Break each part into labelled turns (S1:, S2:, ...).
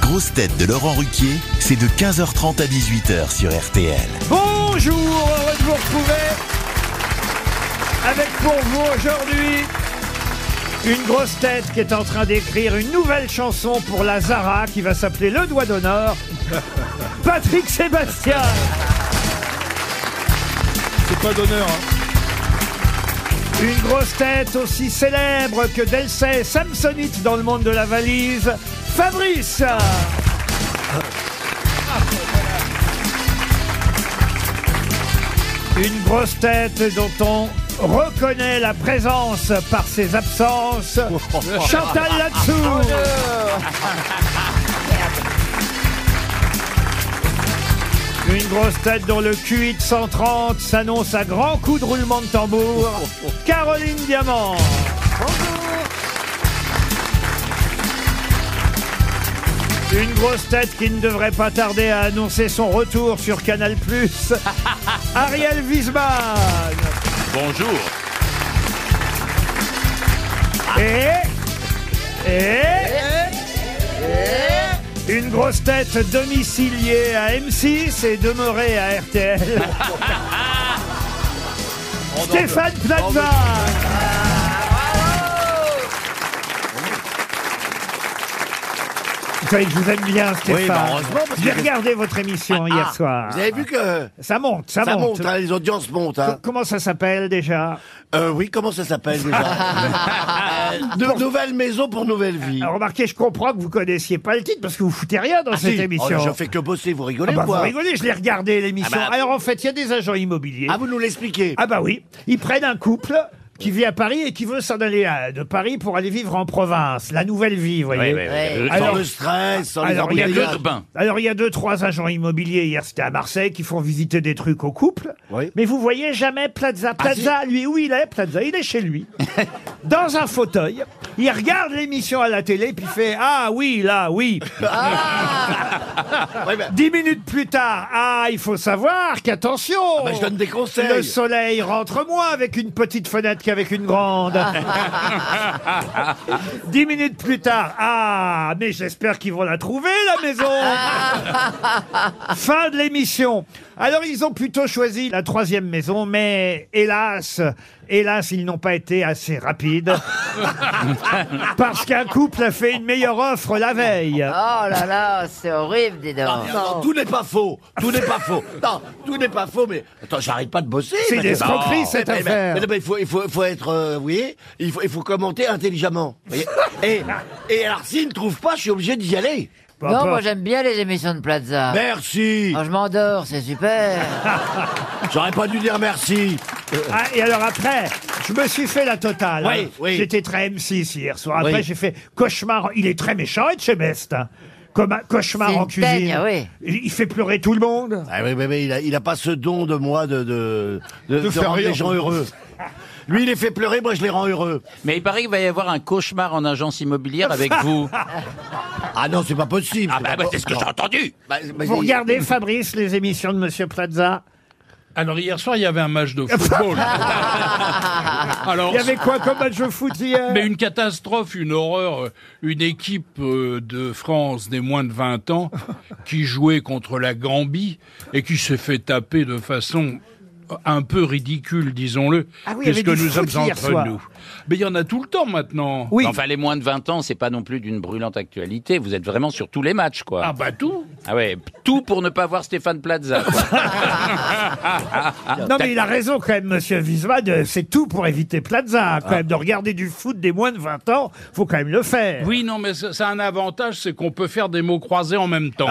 S1: grosses têtes de Laurent Ruquier, c'est de 15h30 à 18h sur RTL.
S2: Bonjour, heureux de vous retrouver avec pour vous aujourd'hui une grosse tête qui est en train d'écrire une nouvelle chanson pour la Zara qui va s'appeler Le Doigt d'honneur, Patrick Sébastien. C'est pas d'honneur. hein. Une grosse tête aussi célèbre que Delsey Samsonite dans le monde de la valise, Fabrice. Ah, Une grosse tête dont on reconnaît la présence par ses absences. Chantal Latsou. Une grosse tête dont le Q8 130 s'annonce à grands coups de roulement de tambour. Caroline Diamant. Une grosse tête qui ne devrait pas tarder à annoncer son retour sur Canal+. Ariel Wiesmann.
S3: Bonjour.
S2: Et... Et... Une grosse tête domiciliée à M6 et demeurée à RTL. Stéphane
S4: Ah.
S2: Plaza. Vous savez que je vous aime bien, Stéphane.
S5: Oui, bah, heureusement, parce que
S2: J'ai
S5: je-
S2: regardé votre émission
S5: Ah,
S2: hier
S5: ah,
S2: soir.
S5: Vous avez vu que
S2: Ça monte, ça,
S5: ça
S2: monte.
S5: monte, hein, les audiences montent. hein.
S2: Co- Comment ça s'appelle déjà
S5: Euh, oui, comment ça s'appelle déjà Euh, De nouvelles maisons pour nouvelle vie.
S2: Alors, Remarquez, je comprends que vous connaissiez pas le titre parce que vous foutez rien dans
S5: Ah,
S2: cette
S5: si.
S2: émission.
S5: Oh, je fais que bosser, vous rigolez
S2: Ah bah,
S5: quoi
S2: vous rigolez, je l'ai regardé l'émission.
S5: Ah bah-
S2: Alors en fait, il y a des agents immobiliers.
S5: Ah, vous nous l'expliquez
S2: Ah bah oui, ils prennent un couple qui vit à Paris et qui veut s'en aller à- de Paris pour aller vivre en province, la nouvelle vie, vous voyez.
S5: Sans
S2: alors-
S5: le stress, sans
S2: alors, il y
S5: les
S2: a
S5: embouteillages.
S2: deux- Alors il y a deux trois agents immobiliers hier c'était à Marseille qui font visiter des trucs au couple.
S5: Oui. Ah,
S2: Mais vous voyez jamais Plaza. Plaza lui où il est Plaza il est chez lui dans un fauteuil. Il regarde l'émission à la télé puis il fait ah oui là oui.
S5: Ah, Ouais, bah,
S2: Dix minutes plus tard, ah, il faut savoir qu'attention
S5: bah, je donne des conseils.
S2: Le soleil rentre moins avec une petite fenêtre qu'avec une grande. Dix minutes plus tard, ah, mais j'espère qu'ils vont la trouver, la maison Fin de l'émission Alors, ils ont plutôt choisi la troisième maison, mais hélas, hélas, ils n'ont pas été assez rapides. parce qu'un couple a fait une meilleure offre la veille.
S6: Oh là là, c'est horrible, dis donc.
S5: Ah, Non, tout n'est pas faux. Tout n'est pas faux. Non, tout n'est pas faux, mais attends, j'arrête pas de bosser.
S2: C'est
S5: parce
S2: une
S5: que-
S2: escroquerie,
S5: Non. Eh ben,
S2: cette
S5: Mais- mais-
S2: affaire.
S5: mais non, mais il faut, il faut, il faut être, euh, vous voyez, il faut, il faut commenter intelligemment. vous voyez. et, et alors, s'il ne trouve pas, je suis obligé d'y aller.
S2: Peu
S6: non,
S2: importe.
S6: moi j'aime bien les émissions de Plaza.
S5: Merci.
S6: Quand je m'endors, c'est super.
S5: Ah. J'aurais pas dû dire merci.
S2: Ah, et alors après, je me suis fait la totale.
S5: Oui, oui.
S2: J'étais très M6 hier soir. Après,
S5: Oui.
S2: j'ai fait cauchemar. Il est très méchant, Etchebest. hein. Comme un cauchemar
S6: C'est
S2: en
S6: une
S2: cuisine.
S6: teigne, oui.
S2: Il il fait pleurer tout le monde.
S5: Ah oui, mais, mais il, a, il a pas ce don de moi de, de, de, de
S7: faire
S5: rendre
S7: rire.
S5: les gens heureux. Lui, il les fait pleurer, moi je les rends heureux.
S3: Mais il paraît qu'il va y avoir un cauchemar en agence immobilière avec vous.
S5: Ah non, c'est pas possible.
S3: Ah bah, bah, c'est ce que j'ai entendu.
S2: Vous regardez, Fabrice, les émissions de Monsieur Plaza
S7: Alors hier soir, il y avait un match de football. Alors,
S2: Il y avait quoi comme match de foot hier
S7: mais une catastrophe, une horreur, une équipe euh, de France des moins de 20 ans qui jouait contre la Gambie et qui s'est fait taper de façon euh, un peu ridicule, disons-le,
S2: Ah oui, il y avait
S7: puisque
S2: du
S7: nous sommes
S2: foot hier
S7: entre
S2: soir.
S7: nous. Mais il y en a tout le temps maintenant.
S2: Oui.
S3: Enfin, les moins de 20 ans, c'est pas non plus d'une brûlante actualité. Vous êtes vraiment sur tous les matchs, quoi.
S7: Ah
S3: Ah,
S7: bah tout.
S3: ouais, tout pour ne pas voir Stéphane Plaza. quoi.
S5: Ah,
S2: Non, mais il a raison quand même, Monsieur Wiesmann. euh, C'est tout pour éviter Plaza.
S5: Ah.
S2: Quand même, de regarder du foot des moins de 20 ans, faut quand même le faire.
S7: Oui, non, mais ça, ça a un avantage, c'est qu'on peut faire des mots croisés en même temps.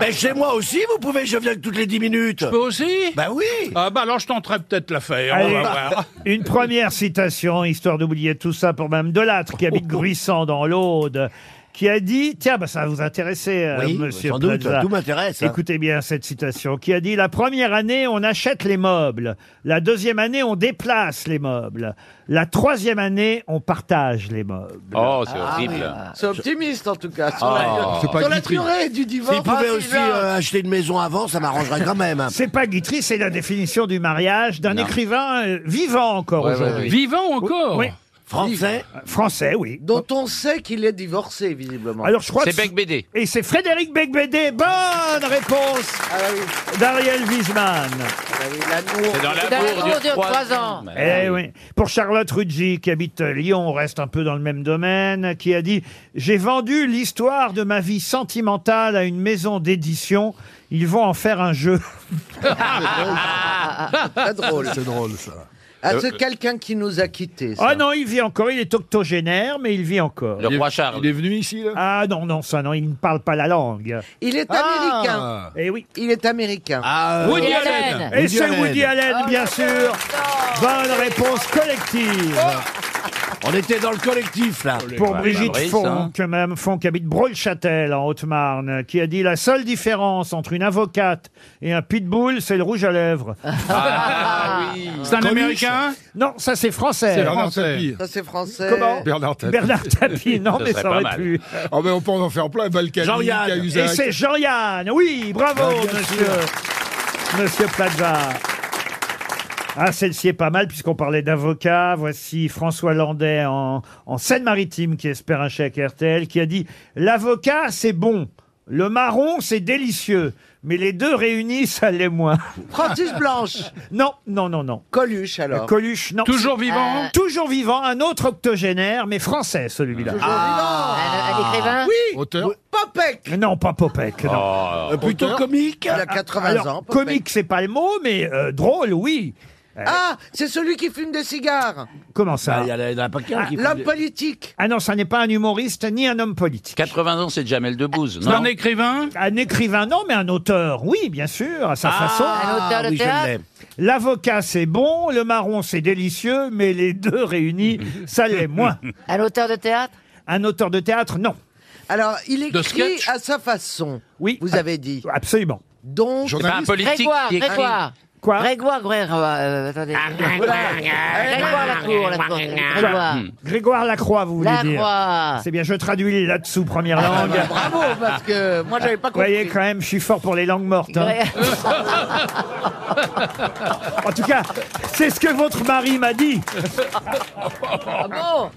S5: Mais Ben, chez moi aussi, vous pouvez, je viens toutes les 10 minutes.
S7: Toi aussi
S5: Bah oui.
S7: Ah bah alors je tenterai peut-être l'affaire.
S2: Allez. Ah
S7: On va voir.
S2: Une première citation, histoire d'oublier tout ça pour Mme Delattre, qui
S7: Oh.
S2: habite Gruissant dans l'Aude, qui a dit, tiens, bah, ça va vous intéresser, euh,
S5: Oui,
S2: monsieur
S5: sans doute,
S2: Plaza.
S5: tout m'intéresse, hein.
S2: Écoutez bien cette citation, qui a dit, la première année, on achète les meubles. La deuxième année, on déplace les meubles. La troisième année, on partage les meubles.
S3: Oh, c'est horrible.
S8: Ah, C'est optimiste en tout cas. Sur
S2: Ah.
S8: la,
S7: C'est pas
S8: sur la
S7: Guitry.
S8: durée du divorce.
S5: S'il pouvait
S8: Ah,
S5: aussi
S8: Sylvain.
S5: euh, acheter une maison avant, ça m'arrangerait quand même. hein.
S2: C'est pas Guitry, c'est la définition du mariage d'un écrivain euh, vivant encore aujourd'hui.
S7: Vivant encore
S2: Oui.
S5: Français
S2: Français, oui.
S8: Dont on sait qu'il est divorcé, visiblement.
S2: Alors je crois
S3: C'est
S2: que-
S3: Becbédé.
S2: Et c'est Frédéric Becbédé. Bonne réponse
S8: Ah oui,
S2: d'Ariel Wiesman.
S8: ah oui, l'amour.
S3: C'est dans la
S6: Dans
S3: cour
S6: l'amour
S3: dure
S6: dure
S3: trois
S6: trois
S3: ans.
S8: Ah.
S6: ans.
S3: Bah
S2: Eh oui. Pour Charlotte Ruggi, qui habite euh, Lyon, on reste un peu dans le même domaine, qui a dit J'ai vendu l'histoire de ma vie sentimentale à une maison d'édition. Ils vont en faire un jeu.
S8: Très drôle.
S4: C'est drôle, ça.
S8: Ah, c'est quelqu'un qui nous a quittés. ça.
S2: Ah non, il vit encore. Il est octogénaire, mais il vit encore.
S3: Le roi
S4: Il
S3: Charles.
S4: est venu ici, là
S2: Ah non, non, ça, non, il ne parle pas la langue.
S8: Il est américain.
S4: Ah.
S2: Eh oui.
S8: Il est américain.
S4: Ah,
S6: Woody
S4: euh,
S6: Allen.
S2: Et
S4: Woody
S2: c'est
S4: Allen.
S2: Woody Allen, bien sûr. Bonne réponse collective.
S5: On était dans le collectif, là.
S2: Pour
S3: Ouais,
S2: Brigitte
S3: Fabrice,
S2: Fonck,
S3: hein.
S2: même Fonck habite Brolchâtel en Haute-Marne, qui a dit la seule différence entre une avocate et un pitbull, c'est le rouge à lèvres.
S3: Ah oui.
S7: C'est un Américain
S2: non, ça c'est français.
S4: Bernard
S7: Français.
S4: Tapie.
S8: Ça, c'est français.
S2: Comment
S4: Bernard Tapie.
S2: Bernard Tapie, non
S3: Ça
S2: mais
S3: serait
S2: ça
S3: pas
S2: aurait
S3: mal.
S2: pu.
S4: Ah, ben, on peut en faire plein. Balkany,
S5: Jean-Yann.
S2: Et
S4: Cahuzac.
S2: c'est Jean-Yann, oui, bravo
S4: Ah, bien
S2: monsieur, monsieur Plaza. Ah, celle-ci est pas mal puisqu'on parlait d'avocat. Voici François Landais en, en Seine-Maritime qui espère un chèque RTL qui a dit L'avocat, c'est bon. Le marron, c'est délicieux. Mais les deux réunis, ça l'est moins.
S8: Francis Blanche.
S2: Non, non, non, non.
S8: Coluche, alors.
S2: Coluche, non. Euh,
S7: Toujours vivant
S2: Toujours vivant, un autre octogénaire, mais français celui-là.
S8: Ah,
S6: Un, un écrivain
S8: oui.
S4: Auteur.
S8: Popek.
S2: Non, pas Popek. non.
S5: Euh, plutôt comique
S8: Il a 80
S2: Alors,
S8: ans. Popek.
S2: comique, c'est pas le mot, mais euh, drôle, oui. Euh,
S8: Ah, c'est celui qui fume des cigares.
S2: Comment ça
S5: Ah, Il y en a- il y en a pas qu'un qui...
S8: L'homme politique.
S2: Ah non, ça n'est pas un humoriste ni un homme politique.
S3: 80 ans, c'est Jamel Debbouze,
S7: C'est
S3: non
S7: un écrivain
S2: Un écrivain, non, mais un auteur, oui, bien sûr, à sa
S5: Ah,
S2: façon.
S6: Un auteur de
S5: oui, je
S6: théâtre
S5: l'aime.
S2: L'avocat, c'est bon, le marron, c'est délicieux, mais les deux réunis, ça l'est moins.
S6: Un auteur de théâtre
S2: Un auteur de théâtre, non.
S8: Alors, il écrit
S7: sketch
S8: à sa façon.
S2: Oui.
S8: Vous avez dit.
S2: Absolument.
S8: Donc,
S3: C'est pas un
S4: Journaliste.
S3: politique
S6: Grégoire,
S3: qui écrit.
S6: Grégoire.
S2: Quoi Ah,
S6: Grégoire, Grégoire, euh, attendez. Grégoire Lacroix, Lacroix. Grégoire.
S2: Hmm. Grégoire Lacroix, vous voulez dire
S6: Lacroix.
S2: C'est bien, je traduis là-dessous, première langue.
S8: Ah, bah, bravo, parce que moi, j'avais pas
S2: Vous voyez,
S8: compris.
S2: quand même, je suis fort pour les langues mortes. hein.
S6: Gré-
S2: En tout cas, c'est ce que votre mari m'a dit.
S6: Ah bon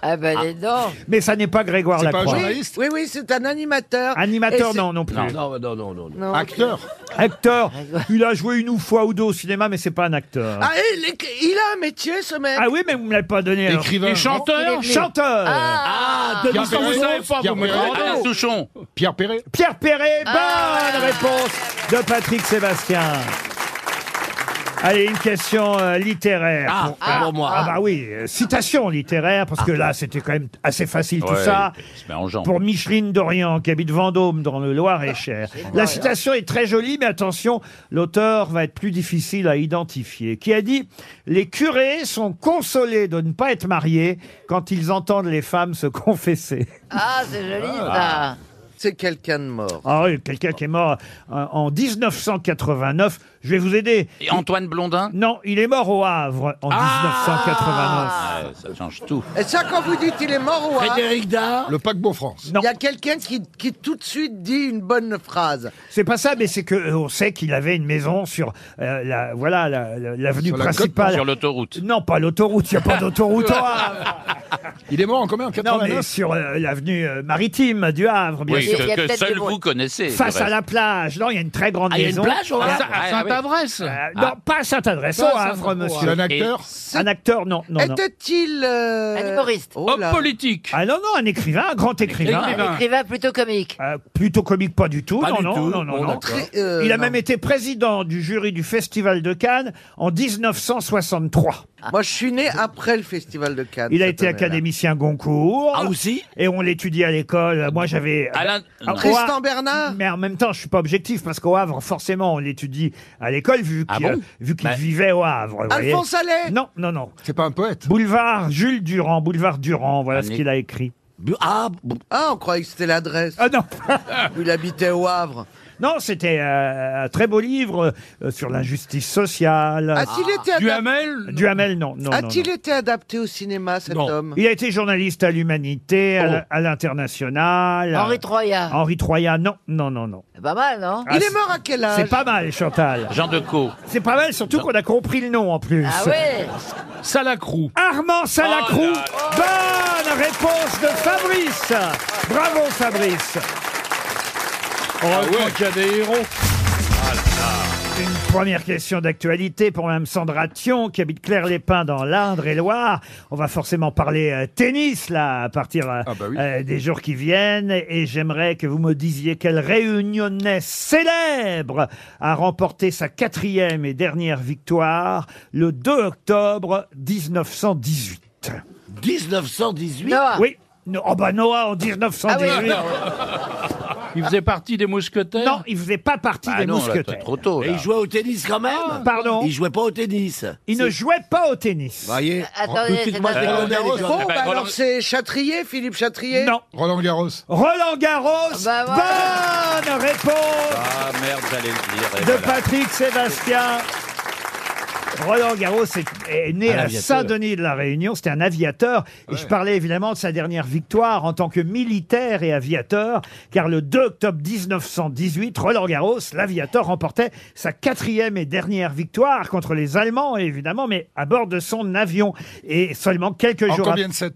S6: Ah ben, les dents.
S2: Mais ça n'est pas Grégoire
S4: C'est pas un
S2: Lacroix.
S4: journaliste
S8: Oui, oui, c'est un animateur.
S2: Animateur,
S8: Et c'est-
S2: non, non plus.
S5: Non, non, non, non. non.
S8: Non.
S4: Acteur.
S2: Acteur, il a joué une ou fois ou deux au cinéma, mais c'est pas un acteur. Ah,
S8: Ah, il, est- il a un métier, ce mec.
S2: oui, mais vous me l'avez pas donné. alors.
S4: Écrivain.
S7: Et chanteur
S2: Chanteur
S5: Ah,
S4: Pierre
S7: Quand vous
S4: Perret.
S7: savez pas,
S4: Pierre
S7: vous me
S4: Perret.
S7: demandez.
S3: Alain Souchon.
S4: Pierre Perret.
S2: Pierre Perret, bonne réponse de Patrick Sébastien. Allez, une question euh, littéraire.
S5: Ah, ah, pour moi.
S2: Ah bah oui, euh, citation littéraire, parce
S4: Ah.
S2: que là, c'était quand même assez facile tout
S3: Ouais,
S2: ça.
S3: il se met en jambe.
S2: Pour Micheline Dorian, qui habite Vendôme, dans le Loir-et-Cher.
S3: Ah,
S2: La citation est très jolie, mais attention, l'auteur va être plus difficile à identifier. Qui a dit Les curés sont consolés de ne pas être mariés quand ils entendent les femmes se confesser.
S6: Ah, c'est joli, ça.
S8: C'est quelqu'un de mort.
S2: Ah oui, quelqu'un qui est mort euh, en 1989. Je vais vous aider.
S3: Et Antoine Blondin Ah.
S2: Non, il est mort au Havre en 1989.
S5: Ah,
S3: Ouais, Ah, Ça change tout.
S8: Et ça, quand vous dites il est mort ou pas,
S5: Frédéric Dard.
S4: Le paquebot France.
S2: Non.
S8: il y a quelqu'un qui, qui tout de suite dit une bonne phrase.
S2: C'est pas ça, mais c'est que euh, on sait qu'il avait une maison sur euh, la voilà la- la- l'avenue
S4: Sur la côte,
S2: principale.
S3: Sur l'autoroute.
S2: non, pas l'autoroute, il n'y a pas d'autoroute au Havre.
S4: Il est mort en combien En
S2: Non, mais
S4: 89
S2: sur euh, l'avenue euh, maritime du Havre, bien
S3: Oui,
S6: sûr.
S2: sûr.
S6: Il y a
S3: que, que
S6: peut-être
S3: seul
S6: des
S3: vous
S6: bruits.
S3: connaissez. le
S2: Face à
S3: reste.
S2: la plage. Non, il y a une très grande
S5: Ah, il y a
S2: maison.
S5: une plage, on
S3: Ah,
S5: va
S3: ça, ah, oui.
S7: Saint-Avresse
S2: Euh, non, pas à Sainte-Adresse, au Havre,
S4: C'est
S2: monsieur.
S4: un acteur.
S2: Un acteur, non, non, non.
S8: Était-il. euh,
S6: Un humoriste.
S8: oh
S7: Homme
S8: là.
S7: politique
S2: Ah non, non, un écrivain, un grand écrivain.
S7: écrivain.
S6: Un écrivain plutôt comique.
S2: Euh, plutôt comique, pas du tout.
S5: Pas
S2: non,
S5: du
S2: non,
S5: tout.
S2: non, non,
S5: Bon,
S2: non.
S5: d'accord.
S8: Très- euh,
S2: Il a
S8: non.
S2: même été président du jury du Festival de Cannes en 1963.
S8: Moi, je suis né après le Festival de Cannes.
S2: Il a
S8: cette
S2: été
S8: année-là.
S2: académicien Goncourt.
S5: Ah, aussi
S2: Et on l'étudie à l'école. Moi, j'avais.
S3: Alain-
S2: Ah,
S3: non.
S2: au
S8: Tristan
S2: Havre-
S8: Bernard
S2: Mais en même temps, je suis pas objectif parce qu'au Havre, forcément, on l'étudie à l'école vu qu'il
S3: Ah bon
S2: euh, vu qu'il
S3: Bah-
S2: vivait au Havre. vous voyez.
S8: Alphonse Allais
S2: Non, non, non.
S4: C'est pas un poète.
S2: Boulevard Jules Durand, boulevard Durand, voilà
S3: Ah,
S2: ce
S3: mais-
S2: qu'il a écrit.
S5: Bu- Ah, bu-
S8: Ah, on croyait que c'était l'adresse
S2: Ah non,
S8: où il habitait au Havre.
S2: Non, c'était euh, un très beau livre euh, sur l'injustice sociale.
S8: A-t-il été, adap-
S7: Duhamel
S2: Duhamel, non, non, non, non.
S8: a-t-il été adapté au cinéma, cet
S7: Non.
S8: homme
S2: Il a été journaliste à l'Humanité, à l- à l'international. à-
S6: Oh. Henri Troya.
S2: Henri Troya, non, non, non, non.
S6: Pas mal, non
S8: Il
S2: Ah,
S8: est
S2: c'est-
S8: mort à quel âge
S2: C'est pas mal, Chantal.
S3: Jean Decaux.
S2: C'est pas mal, surtout qu'on a compris le nom en plus.
S6: Ah ouais
S7: Salacrou.
S2: Armand Salacrou. Bonne réponse de Fabrice. Bravo Fabrice.
S7: On raconte qu'il y a des héros.
S2: Une première question d'actualité pour Mme Sandra Thion, qui habite Claire-les-Pins dans l'Indre-et-Loire. On va forcément parler euh, tennis, là, à partir euh,
S4: Ah bah oui.
S2: euh, des jours qui viennent. Et j'aimerais que vous me disiez quelle réunionnaise célèbre a remporté sa quatrième et dernière victoire le 2 octobre 1918.
S5: 1918
S6: Noah.
S2: Oui. No- Oh bah Noah en 1918.
S6: Ah oui.
S7: Il faisait partie des mousquetaires
S2: Non, il faisait pas partie
S3: Ah
S2: des
S3: non, là,
S2: mousquetaires. Ah,
S3: trop tôt.
S5: Et il
S3: là.
S5: jouait au tennis quand même
S2: Pardon.
S5: Il jouait pas au tennis.
S2: Il ne jouait pas au tennis.
S5: Voyez
S6: Attendez,
S5: Tout de suite,
S6: c'est
S5: moi, je les
S6: pas-
S5: connais, les
S8: Bon,
S5: joueurs.
S8: bah
S3: Euh, Roland-
S8: alors c'est Châtrier, Philippe Châtrier
S2: Non.
S4: Roland Garros.
S2: Roland Garros.
S4: Ah
S6: Bah
S2: Bonne réponse
S3: Ah merde, j'allais le dire. et
S2: de
S3: voilà.
S2: Patrick Sébastien. Roland Garros est, est né
S5: Un
S2: à
S5: aviateur.
S2: Saint-Denis de la Réunion. C'était un aviateur. Et je parlais évidemment de sa dernière victoire en tant que militaire et aviateur, car le 2 octobre 1918, Roland Garros, l'aviateur, remportait sa quatrième et dernière victoire contre les Allemands, évidemment, mais à bord de son avion. Et seulement quelques
S4: En
S2: jours après.
S4: combien de sets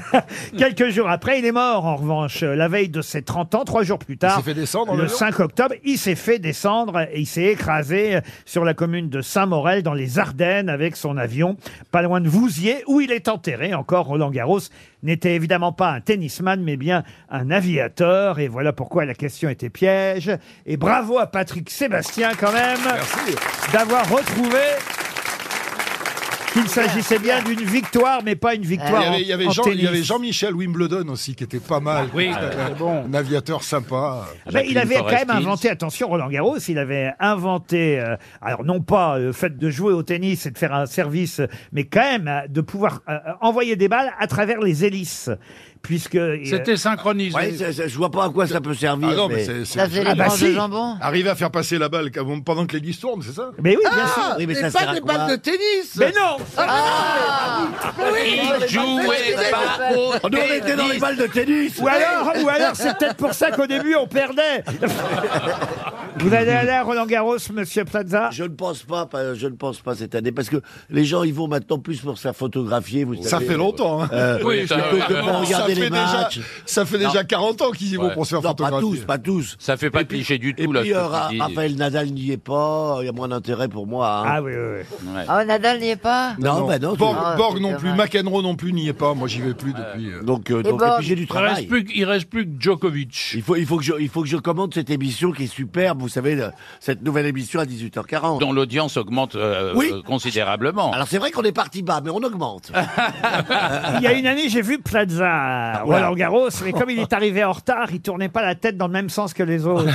S2: Quelques jours après, il est mort, en revanche. euh, La veille de ses 30 ans, trois jours plus tard,
S4: s'est fait descendre,
S2: le
S4: l'avion
S2: 5 octobre, il s'est fait descendre et il s'est écrasé euh, sur la commune de Saint-Morel, dans les Ardennes, avec son avion, pas loin de Vouziers, où il est enterré. Encore, Roland Garros n'était évidemment pas un tennisman, mais bien un aviateur. Et voilà pourquoi la question était piège. Et bravo à Patrick Sébastien, quand même, d'avoir retrouvé qu'il s'agissait bien d'une victoire, mais pas une
S4: Il
S2: victoire
S4: y avait, il y avait
S2: en- en
S4: Jean, il y
S2: tennis.
S4: avait Jean-Michel Wimbledon aussi qui était pas mal.
S7: Oui,
S4: Un-
S7: très bon.
S4: Un aviateur sympa.
S2: Ben, il
S3: Jacqueline
S2: avait quand même
S3: Forest-Hills.
S2: inventé, attention, Roland Garros, il avait inventé, euh, alors non pas euh, le fait de jouer au tennis et de faire un service, mais quand même euh, de pouvoir euh, envoyer des balles à travers les hélices, puisque euh,
S7: C'était synchronisé.
S5: Ouais, c'est- c'est- je vois pas à quoi ça peut servir.
S4: Ah non,
S5: mais-
S4: mais c'est- c'est-
S6: Ça faisait les
S2: Ah bah
S6: tranches
S2: si.
S6: de jambon
S4: Arriver à faire passer la balle avant- pendant que l'hélice tourne, c'est ça
S2: mais Eh oui, bien sûr.
S8: Ah,
S5: Oui, mais
S8: mais
S5: ça sert à
S8: pas des
S5: quoi Ah.
S8: balles de tennis Ah,
S2: Mais non,
S3: Il jouait pas au
S5: Nous, on était dans les balles de tennis
S2: ou alors, ou alors c'est peut-être pour ça qu'au début on perdait. Vous allez aller à Roland Garros, Monsieur Plaza.
S5: Je ne pense pas, pas- je ne pense pas cette année, parce que les gens ils vont maintenant plus pour se faire photographier. Vous
S4: Ça
S5: savez.
S4: fait longtemps. hein.
S5: Euh,
S7: Oui,
S5: plutôt
S7: ça-
S5: que
S7: euh,
S5: pour
S4: ça,
S5: regarder
S4: fait
S5: les
S4: déjà,
S5: matchs.
S4: ça fait déjà 40 ans qu'ils y vont
S3: Ouais.
S4: pour se faire
S5: Non, pas tous,
S4: photographier.
S5: pas tous.
S3: Ça fait pas de cliché du
S5: Et
S3: tout, là.
S5: puis
S3: ce que
S5: euh, Ra-
S3: tu dis.
S5: Raphaël Nadal n'y est pas. Il y a moins d'intérêt pour moi. hein.
S2: Ah oui, oui, oui.
S6: Ah, Nadal n'y est pas
S5: non, bah non.
S4: Borg,
S6: Ah,
S4: Borg
S6: c'est
S4: non plus,
S6: dommage.
S4: McEnroe non plus, n'y est pas. Moi, j'y vais plus depuis. euh,
S5: Donc, euh,
S6: Et
S5: donc et
S6: Borg.
S5: puis j'ai du
S7: Il reste
S5: travail.
S7: plus, que- il reste plus que Djokovic.
S5: Il faut, il faut que je, il faut que je commande cette émission qui est superbe. Vous savez, le- cette nouvelle émission à 18h40.
S3: Dont l'audience augmente euh,
S5: Oui.
S3: euh, considérablement.
S5: Alors c'est euh, vrai qu'on est parti bas, mais on augmente.
S2: Il y a une année, j'ai vu Plaza à Roland Garros, mais comme il est arrivé en retard, il tournait pas la tête dans le même sens que les autres.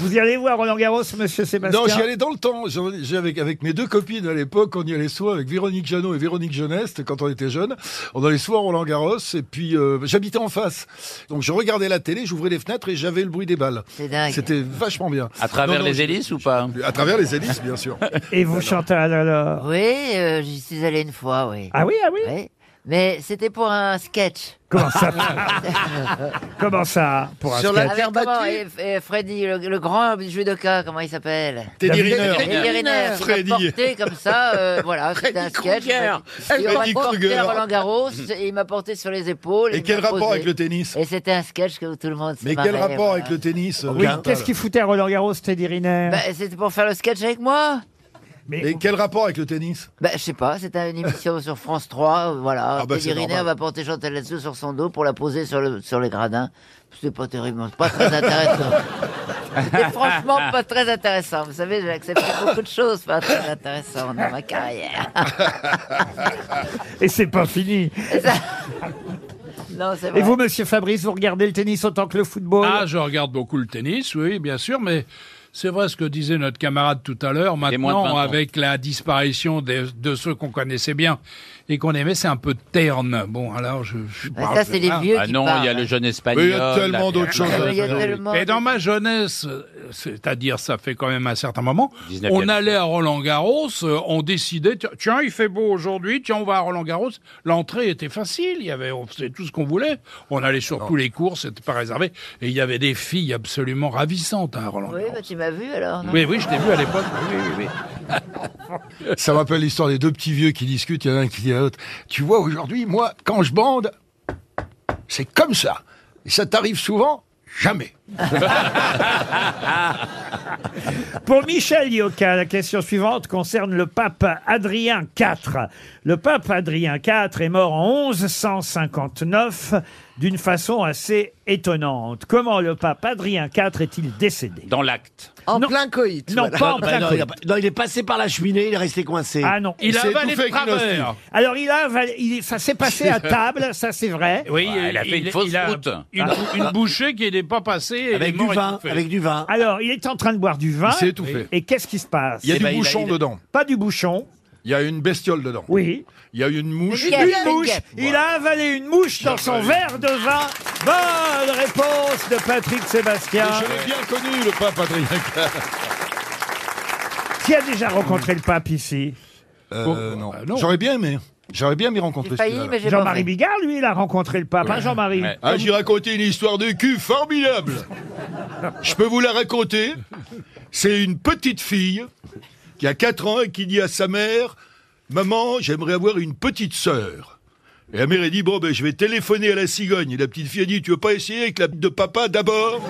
S2: Vous y allez voir Roland Garros, Monsieur Sébastien
S4: Non, j'y allais dans le temps. J'en- j'y- Avec, avec mes deux copines à l'époque, on y allait soit avec Véronique Jeannot et Véronique Jeunesse, quand on était jeunes. On allait soit à Roland-Garros, et puis euh, j'habitais en face. Donc je regardais la télé, j'ouvrais les fenêtres et j'avais le bruit des balles.
S6: C'est dingue.
S4: C'était vachement bien.
S3: À travers
S4: Non, non,
S3: les
S4: je-
S3: hélices ou pas
S4: À travers les hélices, bien sûr.
S2: Et vous, Chantal, alors
S6: Oui, euh, j'y suis allé une fois, oui.
S2: Ah oui, ah oui
S6: Oui. Mais c'était pour un sketch.
S2: Comment ça Comment ça pour un
S8: Sur la
S2: sketch
S8: terre
S6: comment
S8: battue
S6: et- et Freddy, le, le grand judoka, comment il s'appelle
S4: Teddy
S2: David-
S4: Riner.
S6: Freddy Riner, qui a
S4: Freddy.
S6: porté comme ça, euh, voilà, c'était un
S8: Freddy
S6: sketch.
S8: Krueger.
S6: Et on m'a
S4: Freddy
S6: porté
S4: Krueger.
S6: à Roland Garros, et il m'a porté sur les épaules.
S4: Et
S6: il
S4: quel
S6: m'a
S4: rapport
S6: posé.
S4: avec le tennis
S6: Et c'était un sketch que tout le monde se
S4: Mais quel
S6: marrait,
S4: rapport
S6: voilà.
S4: avec le tennis euh,
S2: Oui,
S4: Chantal
S2: qu'est-ce qu'il foutait à Roland Garros, Teddy Riner
S6: Bah, C'était pour faire le sketch avec moi
S2: Mais-
S4: Et quel rapport avec le tennis
S6: Bah, je sais pas, c'était une émission sur France 3, voilà.
S4: Ah bah,
S6: Teddy
S4: c'est
S6: Riner
S4: normal.
S6: va porter Chantal là-dessous sur son dos pour la poser sur, le, sur les gradins. C'était pas terriblement, pas très intéressant. C'était franchement pas très intéressant. Vous savez, j'ai accepté beaucoup de choses pas très intéressantes dans ma carrière.
S2: Et c'est pas fini.
S6: Non, c'est vrai.
S2: Et vous, Monsieur Fabrice, vous regardez le tennis autant que le football
S7: Ah, je regarde beaucoup le tennis, oui, bien sûr, mais C'est vrai ce que disait notre camarade tout à l'heure.
S3: moins de 20
S7: Maintenant,
S3: ans.
S7: avec la disparition des- de ceux qu'on connaissait bien et qu'on aimait, c'est un peu terne. Bon, alors je. je
S6: Ah,
S7: parle
S6: ça, c'est
S7: de-
S6: les
S7: Ah.
S6: vieux
S3: Ah
S6: qui
S3: non,
S6: parlent.
S3: il y a le jeune espagnol.
S4: Mais il y a tellement
S3: la-
S4: d'autres choses.
S6: Ah,
S4: à
S6: mais il y a
S4: faire.
S6: tellement
S7: Et
S6: de-
S7: dans ma jeunesse, euh, c'est-à-dire ça fait quand même un certain moment,
S3: 19e
S7: on allait à Roland Garros, euh, on décidait, ti- tiens, il fait beau aujourd'hui, tiens, on va à Roland Garros. L'entrée était facile, il y avait, on faisait tout ce qu'on voulait. On allait sur tous les cours, c'était pas réservé. Et il y avait des filles absolument ravissantes hein, à Roland
S6: Oui,
S7: Garros.
S6: bah, tu m'as vu alors. non
S7: Oui, oui, je t'ai vu à l'époque. Oui, oui, oui.
S4: Ça me rappelle l'histoire des deux petits vieux qui discutent. Il y en a un qui dit à l'autre Tu vois, aujourd'hui, moi, quand je bande, c'est comme ça. Et ça t'arrive souvent Jamais.
S2: Pour Michel Yoka, la question suivante concerne le pape Adrien IV. Le pape Adrien IV est mort en 1159 d'une façon assez étonnante. Comment le pape Adrien IV est-il décédé
S3: Dans l'acte.
S8: En
S2: Non.
S8: plein coït.
S2: Non,
S8: voilà.
S2: pas en
S5: Bah
S2: plein
S5: non, il a
S2: Covid.
S5: pas- non, il est passé par la cheminée, il est resté coincé.
S2: Ah non.
S7: Il
S4: s'est
S7: avalé
S4: étouffé
S7: de
S4: avec une hostie.
S7: travers.
S2: Alors il a, avalé- il, ça s'est passé à table, ça c'est vrai. Ah.
S7: Oui,
S3: Ouais, elle a fait une fausse route.
S7: Une, une bouchée qui n'est pas passée. et il est
S5: avec du
S7: mort
S5: vin,
S7: étouffé.
S5: avec du vin.
S2: Alors il est en train de boire du vin.
S4: Il s'est étouffé.
S2: Et qu'est-ce qui se passe
S4: Il y a
S5: Eh
S4: du
S5: ben, il a-
S4: bouchon
S5: il a-
S4: dedans.
S2: Pas du bouchon.
S4: Il y a une bestiole dedans.
S2: Oui.
S4: Il y a une mouche.
S6: Il y a-
S2: Une
S6: une
S2: mouche.
S6: guêpe.
S2: Il a avalé une mouche dans son verre de vin. Bonne réponse de Patrick Sébastien.
S4: Je l'ai bien connu, le pape Adrien.
S2: Qui a déjà rencontré le pape ici
S4: Euh, non.
S7: Ah, non.
S4: J'aurais bien aimé. J'aurais bien m'y rencontrer.
S6: J'ai failli,
S4: celui-là.
S6: mais j'ai pas
S2: Jean-Marie
S6: fait.
S2: Bigard, lui, il a rencontré le pape. hein, Jean-Marie
S3: Ouais.
S4: Ah, j'ai raconté une histoire de cul formidable. Je peux vous la raconter. C'est une petite fille qui a 4 ans et qui dit à sa mère Maman, j'aimerais avoir une petite sœur. Et la mère elle dit Bon, ben, je vais téléphoner à la cigogne. Et la petite fille a dit Tu veux pas essayer avec la de papa d'abord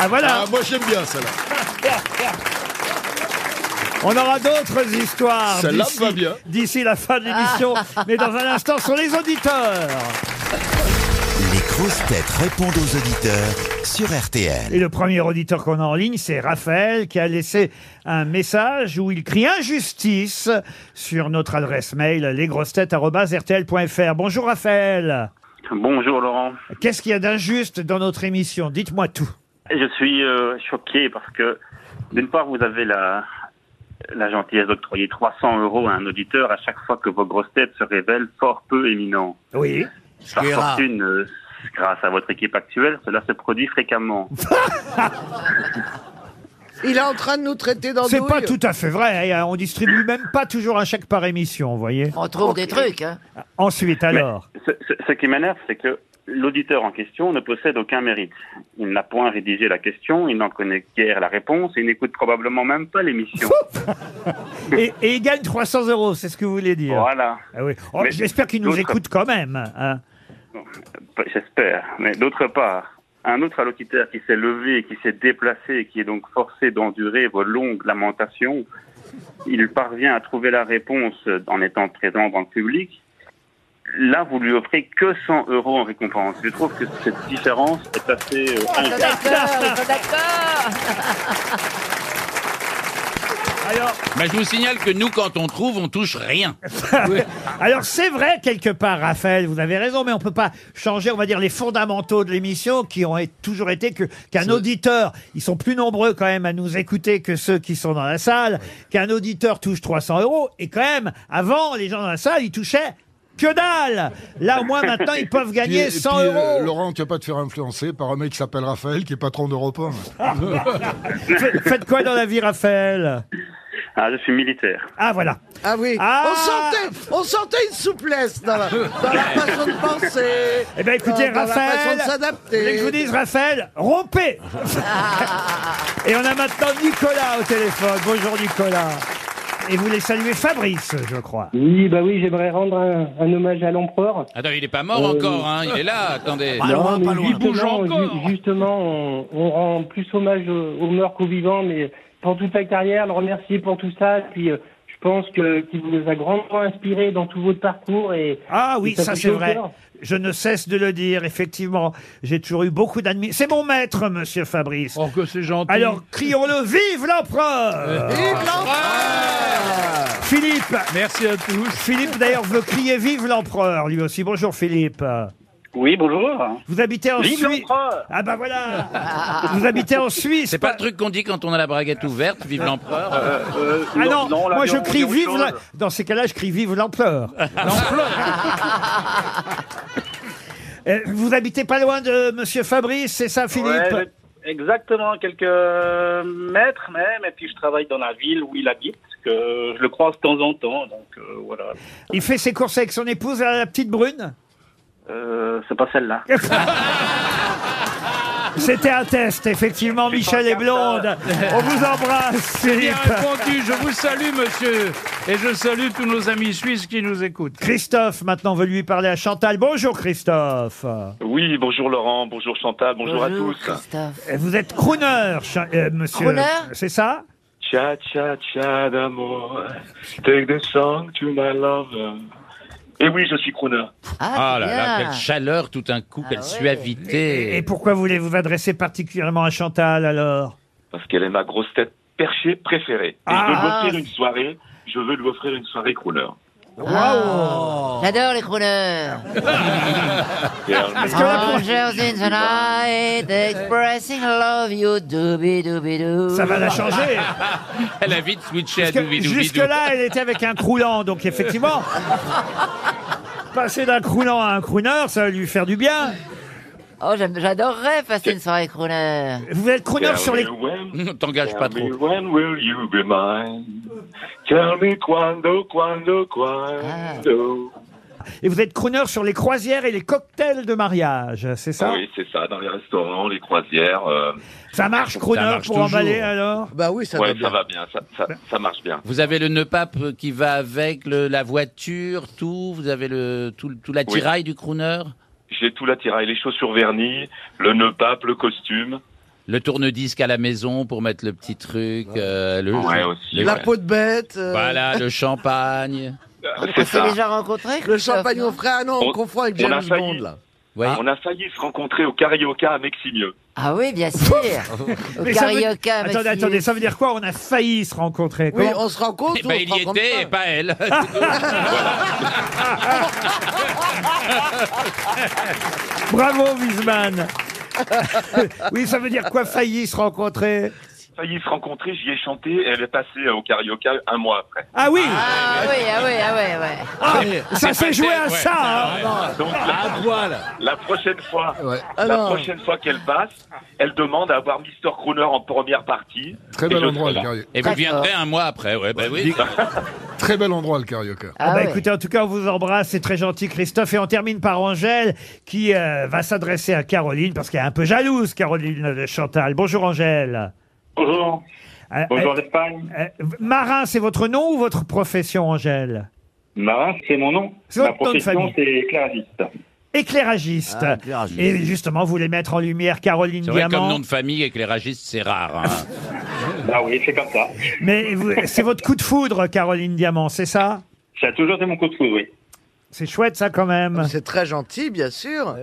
S2: Ah voilà,
S4: Ah, moi j'aime bien ça là.
S2: on aura d'autres histoires
S4: Celle-là
S2: d'ici-
S4: va bien.
S2: d'ici la fin de l'émission.
S6: Ah.
S2: Mais dans un instant, sur les auditeurs.
S1: Les grosses têtes répondent aux auditeurs sur RTL.
S2: Et le premier auditeur qu'on a en ligne, c'est Raphaël qui a laissé un message où il crie injustice sur notre adresse mail lesgrossetêtes.rtl.fr. Bonjour Raphaël.
S9: Bonjour Laurent.
S2: Qu'est-ce qu'il y a d'injuste dans notre émission Dites-moi tout.
S9: Je suis euh, choqué parce que d'une part vous avez la la gentillesse d'octroyer 300 euros à un auditeur à chaque fois que vos grosses têtes se révèlent fort peu éminents.
S2: Oui.
S9: Par
S5: qui est rare.
S9: fortune, euh, grâce à votre équipe actuelle, cela se produit fréquemment.
S2: Ah,
S8: Il est en train de nous traiter dans
S2: C'est pas tout à fait vrai. hein. On distribue même pas toujours un chèque par émission, vous voyez.
S6: On trouve des trucs. Hein.
S2: Ensuite, alors.
S9: Ce, ce- ce qui m'énerve, c'est que l'auditeur en question ne possède aucun mérite. Il n'a point rédigé la question, il n'en connaît guère la réponse, et il n'écoute probablement même pas l'émission.
S2: Et, et il gagne 300 euros, c'est ce que vous voulez dire.
S9: voilà,
S2: Ah oui. Oh,
S9: Mais
S2: J'espère qu'il nous
S9: l'autre-
S2: écoute quand même. hein.
S9: j'espère. Mais d'autre part, un autre allocuteur qui s'est levé, qui s'est déplacé, qui est donc forcé d'endurer vos longues lamentations, il parvient à trouver la réponse en étant présent dans le public. Là, vous lui offrez que 100 euros en récompense. Je trouve que cette différence est assez euh,
S6: Ils sont
S9: injuste.
S6: D'accord, ils sont d'accord.
S2: Alors,
S3: Mais je vous signale que nous, quand on trouve, on touche rien.
S2: alors c'est vrai quelque part, Raphaël, vous avez raison, mais on peut pas changer, on va dire, les fondamentaux de l'émission qui ont é- toujours été que qu'un auditeur, ils sont plus nombreux quand même à nous écouter que ceux qui sont dans la salle, qu'un auditeur touche 300 euros, et quand même, avant, les gens dans la salle, ils touchaient que dalle. Là, au moins, Ah, maintenant, ils peuvent
S4: Puis-
S2: gagner
S4: et
S2: 100
S4: puis, euh,
S2: euros.
S4: Laurent, tu vas pas te faire influencer par un mec qui s'appelle Raphaël, qui est patron d'Europe 1. euh,
S2: Faites- Ah. Faites quoi dans la vie, Raphaël
S9: Ah, je suis militaire.
S2: Ah, voilà.
S8: Ah oui.
S2: Ah.
S8: On, sentait, on sentait une souplesse dans la, dans la façon de penser.
S2: Eh bien, écoutez,
S8: dans, dans la façon de
S2: Raphaël, Vous voulez que
S8: s'adapter.
S2: je vous dise, Raphaël, rompez
S6: Ah.
S2: Et on a maintenant Nicolas au téléphone. Bonjour, Nicolas. Et vous voulez saluer Fabrice, je crois.
S10: Oui, bah oui, j'aimerais rendre un, un hommage à l'empereur.
S3: Attends, il est pas mort
S10: Euh,
S3: encore, hein. Il est là, attendez.
S5: Pas
S10: Bah,
S5: loin,
S10: Non, mais
S5: pas loin.
S7: Il bouge
S10: justement,
S7: encore.
S10: ju- Justement, on, on rend plus hommage aux, aux morts qu'aux vivants, mais pour toute sa carrière, le remercier pour tout ça. Puis, euh, je pense que qu'il vous nous a grandement inspiré dans tout votre parcours et
S2: Ah oui,
S10: et ça
S2: ça
S10: fait
S2: c'est
S10: chaud au
S2: vrai.
S10: cœur.
S2: Je ne cesse de le dire, effectivement. J'ai toujours eu beaucoup d'admiration. C'est mon maître, monsieur Fabrice.
S7: Oh, que c'est gentil.
S2: Alors, crions-le, vive l'empereur
S5: Euh.
S8: Vive
S2: Philippe
S7: Merci à tous.
S2: Philippe, d'ailleurs, veut crier vive l'empereur, lui aussi. Bonjour, Philippe.
S9: Oui, bonjour.
S2: Vous habitez en
S3: Vive
S2: Suisse. Ah bah voilà.
S5: Ah.
S2: Vous habitez en Suisse.
S3: C'est pas le truc qu'on dit quand on a la braguette ouverte, vive l'empereur. euh,
S2: ah non, moi je crie vive. la- Dans ces cas-là, je crie vive l'ampleur. Euh, Vous habitez pas loin de Monsieur Fabrice, c'est ça, Philippe
S11: Ouais, exactement, quelques mètres même. Et puis je travaille dans la ville où il habite, que je le croise de temps en temps. Donc euh, voilà.
S2: Il fait ses courses avec son épouse, la petite brune.
S11: Euh, c'est pas celle-là.
S2: C'était un test, effectivement. Michel est blonde. On vous embrasse,
S7: Bien
S2: Philippe.
S7: répondu, je vous salue, monsieur. Et je salue tous nos amis suisses qui nous écoutent.
S2: Christophe, maintenant, veut lui parler à Chantal. Bonjour, Christophe.
S12: Oui, bonjour Laurent, bonjour Chantal, bonjour, à tous.
S2: Euh, Vous êtes crooner, cha- euh, monsieur.
S12: Crooner
S2: C'est ça
S12: Cha cha cha d'amour, take the song to my lover. Et oui, je suis crooner.
S3: Ah, là là,
S2: bien.
S3: quelle chaleur tout un
S5: Ah
S3: coup, quelle
S2: Et,
S3: suavité.
S2: et pourquoi voulez-vous vous adresser particulièrement à Chantal, alors
S12: Parce qu'elle est ma grosse tête perchée préférée. Et je veux lui
S6: Ah.
S12: offrir une soirée, je veux lui offrir une soirée crooner.
S6: Waouh Ah. J'adore les crooners.
S12: Et alors,
S6: Oh, Jersey in the night, expressing love you, dooby dooby doo.
S2: Ça va la changer.
S3: Elle a vite switché à
S2: Parce que
S3: Doubidou.
S2: Jusque-là, elle était avec un croulant, donc effectivement, passer d'un croulant à un crooner, ça va lui faire du bien.
S6: Oh, j'aime- j'adorerais passer une soirée crooner.
S2: Vous êtes
S12: crooner sur les-
S3: T'engages
S12: Tell me when will you be mine? Tell me quando, quando, quando.
S2: Et vous êtes crooner sur les croisières et les cocktails de mariage, c'est ça
S12: Ah Oui, c'est ça, dans les restaurants, les croisières. euh,
S2: Ça marche, crooner,
S12: marche
S2: pour
S12: toujours.
S2: emballer, alors
S8: Bah oui,
S12: ouais, ça va bien, ça, ça, ça marche bien.
S3: Vous avez le nœud pape qui va avec le- la voiture, tout. Vous avez le, tout, tout l'attirail du crooner.
S12: J'ai tout l'attirail, les chaussures vernies, le nœud pape, le costume.
S3: Le tourne-disque à la maison pour mettre le petit truc. euh, le,
S12: Ouais, aussi,
S3: le-
S8: La peau de bête. euh,
S3: Voilà, le champagne.
S12: C'est ça.
S6: rencontré
S8: Le champagne au frais, ah non, on, confond avec
S12: on a
S8: James
S12: failli-
S8: Bond, là.
S12: On a failli se rencontrer au Carioca à Meximieux.
S6: Ah oui, bien sûr. Au
S2: Mais ça veut-
S6: karaoké,
S2: Attendez,
S6: Maxime.
S2: attendez, ça veut dire quoi On a failli se rencontrer.
S8: Ah. Oui,
S2: Comment-
S8: on se rencontre.
S3: Eh ben, il y était et pas elle.
S2: Bravo, Wiesmann Oui, ça veut dire quoi Failli se rencontrer
S12: Failli se rencontrer, j'y ai chanté, et elle est passée euh, au Carioca un mois après.
S2: Ah oui
S6: Ah oui, ah oui, ah ouais, ouais.
S2: Ah,
S12: C'est
S2: Ça s'est
S12: pas
S2: joué
S12: tel,
S2: à
S12: ouais.
S2: ça hein.
S12: Ah, Donc,
S4: Ah,
S12: la, la prochaine fois,
S2: Ah
S12: la
S2: non.
S12: prochaine fois qu'elle passe, elle demande à avoir Mister Crooner en première partie.
S4: Très
S12: Et
S4: bel
S12: je
S4: endroit,
S12: serai
S4: le
S12: là.
S4: Carioca.
S3: Et vous viendrez un mois après, ouais, bah oui.
S4: Très bel endroit, le Carioca.
S2: Ah bah écoutez, en tout cas, on vous embrasse, c'est très gentil Christophe. Et on termine par Angèle qui euh, va s'adresser à Caroline parce qu'elle est un peu jalouse, Caroline de Chantal. Bonjour Angèle.
S11: Bonjour.
S2: Euh,
S11: Bonjour
S2: euh,
S11: l'Espagne.
S2: euh, marin, c'est votre nom ou votre profession, Angèle
S11: Marin, c'est mon nom.
S2: C'est
S11: Ma
S2: votre nom de
S11: profession,
S2: famille.
S11: c'est éclairagiste.
S2: Éclairagiste.
S11: Ah, éclairagiste.
S2: Et justement, vous voulez mettre en lumière Caroline
S3: C'est vrai,
S2: Ah Diamant.
S3: comme nom de famille, éclairagiste, c'est rare. hein.
S12: Bah
S11: Ah oui, c'est comme ça.
S2: Mais vous- c'est votre coup de foudre, Caroline Diamant, c'est ça
S11: Ça a toujours été mon coup de foudre, oui.
S2: C'est chouette ça quand même.
S8: Ah, C'est très gentil, bien sûr.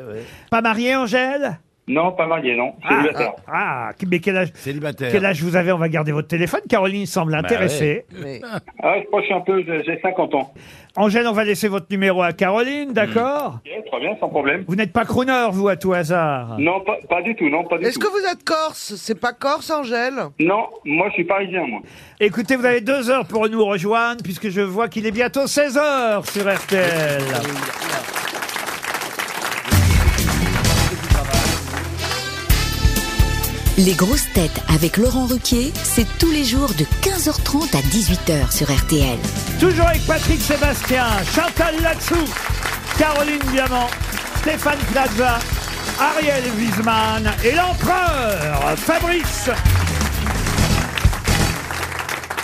S2: Pas mariée, Angèle
S11: Non, pas marié, non.
S2: Ah,
S11: Célibataire.
S2: ah, ah, mais quel âge,
S8: Célibataire.
S2: quel âge vous avez On va garder votre téléphone. Caroline
S3: Bah
S2: semble intéressée.
S11: Ah, je proche un peu, j'ai j'ai 50 ans.
S2: Angèle, on va laisser votre numéro à Caroline, d'accord Ah.
S11: Ok, très bien, sans problème.
S2: Vous n'êtes pas crooner, vous, à tout hasard
S11: Non, pas, pas du tout, non, pas du
S8: Est-ce que
S11: tout.
S8: vous êtes corse C'est pas corse, Angèle
S11: Non, moi je suis parisien, moi.
S2: Écoutez, vous avez deux heures pour nous rejoindre, puisque je vois qu'il est bientôt 16 heures sur RTL.
S13: Les grosses têtes avec Laurent Ruquier, c'est tous les jours de 15h30 à 18h sur RTL.
S2: Toujours avec Patrick Sébastien, Chantal Latsou, Caroline Diamant, Stéphane Plaza, Ariel Wiesmann et l'empereur Fabrice.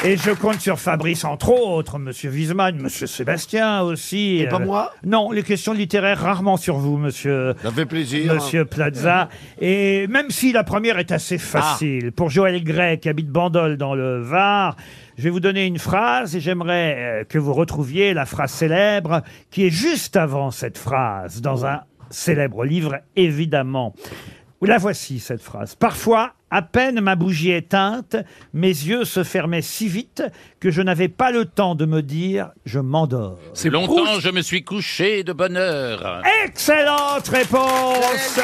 S2: Et je compte sur Fabrice, entre autres, Monsieur Wiesmann, Monsieur Sébastien aussi. euh,
S8: Et pas moi
S2: Non, les questions littéraires rarement sur vous, Monsieur. Ça fait plaisir. Monsieur Plaza. Et même si la première est assez facile, pour Joël Gray, qui habite Bandol dans le Var, je vais vous donner une phrase et j'aimerais euh, que vous retrouviez la phrase célèbre qui est juste avant cette phrase, dans un célèbre livre, évidemment. La voici, cette phrase. Parfois, À peine ma bougie éteinte, mes yeux se fermaient si vite que je n'avais pas le temps de me dire je m'endors.
S3: C'est longtemps, je me suis couché de bonne heure.
S2: Excellente réponse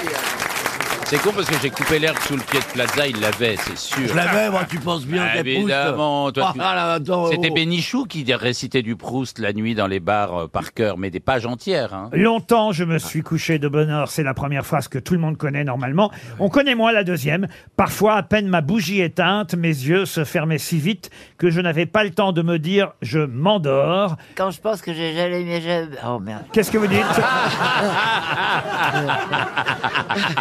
S3: C'est con parce que j'ai coupé l'herbe sous le pied de Plaza, il l'avait, c'est sûr.
S5: Je l'avais, moi, tu penses bien qu'elle pousse.
S3: Évidemment, toi, tu-
S5: Ah, là, attends,
S3: C'était
S5: oh.
S3: Bénichou qui récitait du Proust la nuit dans les bars euh, par cœur, mais des pages entières. hein.
S2: Longtemps je me suis couché de bonne heure, c'est la première phrase que tout le monde connaît normalement. On connaît moins la deuxième. Parfois, à peine ma bougie éteinte, mes yeux se fermaient si vite que je n'avais pas le temps de me dire je m'endors.
S6: Quand je pense que j'ai jamais mais jamais. Oh merde.
S2: Qu'est-ce que vous dites hein.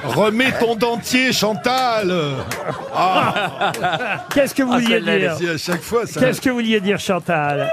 S4: Remets ton dentier, Chantal Ah.
S2: Qu'est-ce que vous
S4: Ah,
S2: vouliez
S4: celle-là, elle
S2: dire
S4: est- à chaque fois, ça-
S2: Qu'est-ce que vous vouliez dire, Chantal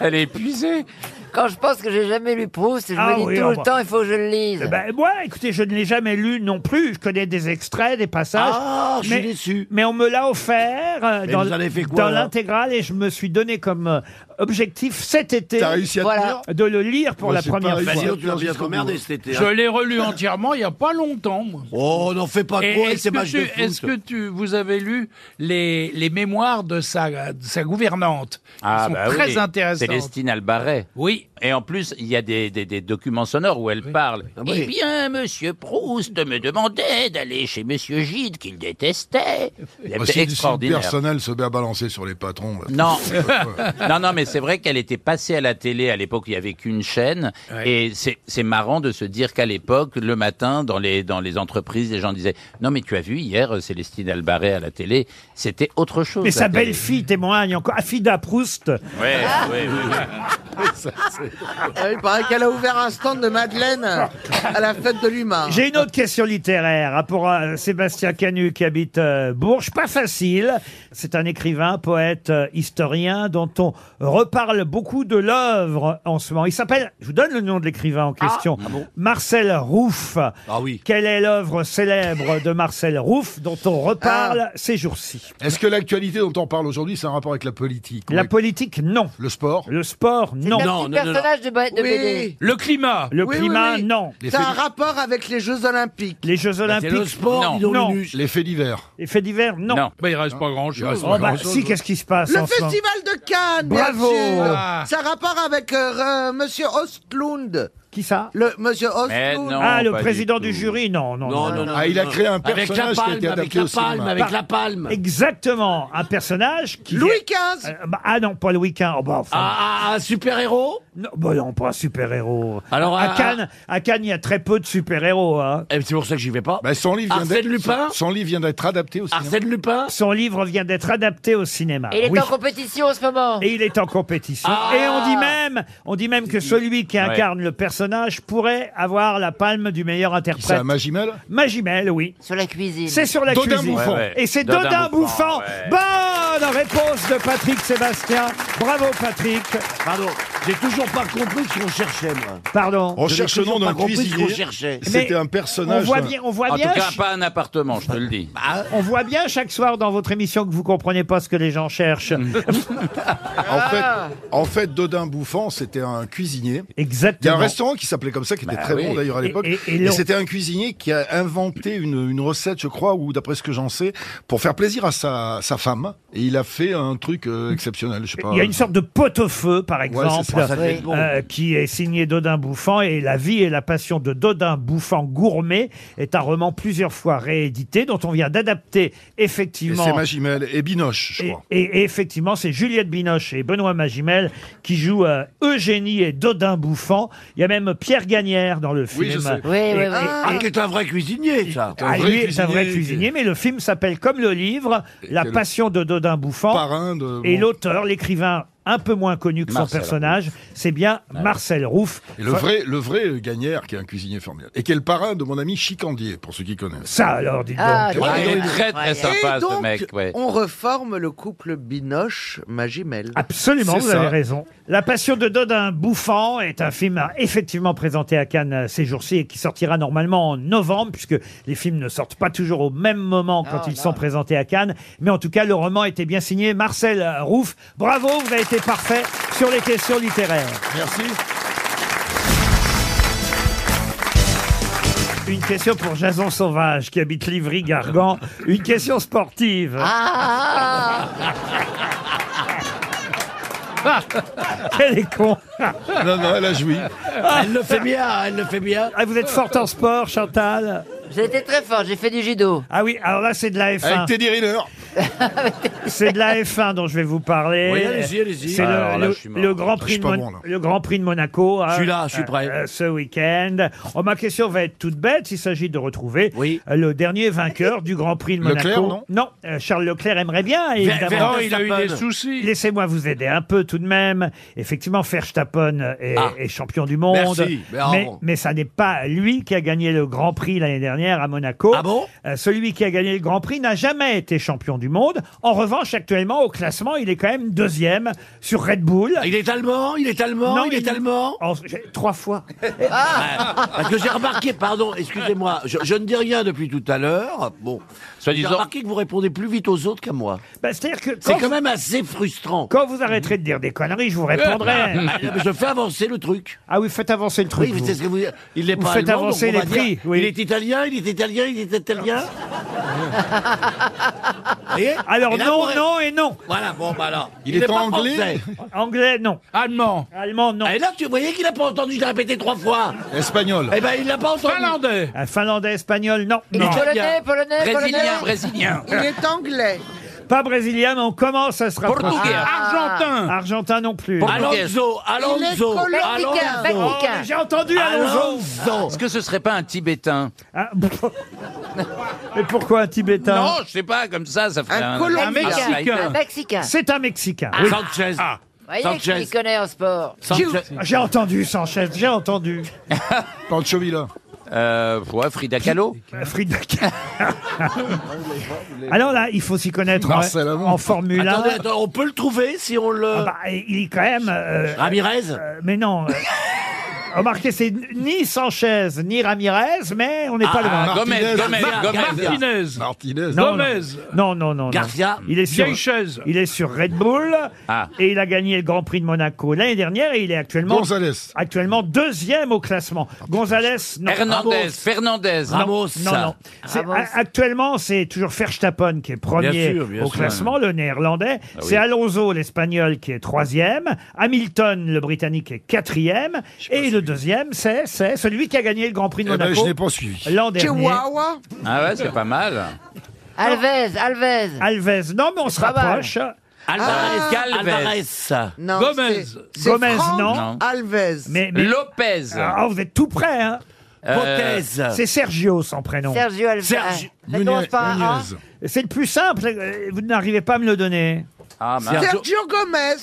S3: Elle est épuisée.
S6: Quand je pense que j'ai jamais lu Proust, je
S2: Ah
S6: me dis
S2: oui,
S6: tout
S2: oh
S6: le
S2: bah.
S6: temps, il faut que je le lise.
S2: Eh ben, Moi, écoutez, je ne l'ai jamais lu non plus. Je connais des extraits, des passages.
S5: Ah, je suis
S2: mais, Mais on me l'a offert euh,
S5: Et
S2: dans,
S5: vous en avez fait quoi,
S2: dans
S5: alors
S2: l'intégrale et je me suis donné comme euh, objectif cet été
S5: T'as réussi à
S2: voilà, de le lire pour
S5: Moi,
S2: la
S5: j'ai
S2: première
S5: pas
S2: fois.
S5: réussi. Bah, dis donc, tu l'as bien emmerdé cet été,
S7: Je
S5: hein.
S7: l'ai relu entièrement il n'y a pas longtemps. Moi.
S5: Oh, n'en fais pas
S7: Et
S5: quoi,
S7: Est-ce
S5: c'est
S7: que,
S5: match de
S7: tu, est-ce que
S5: foot.
S7: tu, vous avez lu les, les mémoires de sa, de sa gouvernante qui
S3: Ah,
S7: sont
S3: bah oui.
S7: très intéressantes.
S3: Célestine Albaret.
S7: Oui.
S3: Et en plus, il y a des, des- des documents sonores où elle parle.
S5: Ah, bah
S7: oui.
S3: Eh bien, Monsieur Proust me demandait d'aller chez Monsieur Gide, qu'il
S5: Ah,
S3: détestait.
S4: Bah,
S3: C'est
S4: si- si le
S3: extraordinaire.
S4: personnel se met à balancer sur les patrons. là.
S3: Non.
S4: Ouais.
S3: non, non, mais c'est vrai qu'elle était passée à la télé à l'époque. Il n'y avait qu'une chaîne, et c'est c'est marrant de se dire qu'à l'époque, le matin, dans les dans les entreprises, les gens disaient non, mais tu as vu hier euh, Célestine Albaret à la télé, c'était autre chose.
S2: Mais sa
S3: la télé.
S2: belle-fille témoigne encore. Afida Proust.
S3: Ouais, ouais, ouais, ouais.
S8: Ah, Il paraît qu'elle a ouvert un stand de Madeleine à la fête de l'humain.
S2: J'ai une autre question littéraire hein, pour euh, Sébastien Canu qui habite euh, Bourges. Pas facile. C'est un écrivain, poète, euh, historien dont on reparle beaucoup de l'œuvre en ce moment. Il s'appelle, je vous donne le nom de l'écrivain en question, Marcel Rouff. Ah oui. Quelle est l'œuvre célèbre de Marcel Rouff dont on reparle ces jours-ci
S4: Est-ce que l'actualité dont on parle aujourd'hui, c'est un rapport avec la politique
S2: La politique, non.
S4: Le sport
S2: Le sport, non.
S8: un petit personnage
S6: de, ba- de
S8: Oui.
S6: BD.
S7: Le climat.
S2: Le
S8: Oui, oui,
S2: climat,
S8: oui.
S2: non.
S8: Ça a un rapport avec les Jeux Olympiques.
S2: Les Jeux
S7: Bah,
S2: Olympiques, non. non.
S4: Les faits divers.
S2: Les faits divers, non.
S7: Bah, il reste pas grand-chose.
S2: Oh, bah, si, qu'est-ce qui se passe
S8: Le
S2: en ce moment
S8: festival de Cannes,
S2: Bravo.
S8: bien sûr.
S2: Ah.
S8: Ça a rapport avec euh, euh, Monsieur Ostlund.
S2: Qui ça
S8: Le Monsieur
S2: Mais
S8: Ostlund.
S2: non, Ah, le pas du président du tout. jury, non, non, non, non.
S4: Ah, il a créé un
S2: Avec la
S4: personnage qui a
S2: palme,
S4: été
S2: avec
S4: adapté
S2: la
S4: au cinéma.
S2: palme, avec la
S5: palme.
S2: Exactement, un personnage qui...
S8: Louis XV
S2: Euh, bah, Ah non, pas Louis XV. Oh, bah, enfin,
S5: Ah, un super-héros
S2: non, bah non, pas un super-héros.
S5: Alors,
S2: à,
S5: à-
S2: Cannes, à Cannes, il y a très peu de super-héros. Hein.
S5: C'est pour ça que j'y vais pas.
S4: Bah, son livre vient
S5: Arsène
S4: d'être-
S5: Lupin
S4: son- son livre vient d'être adapté au cinéma.
S5: Arsène Lupin
S2: Son livre vient d'être adapté au cinéma.
S6: Et il est
S2: oui.
S6: en compétition en ce moment.
S2: Et il est en compétition. Et on dit même, on dit même que celui qui incarne le personnage pourrait avoir la palme du meilleur
S4: C'est
S2: interprète.
S4: un Magimel
S2: Magimel, oui.
S6: Sur la cuisine.
S2: C'est sur la
S4: Dodin
S2: cuisine.
S4: Bouffant. Ouais, ouais.
S2: Et c'est
S4: Dodin
S2: Dodin
S4: Bouffant,
S2: Bouffant.
S4: ouais.
S2: Bonne réponse de Patrick Sébastien. Bravo Patrick.
S5: Pardon, j'ai toujours pas compris ce qu'on cherchait, moi.
S2: Pardon.
S4: On
S5: Je
S4: cherche
S5: n'ai
S4: le nom
S5: toujours
S4: d'un
S5: pas compris ce
S4: cuisinier.
S5: qu'on cherchait.
S4: C'était
S2: Mais
S4: un personnage.
S2: on voit bien- on voit
S3: En
S2: bien
S3: tout cas,
S2: ch-
S3: pas un appartement, je te le dis.
S2: On voit bien chaque soir dans votre émission que vous comprenez pas ce que les gens cherchent.
S4: En fait, en fait, Dodin Bouffant, c'était un cuisinier. Il y
S2: Exactement.
S4: a un restaurant qui s'appelait comme ça, qui était
S3: Bah
S4: très
S3: oui.
S4: bon d'ailleurs à
S2: Et-
S4: l'époque.
S2: et-
S4: Et,
S2: et le-
S4: c'était un cuisinier qui a inventé une, une recette, je crois, ou d'après ce que j'en sais, pour faire plaisir à sa, sa femme. Et il a fait un truc euh, exceptionnel, je sais pas.
S2: Il y a une sorte de pot-au-feu, par exemple,
S4: c'est ça, ça devait être bon.
S2: euh, qui est signé Dodin Bouffant. Et La vie et la passion de Dodin Bouffant gourmet est un roman plusieurs fois réédité, dont on vient d'adapter
S4: Et
S2: effectivement.
S4: c'est Magimel et Binoche, je
S2: Et,
S4: crois.
S2: et- et effectivement, c'est Juliette Binoche et Benoît Magimel qui jouent euh, Eugénie et Dodin Bouffant. Il y a même Pierre Gagnère dans le film.
S5: je sais.
S6: Oui, oui,
S2: Et-
S6: oui.
S2: et-
S5: Ah, qui est un vrai cuisinier, ça.
S2: Ah, lui est un vrai cuisinier, mais le film s'appelle comme le livre, La
S4: quel-
S2: passion de Dodin Bouffant.
S4: Parrain de.
S2: Et
S4: bon.
S2: l'auteur, l'écrivain un peu moins connu que son
S3: Marcel
S2: personnage, c'est bien Marcel Rouff.
S4: Et le vrai, le vrai euh, Gagnère, qui est un cuisinier formidable. Et qui est le parrain de mon ami Chicandier, pour ceux qui connaissent.
S2: Ça alors, dites
S6: Ah,
S2: donc.
S6: ouais.
S3: il est très
S6: Ouais.
S3: très sympa
S8: Et donc,
S3: ce mec. Ouais.
S8: on reforme le couple Binoche-Magimel.
S2: Absolument,
S4: C'est
S2: vous
S4: ça.
S2: avez raison. La passion de Dodin Bouffant est un film effectivement présenté à Cannes euh, ces jours-ci et qui sortira normalement en novembre, puisque les films ne sortent pas toujours au même moment quand
S6: Ah,
S2: ils
S6: non.
S2: sont présentés à Cannes. Mais en tout cas, le roman était bien signé Marcel euh, Rouff. Bravo, vous avez été parfait sur les questions littéraires.
S4: Merci.
S2: Une question pour Jason Sauvage qui habite Livry-Gargan. Une question sportive.
S6: Ah
S2: Quel est con Ah.
S4: Non, non, elle a joui.
S5: Elle le fait bien, elle le fait bien.
S2: vous êtes forte en sport, Chantal
S6: J'ai été très fort, j'ai fait du judo.
S2: Ah oui, alors là, c'est de la F1.
S4: Avec Teddy Riner.
S2: C'est de la F1 dont je vais vous parler.
S5: Oui, allez-y, allez-y. Ah,
S2: C'est le-
S5: Alors là,
S2: le,
S5: je suis mort.
S2: le Grand
S5: Je
S2: Prix
S5: suis
S2: de
S5: pas
S2: Mon-
S5: bon, là.
S2: le Grand Prix de Monaco.
S5: Je suis
S2: hein,
S5: là, je suis prêt.
S2: ce week-end. Oh, ma question va être toute bête. Il s'agit de retrouver euh, le dernier vainqueur du Grand Prix de Monaco.
S7: Leclerc, non
S2: euh, Charles Leclerc aimerait bien. évidemment.
S7: non,
S5: Oh,
S7: il a eu des soucis.
S2: Laissez-moi vous aider un peu tout de même. Effectivement, Verstappen est,
S5: Ah.
S2: est champion du monde.
S5: Merci, bravo.
S2: Mais, mais ça n'est pas lui qui a gagné le Grand Prix l'année dernière à Monaco. Ah bon Celui qui a gagné le Grand Prix n'a jamais été champion du monde. En revanche, actuellement, au classement, il est quand même deuxième sur Red Bull.
S5: Ah, Il est allemand, il est allemand, il est allemand.
S2: Oh, trois fois.
S5: Ouais, Eh, ah, Parce que j'ai remarqué, pardon, excusez-moi, je, je ne dis rien depuis tout à l'heure. Bon, j'ai
S2: disant-
S5: remarqué que vous répondez plus vite aux autres qu'à moi.
S2: Bah, C'est-à-dire que
S5: C'est
S2: quand-
S5: quand même assez frustrant. Ah, bah,
S2: Quand vous arrêterez de dire des conneries, je vous répondrai.
S5: je fais avancer le truc.
S2: Ah oui, faites avancer le truc.
S5: Oui, mais
S2: vous.
S5: c'est ce que vous Il n'est
S2: Vous
S5: pas
S2: faites
S5: allemand,
S2: avancer
S5: donc
S2: les
S5: on va dire,
S2: prix, oui.
S5: Il est italien, il est italien, il est italien.
S2: Alors
S5: Et là,
S2: non,
S5: vous ré-
S2: non et non.
S5: Voilà, bon, bah alors.
S2: Il est
S5: n'est pas
S2: anglais
S5: français. Ah,
S2: Anglais, non.
S7: Allemand.
S2: Allemand, non.
S5: Et là, tu voyais qu'il n'a pas entendu, je l'ai répété trois fois.
S4: Espagnol.
S5: Eh ben, il l'a pas entendu.
S7: Finlandais.
S2: Un Finlandais, espagnol, non.
S6: Il est
S2: non.
S6: polonais, polonais, polonais.
S8: Il est anglais.
S2: Pas brésilien, mais on commence à se rapprocher.
S8: Portugais.
S2: Argentin. Argentin non plus. Oh,
S5: Alonso, Alonso,
S8: Mexicain,
S5: Alonso.
S8: Mexicain.
S2: J'ai entendu Alonso.
S3: Est-ce que ce serait pas un Tibétain
S2: Ah, Mais pourquoi un Tibétain
S3: Non, je sais pas, comme ça, ça ferait un...
S6: Un Mexicain. Un Mexicain. Ah.
S2: C'est un Mexicain. Ah. oui.
S5: Ah. Sanchez.
S6: Voyez qu'il connaît en sport.
S2: J'ai entendu Sanchez, j'ai entendu.
S4: Pancho Villa.
S3: Euh, ouais, Frida Kahlo
S2: Frida Alors là, il faut s'y connaître
S4: Marcel
S2: en,
S4: Amont.
S2: en Formule hein. 1.
S5: Attendez, attends, on peut le trouver si on le.
S2: Ah bah, il est quand même. euh,
S5: Ramirez
S2: euh, Mais non. euh, remarquez, c'est ni Sanchez ni Ramirez, mais on n'est pas loin.
S3: Ah, Gomez, Gomez, Gomez.
S7: Martinez.
S4: Martinez.
S2: Non, non.
S7: Gomez.
S2: Non, non, non. non.
S7: Garcia.
S2: Il est sur,
S7: Vieille chaise.
S2: il est sur Red Bull.
S3: Ah.
S2: Et il a gagné le Grand Prix de Monaco l'année dernière et il est actuellement.
S4: Gonzalez.
S2: Actuellement deuxième au classement. Gonzalez, non.
S3: Hernandez, Fernandez.
S2: Non, Non, non. C'est-
S6: Ramos.
S2: a- Actuellement, c'est toujours Verstappen qui est premier
S5: Bien sûr, bien
S2: au
S5: sûr.
S2: classement, le néerlandais.
S4: Ah
S5: oui.
S2: C'est Alonso, l'espagnol, qui est troisième. Hamilton, le britannique, est quatrième. Et le deuxième, c'est c'est celui qui a gagné le Grand Prix de
S4: Eh ben,
S2: Monaco.
S4: je n'ai pas suivi.
S2: L'an dernier.
S8: Chihuahua.
S3: Ah ouais, c'est pas mal.
S6: Alves, Alves.
S2: Alves, non, mais on se
S6: Pas mal.
S2: rapproche.
S5: Alvarez,
S3: Ah,
S5: Alvarez.
S8: Non,
S3: Gomez.
S8: c'est- c'est
S2: Gomez,
S8: Franck
S2: non.
S3: Non.
S8: Alves.
S2: Mais, mais-
S3: Lopez. Euh,
S2: Ah, vous êtes tout près, hein.
S5: Potez.
S2: C'est Sergio, son prénom.
S6: Sergio Alves.
S5: Sergio-
S6: Ça commence par un A.
S2: C'est le plus simple. euh, Vous n'arrivez pas à me le donner.
S3: Ah, mince.
S8: Sergio
S2: Ah,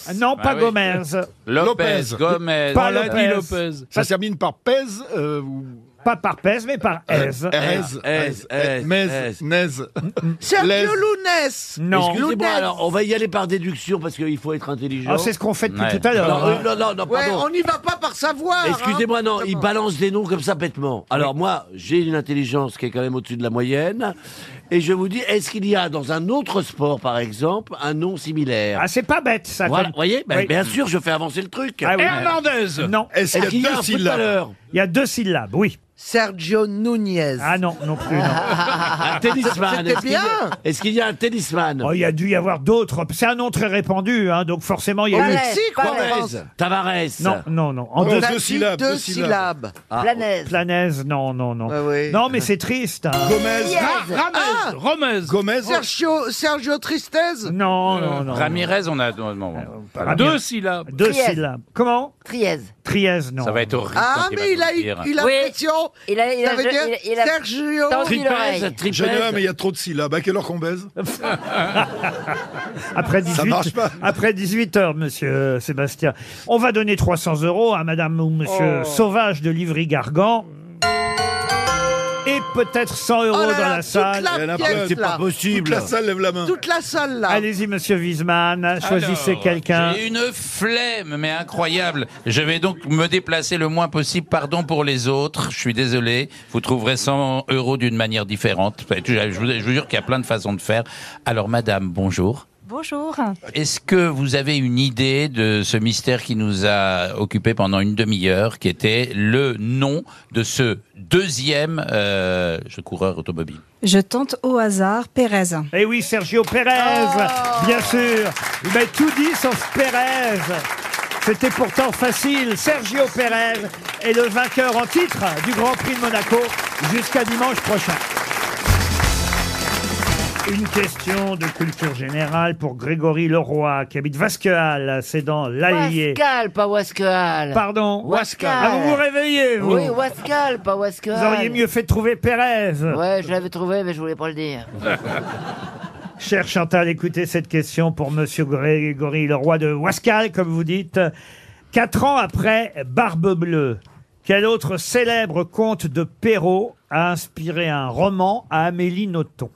S8: Gomez.
S2: Non,
S3: Ah
S2: pas
S3: oui.
S2: Gomez.
S3: Lopez,
S4: Lopez.
S3: Gomez.
S2: Pas
S7: l'a dit
S2: Lopez.
S7: Lopez.
S4: Ça se termine par pèse euh, ou...
S2: Pas par Pez, mais par S.
S4: Erez.
S5: Aise, Aise,
S4: Mez.
S5: Aise.
S4: Nez.
S8: Sergio
S4: Les-
S8: Lounès.
S2: Non.
S5: Excusez-moi,
S8: Lounès.
S5: alors on va y aller par déduction parce qu'il faut être intelligent.
S2: Ah, c'est ce qu'on fait depuis
S3: Ouais.
S2: tout à l'heure.
S5: non,
S2: hein.
S5: euh, non, non, non,
S8: Ouais,
S5: pardon.
S8: on n'y va pas par savoir. hein.
S5: Excusez-moi, non, il balance des noms comme ça bêtement. Alors moi, j'ai une intelligence qui est quand même au-dessus de la moyenne. Et je vous dis, est-ce qu'il y a dans un autre sport, par exemple, un nom similaire
S2: Ah, c'est pas bête, ça.
S5: Voilà,
S2: comme-
S5: vous voyez Ben,
S2: Oui.
S5: Bien sûr, je fais avancer le truc.
S2: Ah oui.
S7: Hernandez.
S2: Non,
S4: Est-ce
S5: Est-ce
S4: qu'il
S5: qu'il
S4: y
S5: y
S4: a
S5: a un
S4: deux
S5: peu tout à
S4: syllabes
S5: l'heure
S2: il y a deux syllabes, oui.
S8: Sergio Nunez.
S2: Ah non, non plus, non.
S5: Un tennisman.
S8: C'était
S5: Est-ce qu'il y a-
S8: bien.
S5: Est-ce qu'il y a un tennisman
S2: Oh, il y a dû y avoir d'autres. C'est un nom très répandu, hein, donc forcément, il y a eu...
S6: Palais,
S8: Mexique,
S6: Palais.
S8: ouais.
S5: Gomez, Tavares.
S2: Non, non, non. En
S4: Oh,
S2: deux
S8: On a
S4: deux
S8: dit
S4: syllabes,
S8: Deux
S4: deux
S8: syllabes.
S5: Ah, oh.
S6: Planez.
S2: planèses, non, non, non.
S8: Ah oui.
S2: Non, mais c'est triste. hein.
S4: Gomez.
S7: Ra-
S8: Ah.
S7: Ramez. Romez.
S4: Gomez.
S8: Sergio, Sergio Tristez.
S2: Non, non, non.
S3: Ramirez, on a... non, non,
S2: Ramirez.
S7: Deux syllabes.
S2: Deux
S6: Triez.
S2: syllabes. Comment
S6: Triez.
S2: Triez, non.
S3: Ça va être horrible.
S8: Ah,
S3: quand
S8: mais il
S3: va
S8: a,
S3: nous dire.
S8: il a
S6: Oui.
S8: pression.
S6: Il a, il
S8: Ça
S6: a,
S8: veut
S6: je-
S8: dire
S6: il a- il a
S8: Sergio.
S6: tendu l'oreille.
S5: Tripez, Tripez.
S4: Génial, mais il y a trop de syllabes. À quelle heure qu'on baise
S2: Après
S4: Ça
S2: 18,
S4: marche pas.
S2: après 18 heures, monsieur euh, Sébastien. On va donner 300 euros à madame ou monsieur Sauvage de Livry-Gargan. Et peut-être 100 euros
S8: Oh là
S2: dans
S8: là,
S2: la
S8: toute
S2: salle.
S8: la
S4: Il y en a
S8: pièce,
S4: plein,
S5: C'est
S8: là.
S5: pas possible.
S4: La salle lève la main.
S8: Toute la salle là.
S2: Allez-y, monsieur Wiesmann, Ah, choisissez
S3: Alors,
S2: quelqu'un.
S3: J'ai une flemme, mais incroyable. Je vais donc me déplacer le moins possible. Pardon pour les autres. Je suis désolé. Vous trouverez 100 euros d'une manière différente. Je vous, je vous jure qu'il y a plein de façons de faire. Alors, madame, bonjour.
S14: Bonjour.
S3: Est-ce que vous avez une idée de ce mystère qui nous a occupé pendant une demi-heure, qui était le nom de ce deuxième euh, coureur automobile
S14: Je tente au hasard Pérez.
S2: Eh oui, Sergio Pérez, bien sûr. Il m'a tout dit sauf Pérez. C'était pourtant facile. Sergio Pérez est le vainqueur en titre du Grand Prix de Monaco jusqu'à dimanche prochain. Une question de culture générale pour Grégory Leroy, qui habite Vasquehal, c'est dans l'Allier.
S6: Wascal, pas Wascal.
S2: Pardon
S6: Wascal.
S2: Ah, vous vous réveillez, vous.
S6: Oui, Wascal, pas Wascal.
S2: Vous auriez mieux fait de trouver Pérez.
S6: Ouais, je l'avais trouvé, mais je voulais pas le dire.
S2: Cher Chantal, écoutez cette question pour Monsieur Grégory, le roi de Wascal, comme vous dites. Quatre ans après Barbe Bleue, quel autre célèbre conte de Perrault a inspiré un roman à Amélie Nothomb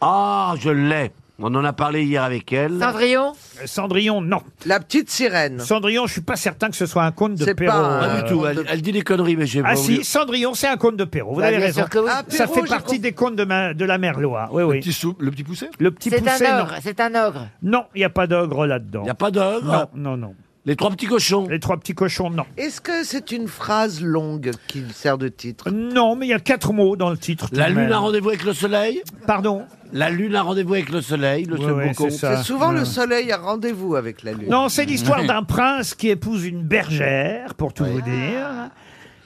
S5: Ah, je l'ai. On en a parlé hier avec elle.
S6: Cendrillon
S2: Euh, Cendrillon, non.
S8: La petite sirène.
S2: Cendrillon, je suis pas certain que ce soit un conte de
S8: C'est
S2: Perrault.
S8: pas un
S5: Pas du tout. Elle, elle dit des conneries, mais j'ai
S2: Ah
S5: pas
S2: si,
S5: oublié.
S2: Cendrillon, c'est un conte de Perrault. Vous
S5: Bah,
S2: avez
S5: bien
S2: raison.
S5: sûr que oui.
S6: Ah,
S2: Ça
S6: Perrault,
S2: fait
S6: j'ai
S2: partie des contes de, ma- de la Merloire. Oui, oui.
S4: Le petit poussé
S2: Le petit
S6: C'est
S2: poussé,
S6: un
S2: non.
S6: ogre, c'est un ogre.
S2: Non, il n'y a pas d'ogre là-dedans. Il n'y a
S5: pas d'ogre
S2: Non, non, non.
S5: Les trois petits cochons
S2: Les trois petits cochons, non.
S8: Est-ce que c'est une phrase longue qui sert de titre
S2: Non, mais il y a quatre mots dans le titre. tout de
S5: La lune
S2: même.
S5: a rendez-vous avec le soleil
S2: Pardon
S5: La lune a rendez-vous avec le soleil, le
S2: Ouais,
S5: second
S2: ouais,
S5: conte.
S2: c'est ça.
S8: C'est souvent le soleil à rendez-vous avec la lune.
S2: Non, c'est l'histoire d'un prince qui épouse une bergère, pour tout vous dire.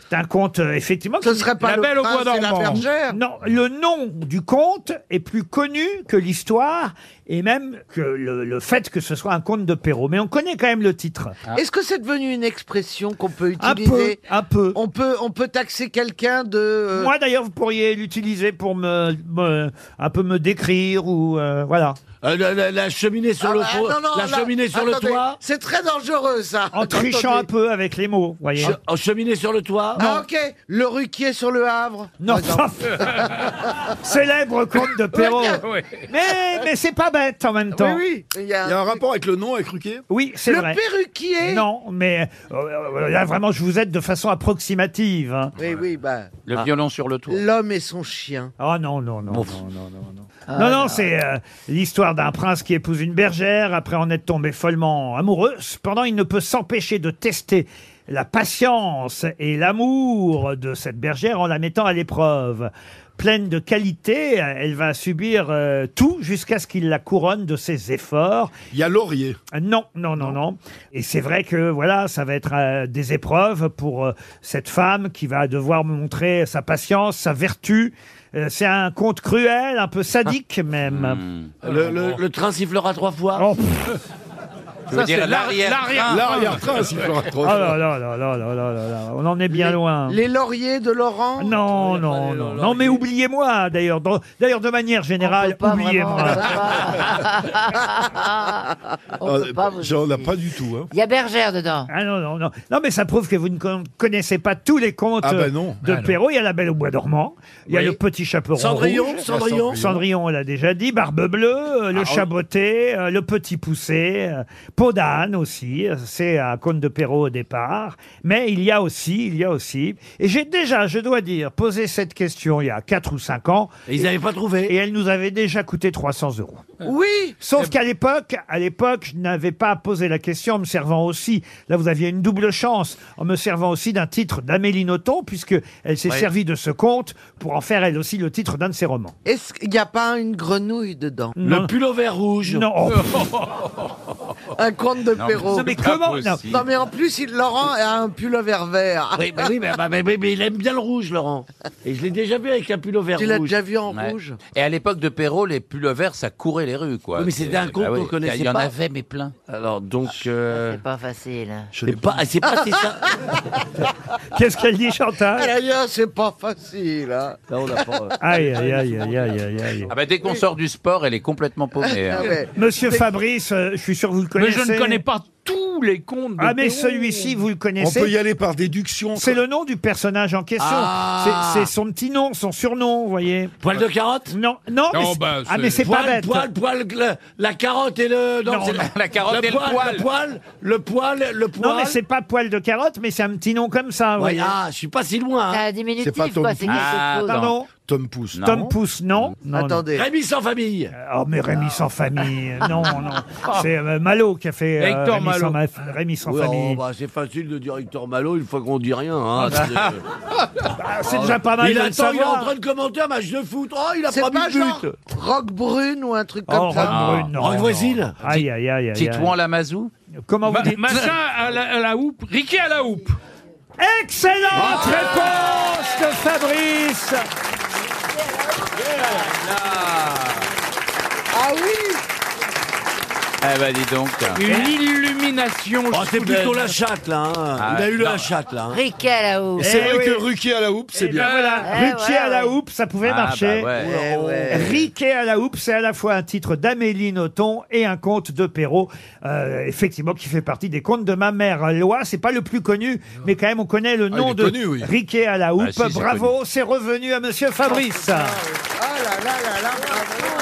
S2: C'est un conte, euh, effectivement.
S8: Ce
S2: qui-
S8: serait pas La le Belle au Bois prince et la dormant. bergère.
S2: Non, le nom du conte est plus connu que l'histoire et même que le, le fait que ce soit un conte de Perrault. Mais on connaît quand même le titre.
S8: Est-ce que c'est devenu une expression qu'on peut
S2: Un peu,
S8: utiliser
S2: un peu.
S8: On peut, on peut taxer quelqu'un de. euh,
S2: Moi d'ailleurs, vous pourriez l'utiliser pour me, me- un peu me décrire ou euh, voilà.
S5: Euh, la, la- la cheminée sur
S8: Ah
S5: le
S8: bah,
S5: toit.
S8: non, non,
S5: la
S8: là-
S5: cheminée sur
S8: attendez,
S5: le toit.
S8: C'est très dangereux ça.
S2: En trichant un
S8: Attendez.
S2: peu avec les mots, voyez.
S5: Che- oh, cheminée sur le toit.
S8: Ah ok, le ruquier sur le Havre.
S2: Non,
S8: Par exemple.
S2: Célèbre conte de Perrault.
S8: Oui.
S2: Mais, mais c'est pas bête en même temps.
S8: oui, oui. Il y a-
S4: Il y a un rapport avec le nom, avec Ruquier
S2: Oui, c'est
S8: le
S2: vrai.
S8: perruquier.
S2: Non, mais euh, euh, là vraiment, je vous aide de façon approximative. hein.
S8: Oui, oui, bah.
S3: Le violon sur le toit.
S8: L'homme et son chien.
S2: Ah non, non, non, non, non, non, non. non, non, c'est euh, l'histoire d'un prince qui épouse une bergère, après en être tombé follement amoureux. Cependant, il ne peut s'empêcher de tester la patience et l'amour de cette bergère en la mettant à l'épreuve. Pleine de qualité, elle va subir euh, tout jusqu'à ce qu'il la couronne de ses efforts.
S4: Il y a Laurier.
S2: Non, non, non, non. Et c'est vrai que voilà, ça va être euh, des épreuves pour euh, cette femme qui va devoir montrer sa patience, sa vertu. Euh, c'est un conte cruel, un peu sadique
S6: Ah. Hmm.
S2: même.
S5: Le, le- le train sifflera trois fois.
S2: Oh, pff,
S3: Je veux dire
S5: c'est l'ar-
S3: l'arrière-train.
S4: L'arrière-train, s'il fera
S2: oh
S4: trop.
S2: là là là là là là là là. On en est bien loin.
S8: Les lauriers de Laurent.
S2: Non, non, non. Non, mais oubliez-moi, d'ailleurs. Dans- D'ailleurs, de manière générale, oubliez-moi.
S6: On peut pas vous-
S4: Euh, J'en ai pas du tout. Hein.
S6: Il y a bergère dedans.
S2: Ah non, non, non. Non, mais ça prouve que vous ne con- connaissez pas tous les contes
S4: Ah bah
S2: euh,
S4: non.
S2: de
S4: Ah non.
S2: Perrault. Il y a La Belle au Bois dormant, il y a
S5: Oui.
S2: Le Petit Chaperon
S5: Cendrillon,
S2: rouge.
S5: Cendrillon.
S2: Ah, Cendrillon, on l'a déjà dit. Barbe Bleue, euh,
S5: Ah
S2: Le Chaboté, euh, Le Petit Poussé, euh, Peau d'âne aussi. euh, C'est un conte de Perrault au départ. Mais il y a aussi, il y a aussi. Et j'ai déjà, je dois dire, posé cette question il y a 4 ou 5 ans.
S5: Et ils n'avaient pas trouvé. Ah. Eh
S2: Et elle nous avait déjà coûté 300 euros.
S8: Oui.
S2: Sauf qu'à l'époque, à l'époque, je n'avais pas posé la question en me servant aussi. Là, vous aviez une double chance en me servant aussi d'un titre d'Amélie Nothomb, puisque elle s'est
S5: Ouais.
S2: servie de ce conte pour en faire elle aussi le titre d'un de ses romans.
S8: Est-ce qu'il n'y a pas une grenouille dedans
S5: Le pull au vert rouge.
S2: Non, oh, pff,
S8: Un conte de
S3: Non,
S8: Perrault.
S2: non, mais comment non.
S3: possible.
S8: Non mais en plus, il, Laurent a un pullover vert.
S5: Oui, bah oui, mais, bah, mais- mais- mais il aime bien le rouge, Laurent. Et je l'ai déjà vu avec un pull au vert
S8: Tu l'as
S5: rouge.
S8: déjà vu en
S3: Ouais.
S8: rouge
S3: Et à l'époque de Perrault, les pullovers, ça courait les rues, quoi.
S5: ah Oui, mais c'était un
S3: Bah
S5: conte
S3: oui.
S5: qu'on connaissait
S3: Il y en
S5: pas.
S3: avait, mais plein.
S5: Alors donc, euh,
S6: C'est pas facile. hein.
S5: c'est pas, c'est pas si ça.
S2: Qu'est-ce qu'elle dit, Chantal
S8: Aïe, aïe, c'est pas facile. hein.
S5: Non, on n'a pas-
S2: Aïe, aïe, aïe, aïe, aïe, aïe, aïe.
S3: Ah bah, dès qu'on sort du sport, elle est complètement paumée. hein.
S8: Ah ouais.
S2: Monsieur Fabrice, euh, je suis sûr que vous le
S7: Mais
S2: connaissez.
S7: je ne connais pas tous les contes de
S2: Ah, mais
S7: Perrault.
S2: celui-ci, vous le
S4: On peut y
S2: connaissez.
S4: aller par déduction.
S2: C'est le nom du personnage en question.
S5: Ah.
S2: C'est c'est son petit nom, son surnom, vous voyez.
S5: Poil de carotte.
S2: Non, non,
S7: Non,
S2: mais c'est-
S7: bah,
S2: ah, mais c'est
S7: c'est-
S2: pas
S5: poil,
S2: bête.
S5: poil, poil, le- la carotte et le.
S2: Non,
S5: c'est
S2: non,
S3: la carotte et le poil.
S5: Le poil, le poil, le poil.
S2: Non, mais c'est pas poil de carotte, mais c'est un petit nom comme ça. vous
S5: Ouais,
S2: voyez.
S5: ah, je suis pas si loin.
S6: C'est
S5: hein.
S6: un diminutif,
S4: pas ton
S6: quoi. C'est quelque
S3: Ah,
S6: chose.
S3: non.
S2: Pardon
S4: Tom Pouce.
S2: Tom Pouce, non. non, non.
S5: Rémi sans famille.
S2: Oh, mais Rémi sans famille. Non, non. C'est euh, Malo qui a fait euh,
S5: Hector
S2: Rémi,
S5: Malo.
S2: sans ma- Rémi sans
S5: Oui, oh,
S2: famille. Ah, bah.
S5: bah, c'est facile de dire Hector Malo une fois qu'on dit rien. hein. C'est- euh,
S2: c'est déjà pas mal
S5: Il
S2: de le
S5: attend, il est en
S2: savoir.
S5: train de commenter un match de foot. Oh, il a
S8: C'est
S5: pas mis
S8: pas
S5: de
S8: genre
S5: but.
S8: Rock Brune ou un truc
S2: Oh,
S8: comme ça
S2: Rock Brune, non.
S5: Rock
S2: non.
S5: Ah. Voisine.
S2: Aïe, aïe, aïe, aïe.
S3: Titouan
S2: aïe.
S3: Lamazou
S2: Comment vous dites
S7: Massin à la, à la houppe, Ricky à la houppe.
S2: Excellente réponse de Fabrice
S8: Ah oui
S3: Eh ben, dis donc.
S7: Une illumination.
S5: Oh, c'est
S7: soudaine.
S5: plutôt la chatte, là. hein.
S3: Ah,
S5: il a eu
S3: non.
S5: la chatte, là. hein.
S6: Riquet là-haut.
S4: Et c'est
S2: Eh
S4: vrai
S2: oui.
S4: que Ruquier à la houppe, c'est
S2: Eh
S4: bien.
S2: ben voilà,
S6: Eh,
S2: Ruquier
S6: voilà,
S2: à la
S6: ouais.
S2: houppe, ça pouvait
S3: Ah,
S2: marcher.
S3: bah ouais.
S8: Eh ouais.
S2: Riquet à la houppe, c'est à la fois un titre d'Amélie Nothomb et un conte de Perrault, euh, effectivement, qui fait partie des contes de ma mère. Loi, c'est pas le plus connu, mais quand même, on connaît le
S4: Ah,
S2: nom
S4: il est
S2: de
S4: connu, oui.
S2: Riquet à la houppe.
S3: Ah, si, c'est
S2: Bravo, c'est revenu à Monsieur Fabrice.
S8: Ah là là là là, bravo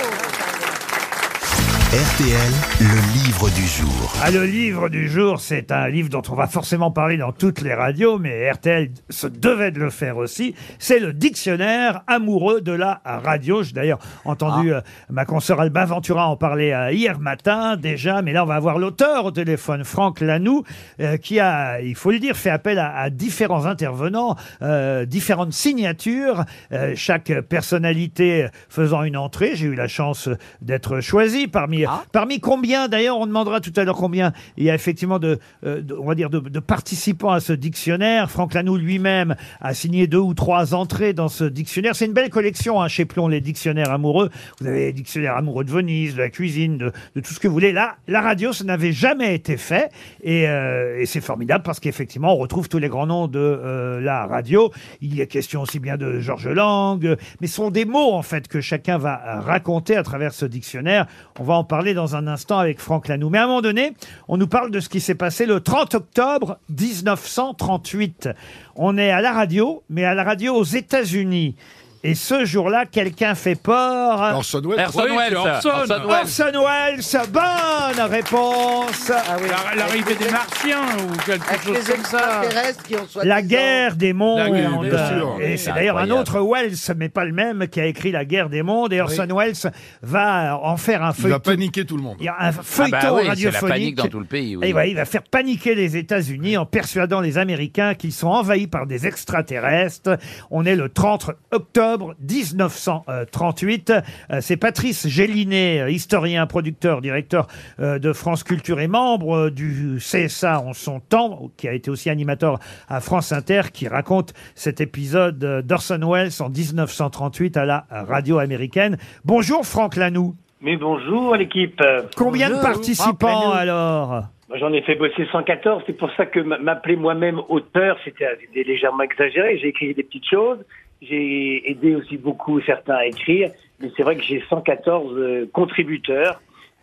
S1: RTL, le livre du jour.
S2: Ah, le livre du jour, c'est un livre dont on va forcément parler dans toutes les radios, mais RTL se devait de le faire aussi. C'est le dictionnaire amoureux de la radio. J'ai d'ailleurs entendu euh, ma consoeur Alba Ventura en parler euh, hier matin déjà, mais là on va avoir l'auteur au téléphone, Franck Lanoux, euh, qui a, il faut le dire, fait appel à, à différents intervenants, euh, différentes signatures, euh, chaque personnalité faisant une entrée. J'ai eu la chance d'être choisi parmi, parmi combien d'ailleurs, on demandera tout à l'heure combien il y a effectivement de, euh, de- on va dire de, de participants à ce dictionnaire. Franck Lanoux lui-même a signé deux ou trois entrées dans ce dictionnaire. C'est une belle collection hein, chez Plon, les dictionnaires amoureux. Vous avez les dictionnaires amoureux de Venise, de la cuisine, de, de tout ce que vous voulez. Là, la radio, ça n'avait jamais été fait. Et, euh, et c'est formidable parce qu'effectivement, on retrouve tous les grands noms de euh, la radio. Il est question aussi bien de Georges Lang, euh, mais ce sont des mots en fait que chacun va raconter à travers ce dictionnaire. On va en parler dans un instant avec Franck Lanoux. Mais à un moment donné, on nous parle de ce qui s'est passé le 30 octobre 1938. On est à la radio, mais à la radio aux États-Unis. Et ce jour-là, quelqu'un fait peur.
S4: Orson Welles.
S3: Orson
S7: Oui, c'est
S3: Welles.
S7: Orson.
S3: Orson Welles.
S2: Orson Welles, bonne réponse.
S7: La- L'arrivée des Martiens ou quelque
S8: Avec
S7: chose
S8: les
S7: comme ça.
S8: extraterrestres qui ont soit
S2: La guerre des mondes. Euh,
S7: La guerre,
S4: bien sûr.
S2: Et c'est
S3: C'est
S2: d'ailleurs un
S3: incroyable.
S2: autre Wells, mais pas le même, qui a écrit La guerre des mondes. Et Orson Welles va en faire un
S4: Il va
S2: feuilleton.
S4: paniquer tout le monde.
S2: Il y a un
S3: Ah
S2: feuilleton
S3: bah oui, c'est la
S2: radiophonique.
S3: panique dans tout le pays. oui.
S2: Et voilà, il va faire paniquer les États-Unis en persuadant les Américains qu'ils sont envahis par des extraterrestres. On est le 30 octobre 1938. Euh, C'est Patrice Gélinet, euh, historien, producteur, directeur euh, de France Culture et membre euh, du CSA en son temps, qui a été aussi animateur à France Inter, qui raconte cet épisode euh, d'Orson Welles en 1938 à la radio américaine. Bonjour Franck Lanoux.
S10: Mais bonjour l'équipe. Euh,
S2: Combien de
S6: Bonjour, Franck
S2: participants
S6: Lanoux.
S2: alors
S10: moi, J'en ai fait bosser 114, c'est pour ça que m- m'appeler moi-même auteur, c'était c'était légèrement exagéré. J'ai écrit des petites choses, j'ai aidé aussi beaucoup certains à écrire, mais c'est vrai que j'ai 114 euh, contributeurs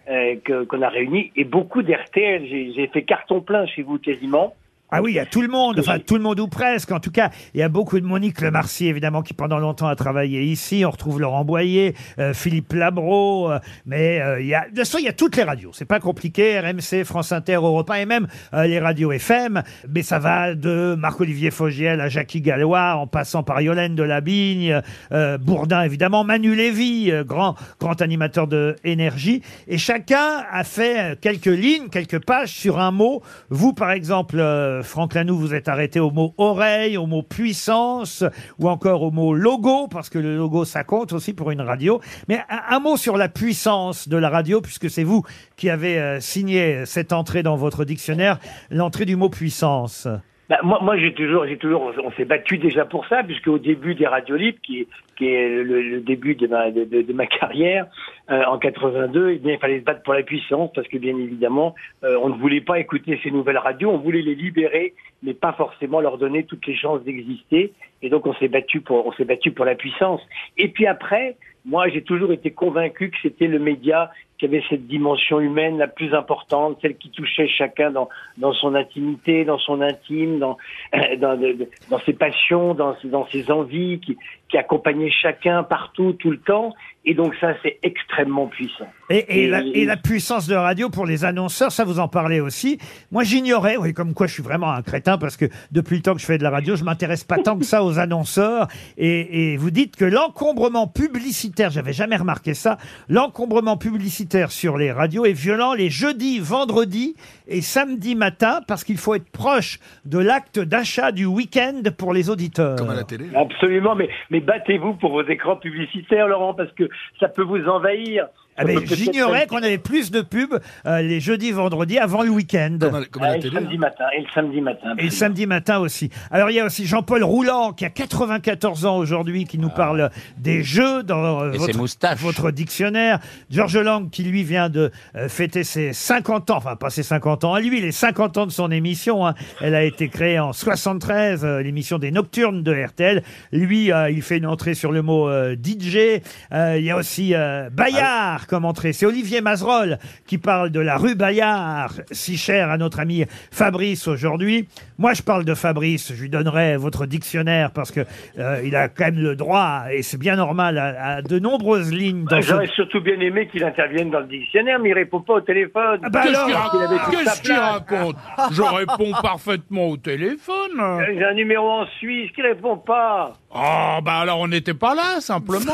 S10: euh, que- qu'on a réunis et beaucoup d'RTL. J'ai j'ai fait carton plein chez vous quasiment.
S2: Ah oui, il y a tout le monde, enfin tout le monde ou presque. En tout cas, il y a beaucoup de Monique Le Marcy, évidemment, qui pendant longtemps a travaillé ici. On retrouve Laurent Boyer, euh, Philippe Labro, euh, mais euh, il y a, de toute façon, il y a toutes les radios. C'est pas compliqué. RMC, France Inter, Europe 1 et même euh, les radios FM. Mais ça va de Marc-Olivier Fogiel à Jackie Gallois, en passant par Yolène Delabigne, euh, Bourdin, évidemment, Manu Lévy, euh, grand, grand animateur de énergie. Et chacun a fait euh, quelques lignes, quelques pages sur un mot. Vous, par exemple, euh, Franck Lanoux, vous êtes arrêté au mot oreille, au mot puissance, ou encore au mot logo, parce que le logo, ça compte aussi pour une radio. Mais un, un mot sur la puissance de la radio, puisque c'est vous qui avez euh, signé cette entrée dans votre dictionnaire, l'entrée du mot puissance.
S10: Bah, moi, moi j'ai toujours, j'ai toujours, on s'est battu déjà pour ça, puisque au début des radios libres, qui, qui est le, le début de ma, de, de- de ma carrière euh, en 82, eh bien, il fallait se battre pour la puissance, parce que bien évidemment, euh, on ne voulait pas écouter ces nouvelles radios, on voulait les libérer, mais pas forcément leur donner toutes les chances d'exister. Et donc, on s'est battu pour, on s'est battu pour la puissance. Et puis après, moi, j'ai toujours été convaincu que c'était le média qui avait cette dimension humaine la plus importante, celle qui touchait chacun dans, dans son intimité, dans son intime, dans, dans, de- de- dans ses passions, dans, ses- dans ses envies, qui, qui accompagnait chacun partout, tout le temps. Et donc ça, c'est extrêmement puissant.
S2: Et, et la, et la puissance de radio pour les annonceurs, ça vous en parlez aussi. Moi, j'ignorais, oui, comme quoi je suis vraiment un crétin parce que depuis le temps que je fais de la radio, je m'intéresse pas tant que ça aux annonceurs. Et, et vous dites que l'encombrement publicitaire, j'avais jamais remarqué ça, l'encombrement publicitaire sur les radios est violent les jeudis, vendredis et samedi matin parce qu'il faut être proche de l'acte d'achat du week-end pour les auditeurs. Comme à la
S4: télé.
S10: Absolument, mais, mais battez-vous pour vos écrans publicitaires, Laurent, parce que ça peut vous envahir.
S2: Ah
S10: Ça
S2: ben,
S10: peut peut-être
S2: J'ignorais
S10: même-
S2: qu'on avait plus de pubs euh, les jeudis, vendredis, avant le week-end.
S10: Ah, et le samedi
S3: hein.
S10: matin, et le samedi matin.
S2: Et le samedi matin aussi. Alors il y a aussi Jean-Paul Roulant qui a 94 ans aujourd'hui, qui nous parle des jeux dans euh,
S3: Ah. Et ses
S2: votre, votre dictionnaire. Georges Lang qui lui vient de euh, fêter ses 50 ans, enfin pas ses 50 ans à lui, les 50 ans de son émission. hein. Elle a été créée en 73, euh, l'émission des Nocturnes de RTL. Lui, euh, il fait une entrée sur le mot euh, DJ. Euh, il y a aussi euh, Bayard comme entrée. C'est Olivier Mazerolle qui parle de la rue Bayard, si chère à notre ami Fabrice aujourd'hui. Moi, je parle de Fabrice. Je lui donnerai votre dictionnaire parce que euh, il a quand même le droit et c'est bien normal à, à de nombreuses lignes dans ce-
S10: J'aurais surtout bien aimé qu'il intervienne dans le dictionnaire, mais il répond pas au téléphone.
S2: bah Qu'est-ce alors
S7: qu'il raconte
S10: Il avait toute
S7: Qu'est-ce
S10: sa
S7: qu'il
S10: place.
S7: raconte Je réponds parfaitement au téléphone.
S10: J'ai un numéro en Suisse qui répond pas.
S7: Oh, bah alors on n'était pas là, simplement.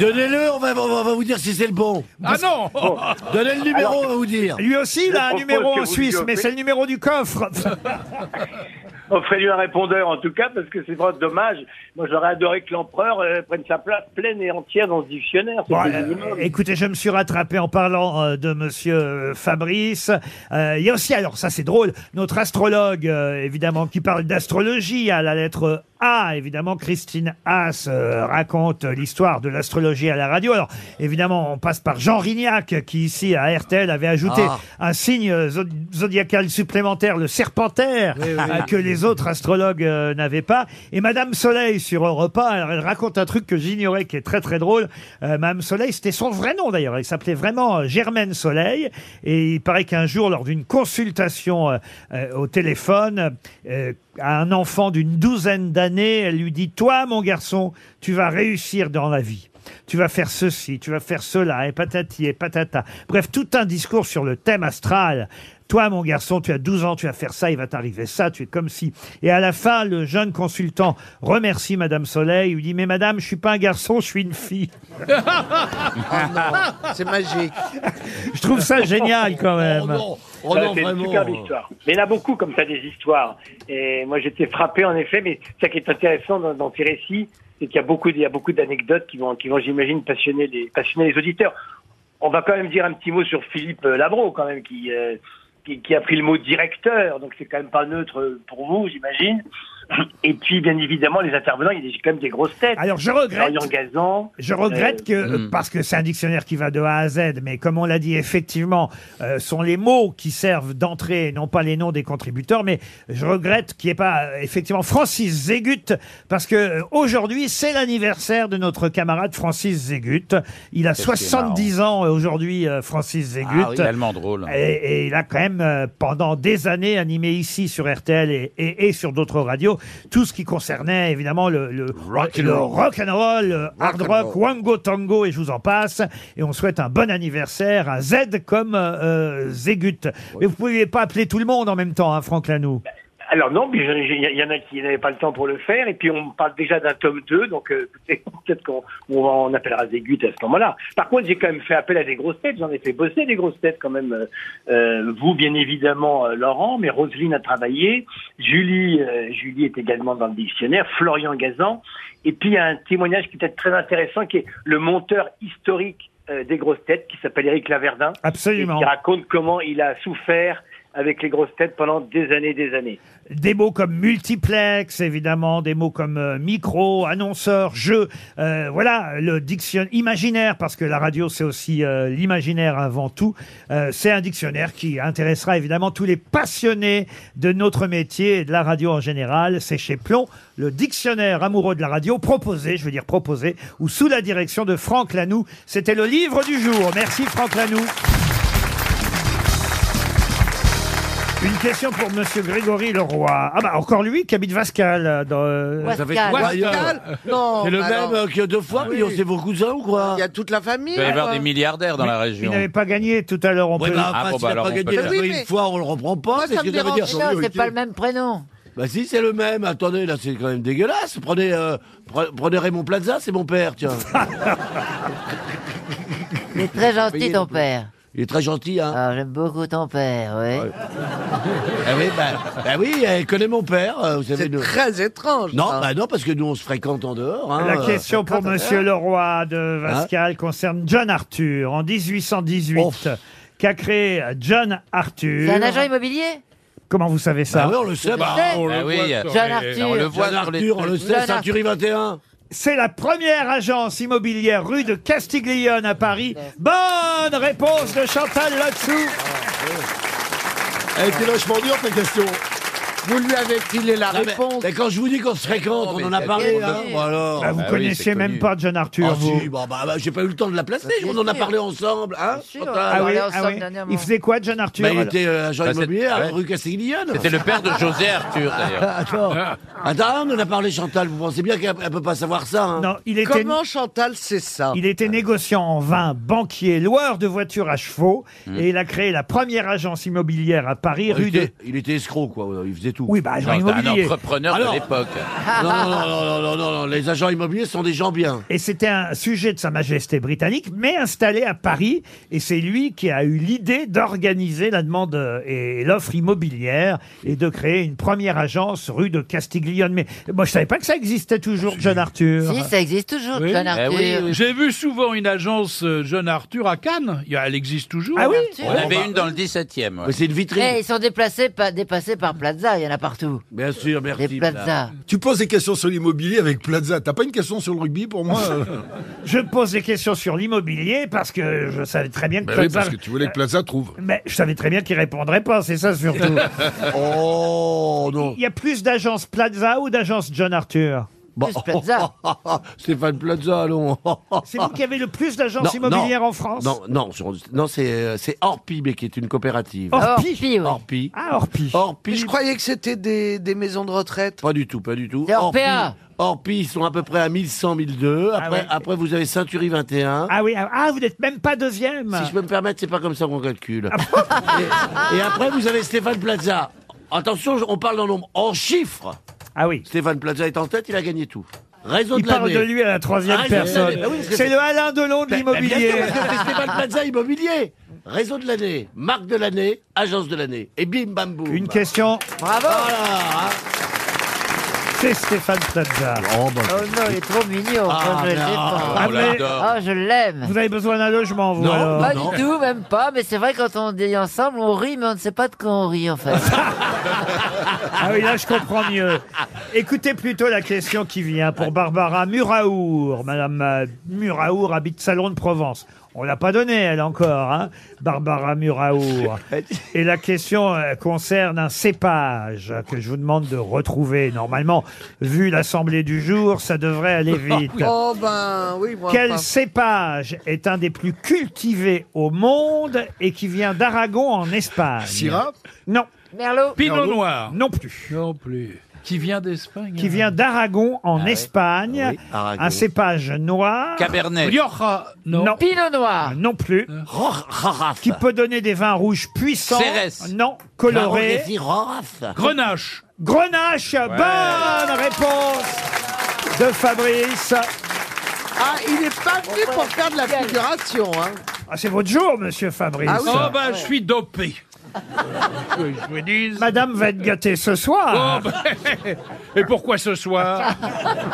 S5: Donnez-le, on va, on va- on va vous dire si c'est le bon.
S7: Ah non
S5: Donnez le numéro, on va vous dire.
S2: Lui aussi, il a un numéro en Suisse, mais c'est le numéro du coffre.
S10: Offrez-lui un répondeur, en tout cas, parce que c'est vraiment dommage. Moi, j'aurais adoré que l'empereur euh, prenne sa place pleine et entière dans ce dictionnaire.
S2: Bon,
S10: C'était
S2: euh,
S10: minimum.
S2: écoutez, je me suis rattrapé en parlant euh, de Monsieur euh, Fabrice. Euh, il y a aussi, alors ça c'est drôle, notre astrologue, euh, évidemment, qui parle d'astrologie à la lettre A. Évidemment, Christine Haas euh, raconte l'histoire de l'astrologie à la radio. Alors, évidemment, on passe par Jean Rignac, qui ici à RTL avait ajouté
S5: Ah.
S2: un signe zo- zodiacal supplémentaire, le serpentaire,
S5: Oui, oui,
S2: euh,
S5: oui.
S2: que les autres astrologues euh, n'avaient pas. Et Madame Soleil sur Europa, alors, elle raconte un truc que j'ignorais qui est très très drôle. Euh, Madame Soleil, c'était son vrai nom d'ailleurs. Elle s'appelait vraiment euh, Germaine Soleil. Et il paraît qu'un jour, lors d'une consultation euh, euh, au téléphone, euh, à un enfant d'une douzaine d'années, elle lui dit Toi, mon garçon, tu vas réussir dans la vie. Tu vas faire ceci, tu vas faire cela, et patati et patata. Bref, tout un discours sur le thème astral. Toi, mon garçon, tu as 12 ans, tu vas faire ça, il va t'arriver ça, tu es comme si. Et à la fin, le jeune consultant remercie Madame Soleil, lui dit, mais Madame, je suis pas un garçon, je suis une fille.
S8: Oh c'est magique.
S2: Je trouve ça génial quand même.
S8: Oh
S10: Ouais,
S8: non,
S10: c'est une
S8: vraiment.
S10: superbe histoire. Mais il y en a beaucoup comme ça des histoires. Et moi j'étais frappé en effet, mais ça qui est intéressant dans, dans ces récits, c'est qu'il y a beaucoup, de- il y a beaucoup d'anecdotes qui vont, qui vont, j'imagine, passionner les, passionner les auditeurs. On va quand même dire un petit mot sur Philippe euh, Labro, quand même, qui, euh, qui, qui a pris le mot directeur, donc c'est quand même pas neutre euh, pour vous, j'imagine. Et puis, bien évidemment, les intervenants, il y a des- quand même des grosses têtes.
S2: Alors, je regrette.
S10: Florian Gazan. euh,
S2: Je
S3: Euh,
S2: regrette
S3: mm.
S2: que, euh, parce que c'est un dictionnaire qui va de A à Z, mais comme on l'a dit, effectivement, euh, sont les mots qui servent d'entrée, et non pas les noms des contributeurs, mais je regrette qu'il n'y ait pas, euh, effectivement, Francis Zégut, parce que euh, aujourd'hui, c'est l'anniversaire de notre camarade Francis Zégut. Il a
S3: Qu'est-ce qui est
S2: 70 ans euh, aujourd'hui, euh, Francis Zégut.
S3: Ah oui, tellement drôle.
S2: Et, et il a quand même, euh, pendant des années, animé ici sur RTL et, et- et sur d'autres radios, tout ce qui concernait évidemment le, le,
S5: Rock and
S2: le
S5: roll.
S2: rock and roll, le hard
S5: and
S2: rock,
S5: roll.
S2: wango tango et je vous en passe. Et on souhaite un bon anniversaire à Z comme euh, euh, Zégut. Mais vous pouviez pas appeler tout le monde en même temps, hein, Franck Lanoux.
S10: Alors non, mais je- je- il y en a qui n'avaient pas le temps pour le faire, et puis on parle déjà d'un tome 2, donc euh, écoutez, peut-être qu'on on en appellera Zégut à ce moment-là. Par contre, j'ai quand même fait appel à des grosses têtes, j'en ai fait bosser des grosses têtes quand même. euh, euh, vous, bien évidemment, euh, Laurent, mais Roselyne a travaillé, Julie, euh, Julie est également dans le dictionnaire, Florian Gazan, et puis il y a un témoignage qui est peut-être très intéressant, qui est le monteur historique euh, des grosses têtes, qui s'appelle Éric Laverdin,
S2: Absolument.
S10: et qui raconte comment il a souffert avec les grosses têtes pendant des années et des années.
S2: Des mots comme multiplex, évidemment, des mots comme euh, micro, annonceur, jeu. Euh, voilà, le dictionnaire imaginaire, parce que la radio, c'est aussi euh, l'imaginaire avant tout. Euh, c'est un dictionnaire qui intéressera évidemment tous les passionnés de notre métier et de la radio en général. C'est chez Plomb, le dictionnaire amoureux de la radio, proposé, je veux dire proposé, ou sous la direction de Franck Lanoux. C'était le livre du jour. Merci Franck Lanoux. Une question pour Monsieur Grégory Leroy. Ah bah encore lui qui habite Vascal. euh, Dans, euh,
S8: Non,
S5: C'est le
S8: bah
S5: même
S8: non.
S5: euh, que deux fois, mais
S8: Oui.
S5: on sait vos cousins ou quoi
S8: Il y a toute la famille.
S3: Ah, Il va y avoir
S5: hein.
S8: quoi.
S3: des milliardaires dans la
S2: Ah, euh, Il
S3: région.
S2: n'avait pas gagné tout à l'heure. On
S3: Ouais,
S2: peut.
S3: bah, enfin, Ah, bon, s'il bah, a alors pas on gagné peut la le-
S8: Oui, mais-
S5: fois, on le reprend pas.
S8: Moi,
S5: qu'est-ce
S8: ça me
S5: que veut dire
S8: dérange pas,
S5: Jean-Louis
S8: c'est pas
S5: Ruquier
S8: le même prénom.
S5: Bah si, c'est le même. Attendez, là, c'est quand même dégueulasse. Prenez, euh, pre- prenez Raymond Plaza, c'est mon père, tiens.
S6: Il est très gentil,
S5: Payez
S6: ton
S5: le plus.
S6: père.
S5: Il est très gentil, hein.
S6: Ah, j'aime beaucoup ton père, oui.
S5: Ah oui, bah, bah oui, elle connaît mon père. euh, Vous savez, nous-
S8: Très étrange.
S5: Non,
S8: ça.
S5: bah non, parce que nous, on se fréquente en dehors. hein,
S2: La
S5: euh,
S2: question pour
S5: fréquente en
S2: Monsieur
S5: dehors.
S2: Leroy
S5: Hein
S2: de Vascal concerne John Arthur en 1818 qu'a créé John Arthur.
S6: C'est un agent immobilier
S2: Comment vous savez ça
S5: Bah oui, on le sait, bah, on le
S3: Ah oui,
S5: voit
S3: euh,
S5: sur
S6: Jean
S5: les-
S6: Arthur.
S5: on le voit
S3: Jean
S5: sur les-
S3: Arthur,
S5: on le
S6: Jean
S5: sait, Ceinturi 21.
S2: C'est la première agence immobilière rue de Castiglione à Paris. Bonne réponse de Chantal là-dessous.
S4: Elle était vachement dure, ta question.
S8: Vous lui avez filé la
S5: Ah, mais-
S8: réponse.
S5: mais quand je vous dis qu'on se fréquente, on en a parlé, hein. Bon, alors.
S2: Bah, vous
S5: Ah oui,
S2: connaissiez
S5: c'est
S2: même
S5: connu.
S2: pas John Arthur,
S5: Ah,
S2: vous
S5: si, bon, bah, bah, j'ai pas eu le temps de la placer,
S8: c'est
S5: on en a
S8: sûr.
S5: parlé ensemble, hein.
S8: on
S5: Chantal
S8: en a
S2: Ah oui,
S8: parlé
S2: ah
S8: ensemble
S2: oui.
S8: dernièrement.
S2: Il faisait quoi, John Arthur
S5: Bah, il était euh, agent
S3: Bah, c'est-
S5: immobilier à la
S3: ouais.
S5: rue Castiglione.
S3: C'était le père de José Arthur, d'ailleurs.
S5: Attends. Attends, on en a parlé, Chantal. Vous pensez bien qu'elle elle peut pas savoir ça. hein.
S2: Non, il était
S8: Comment Chantal sait ça
S2: Il était négociant en vin, banquier, loueur de voitures à chevaux,
S5: Hmm.
S2: et il a créé la première agence immobilière à Paris,
S5: il,
S2: rue de...
S5: était, il était escroc, quoi. Il faisait tout.
S2: Oui, bah, agent
S3: Non, c'était un
S2: immobilier.
S3: entrepreneur
S5: Alors-
S3: de l'époque.
S5: Non, non, non, non, non, non, non, non, Les agents immobiliers sont des gens bien.
S2: Et c'était un sujet de Sa Majesté britannique, mais installé à Paris. Et c'est lui qui a eu l'idée d'organiser la demande euh, et l'offre immobilière et de créer une première agence rue de Castiglione. Mais moi, je savais pas que ça existait toujours, John Arthur.
S6: Si, ça existe toujours,
S7: Oui.
S6: John
S3: Eh
S6: Arthur.
S3: oui, oui.
S7: J'ai vu souvent une agence euh, Jeune Arthur à Cannes. Il y a- Elle existe toujours.
S2: Ah oui
S3: On en avait une dans le 17e. ouais.
S5: Mais c'est une vitrine.
S6: Eh, ils sont déplacés, par- dépassés par Plaza, il y en a partout.
S5: Bien sûr, merci.
S6: Des
S5: Plaza.
S6: Plaza.
S4: Tu poses des questions sur l'immobilier avec Plaza. T'as pas une question sur le rugby pour moi euh
S2: Je pose des questions sur l'immobilier parce que je savais très bien que
S4: Bah oui,
S2: Plaza-
S4: parce que tu voulais que Plaza trouve.
S2: Mais je savais très bien qu'il répondrait pas, c'est ça surtout.
S5: Oh non.
S2: Il y a plus d'agences Plaza ou d'agences John Arthur
S5: Bon.
S6: Plus Plaza.
S5: Bah, Stéphane Plaza, allons.
S2: C'est vous qui avez le plus d'agences immobilières en France
S5: Non, non, sur- non c'est euh, c'est Orpi, mais qui est une coopérative.
S2: Orpi.
S6: Orpi, oui.
S5: Orpi.
S2: Ah, Orpi.
S5: Orpi.
S8: Mais je croyais que c'était des, des maisons de retraite.
S5: Pas du tout, pas du tout.
S6: C'est Orpea.
S5: Orpi- Orpi, ils sont à peu près à 1100, 1002. Après,
S2: Ah ouais.
S5: après vous avez Ceinturi 21.
S2: Ah oui, ah, ah, vous n'êtes même pas deuxième. Ah
S5: Si je peux me permettre, c'est pas comme ça qu'on calcule. et, et après, vous avez Stéphane Plaza. Attention, on parle dans nombre. En chiffres,
S2: Ah oui.
S5: Stéphane Plaza est en tête, il a gagné tout. Réseau
S2: Il
S5: de l'année.
S2: parle de lui à la troisième
S5: Ah, je-
S2: personne.
S5: Ah oui, parce que
S2: c'est le Alain Delon de
S5: Bah, bah, bien
S2: l'immobilier.
S5: sûr, parce que c'est Stéphane Plaza Immobilier. Réseau de l'année, marque de l'année, agence de l'année. Et bim bam boum.
S2: Une question,
S6: Bravo
S5: Voilà. hein.
S2: c'est Stéphane Plaza.
S5: bah,
S6: Oh non, il est trop mignon.
S5: Ah,
S6: je le sais
S5: non.
S6: pas.
S2: Ah,
S3: On
S2: mais-
S3: l'adore.
S6: Oh, je l'aime.
S2: Vous avez besoin d'un logement, vous
S5: Non,
S2: alors
S6: Pas
S5: non.
S6: du tout, même pas. Mais c'est vrai, quand on dit ensemble, on rit, mais on ne sait pas de quoi on rit, en fait.
S2: Ah oui, là, je comprends mieux. Écoutez plutôt la question qui vient pour Barbara Muraour. Madame euh, Muraour habite Salon de Provence. On l'a pas donnée, elle, encore, hein Barbara Muraour. Et la question euh, concerne un cépage que je vous demande de retrouver. Normalement, vu l'assemblée du jour, ça devrait aller vite.
S8: Oh ben oui, moi.
S2: Quel
S8: enfin,
S2: cépage est un des plus cultivés au monde et qui vient d'Aragon en Espagne
S4: Syrah
S2: Non,
S6: Merlot
S7: Pinot Noir.
S2: non plus.
S7: Non plus. Qui vient d'Espagne.
S2: Qui vient d'Aragon en
S6: Ah
S2: Espagne.
S5: Oui, Aragon.
S2: Un cépage noir.
S3: Cabernet.
S7: Rioja. Non. Euh.
S2: Non, Euh,
S6: Pinot noir
S2: non plus.
S5: Ror- Roraf.
S2: Qui peut donner des vins rouges puissants.
S3: Cérès.
S2: Non,
S5: Baron
S2: colorés.
S5: Réfi Roraf.
S7: Grenache.
S2: Grenache. Bonne réponse de Fabrice.
S8: Ah, il n'est pas venu pour faire de la
S2: bah,
S8: figuration. Hein.
S2: Ah, c'est votre jour, monsieur Fabrice.
S8: Ah oui.
S7: Oh
S2: bah,
S7: ben, je suis dopé. Que je vous dise.
S2: Madame va être gâtée ce soir.
S7: Oh, ben, Et pourquoi ce soir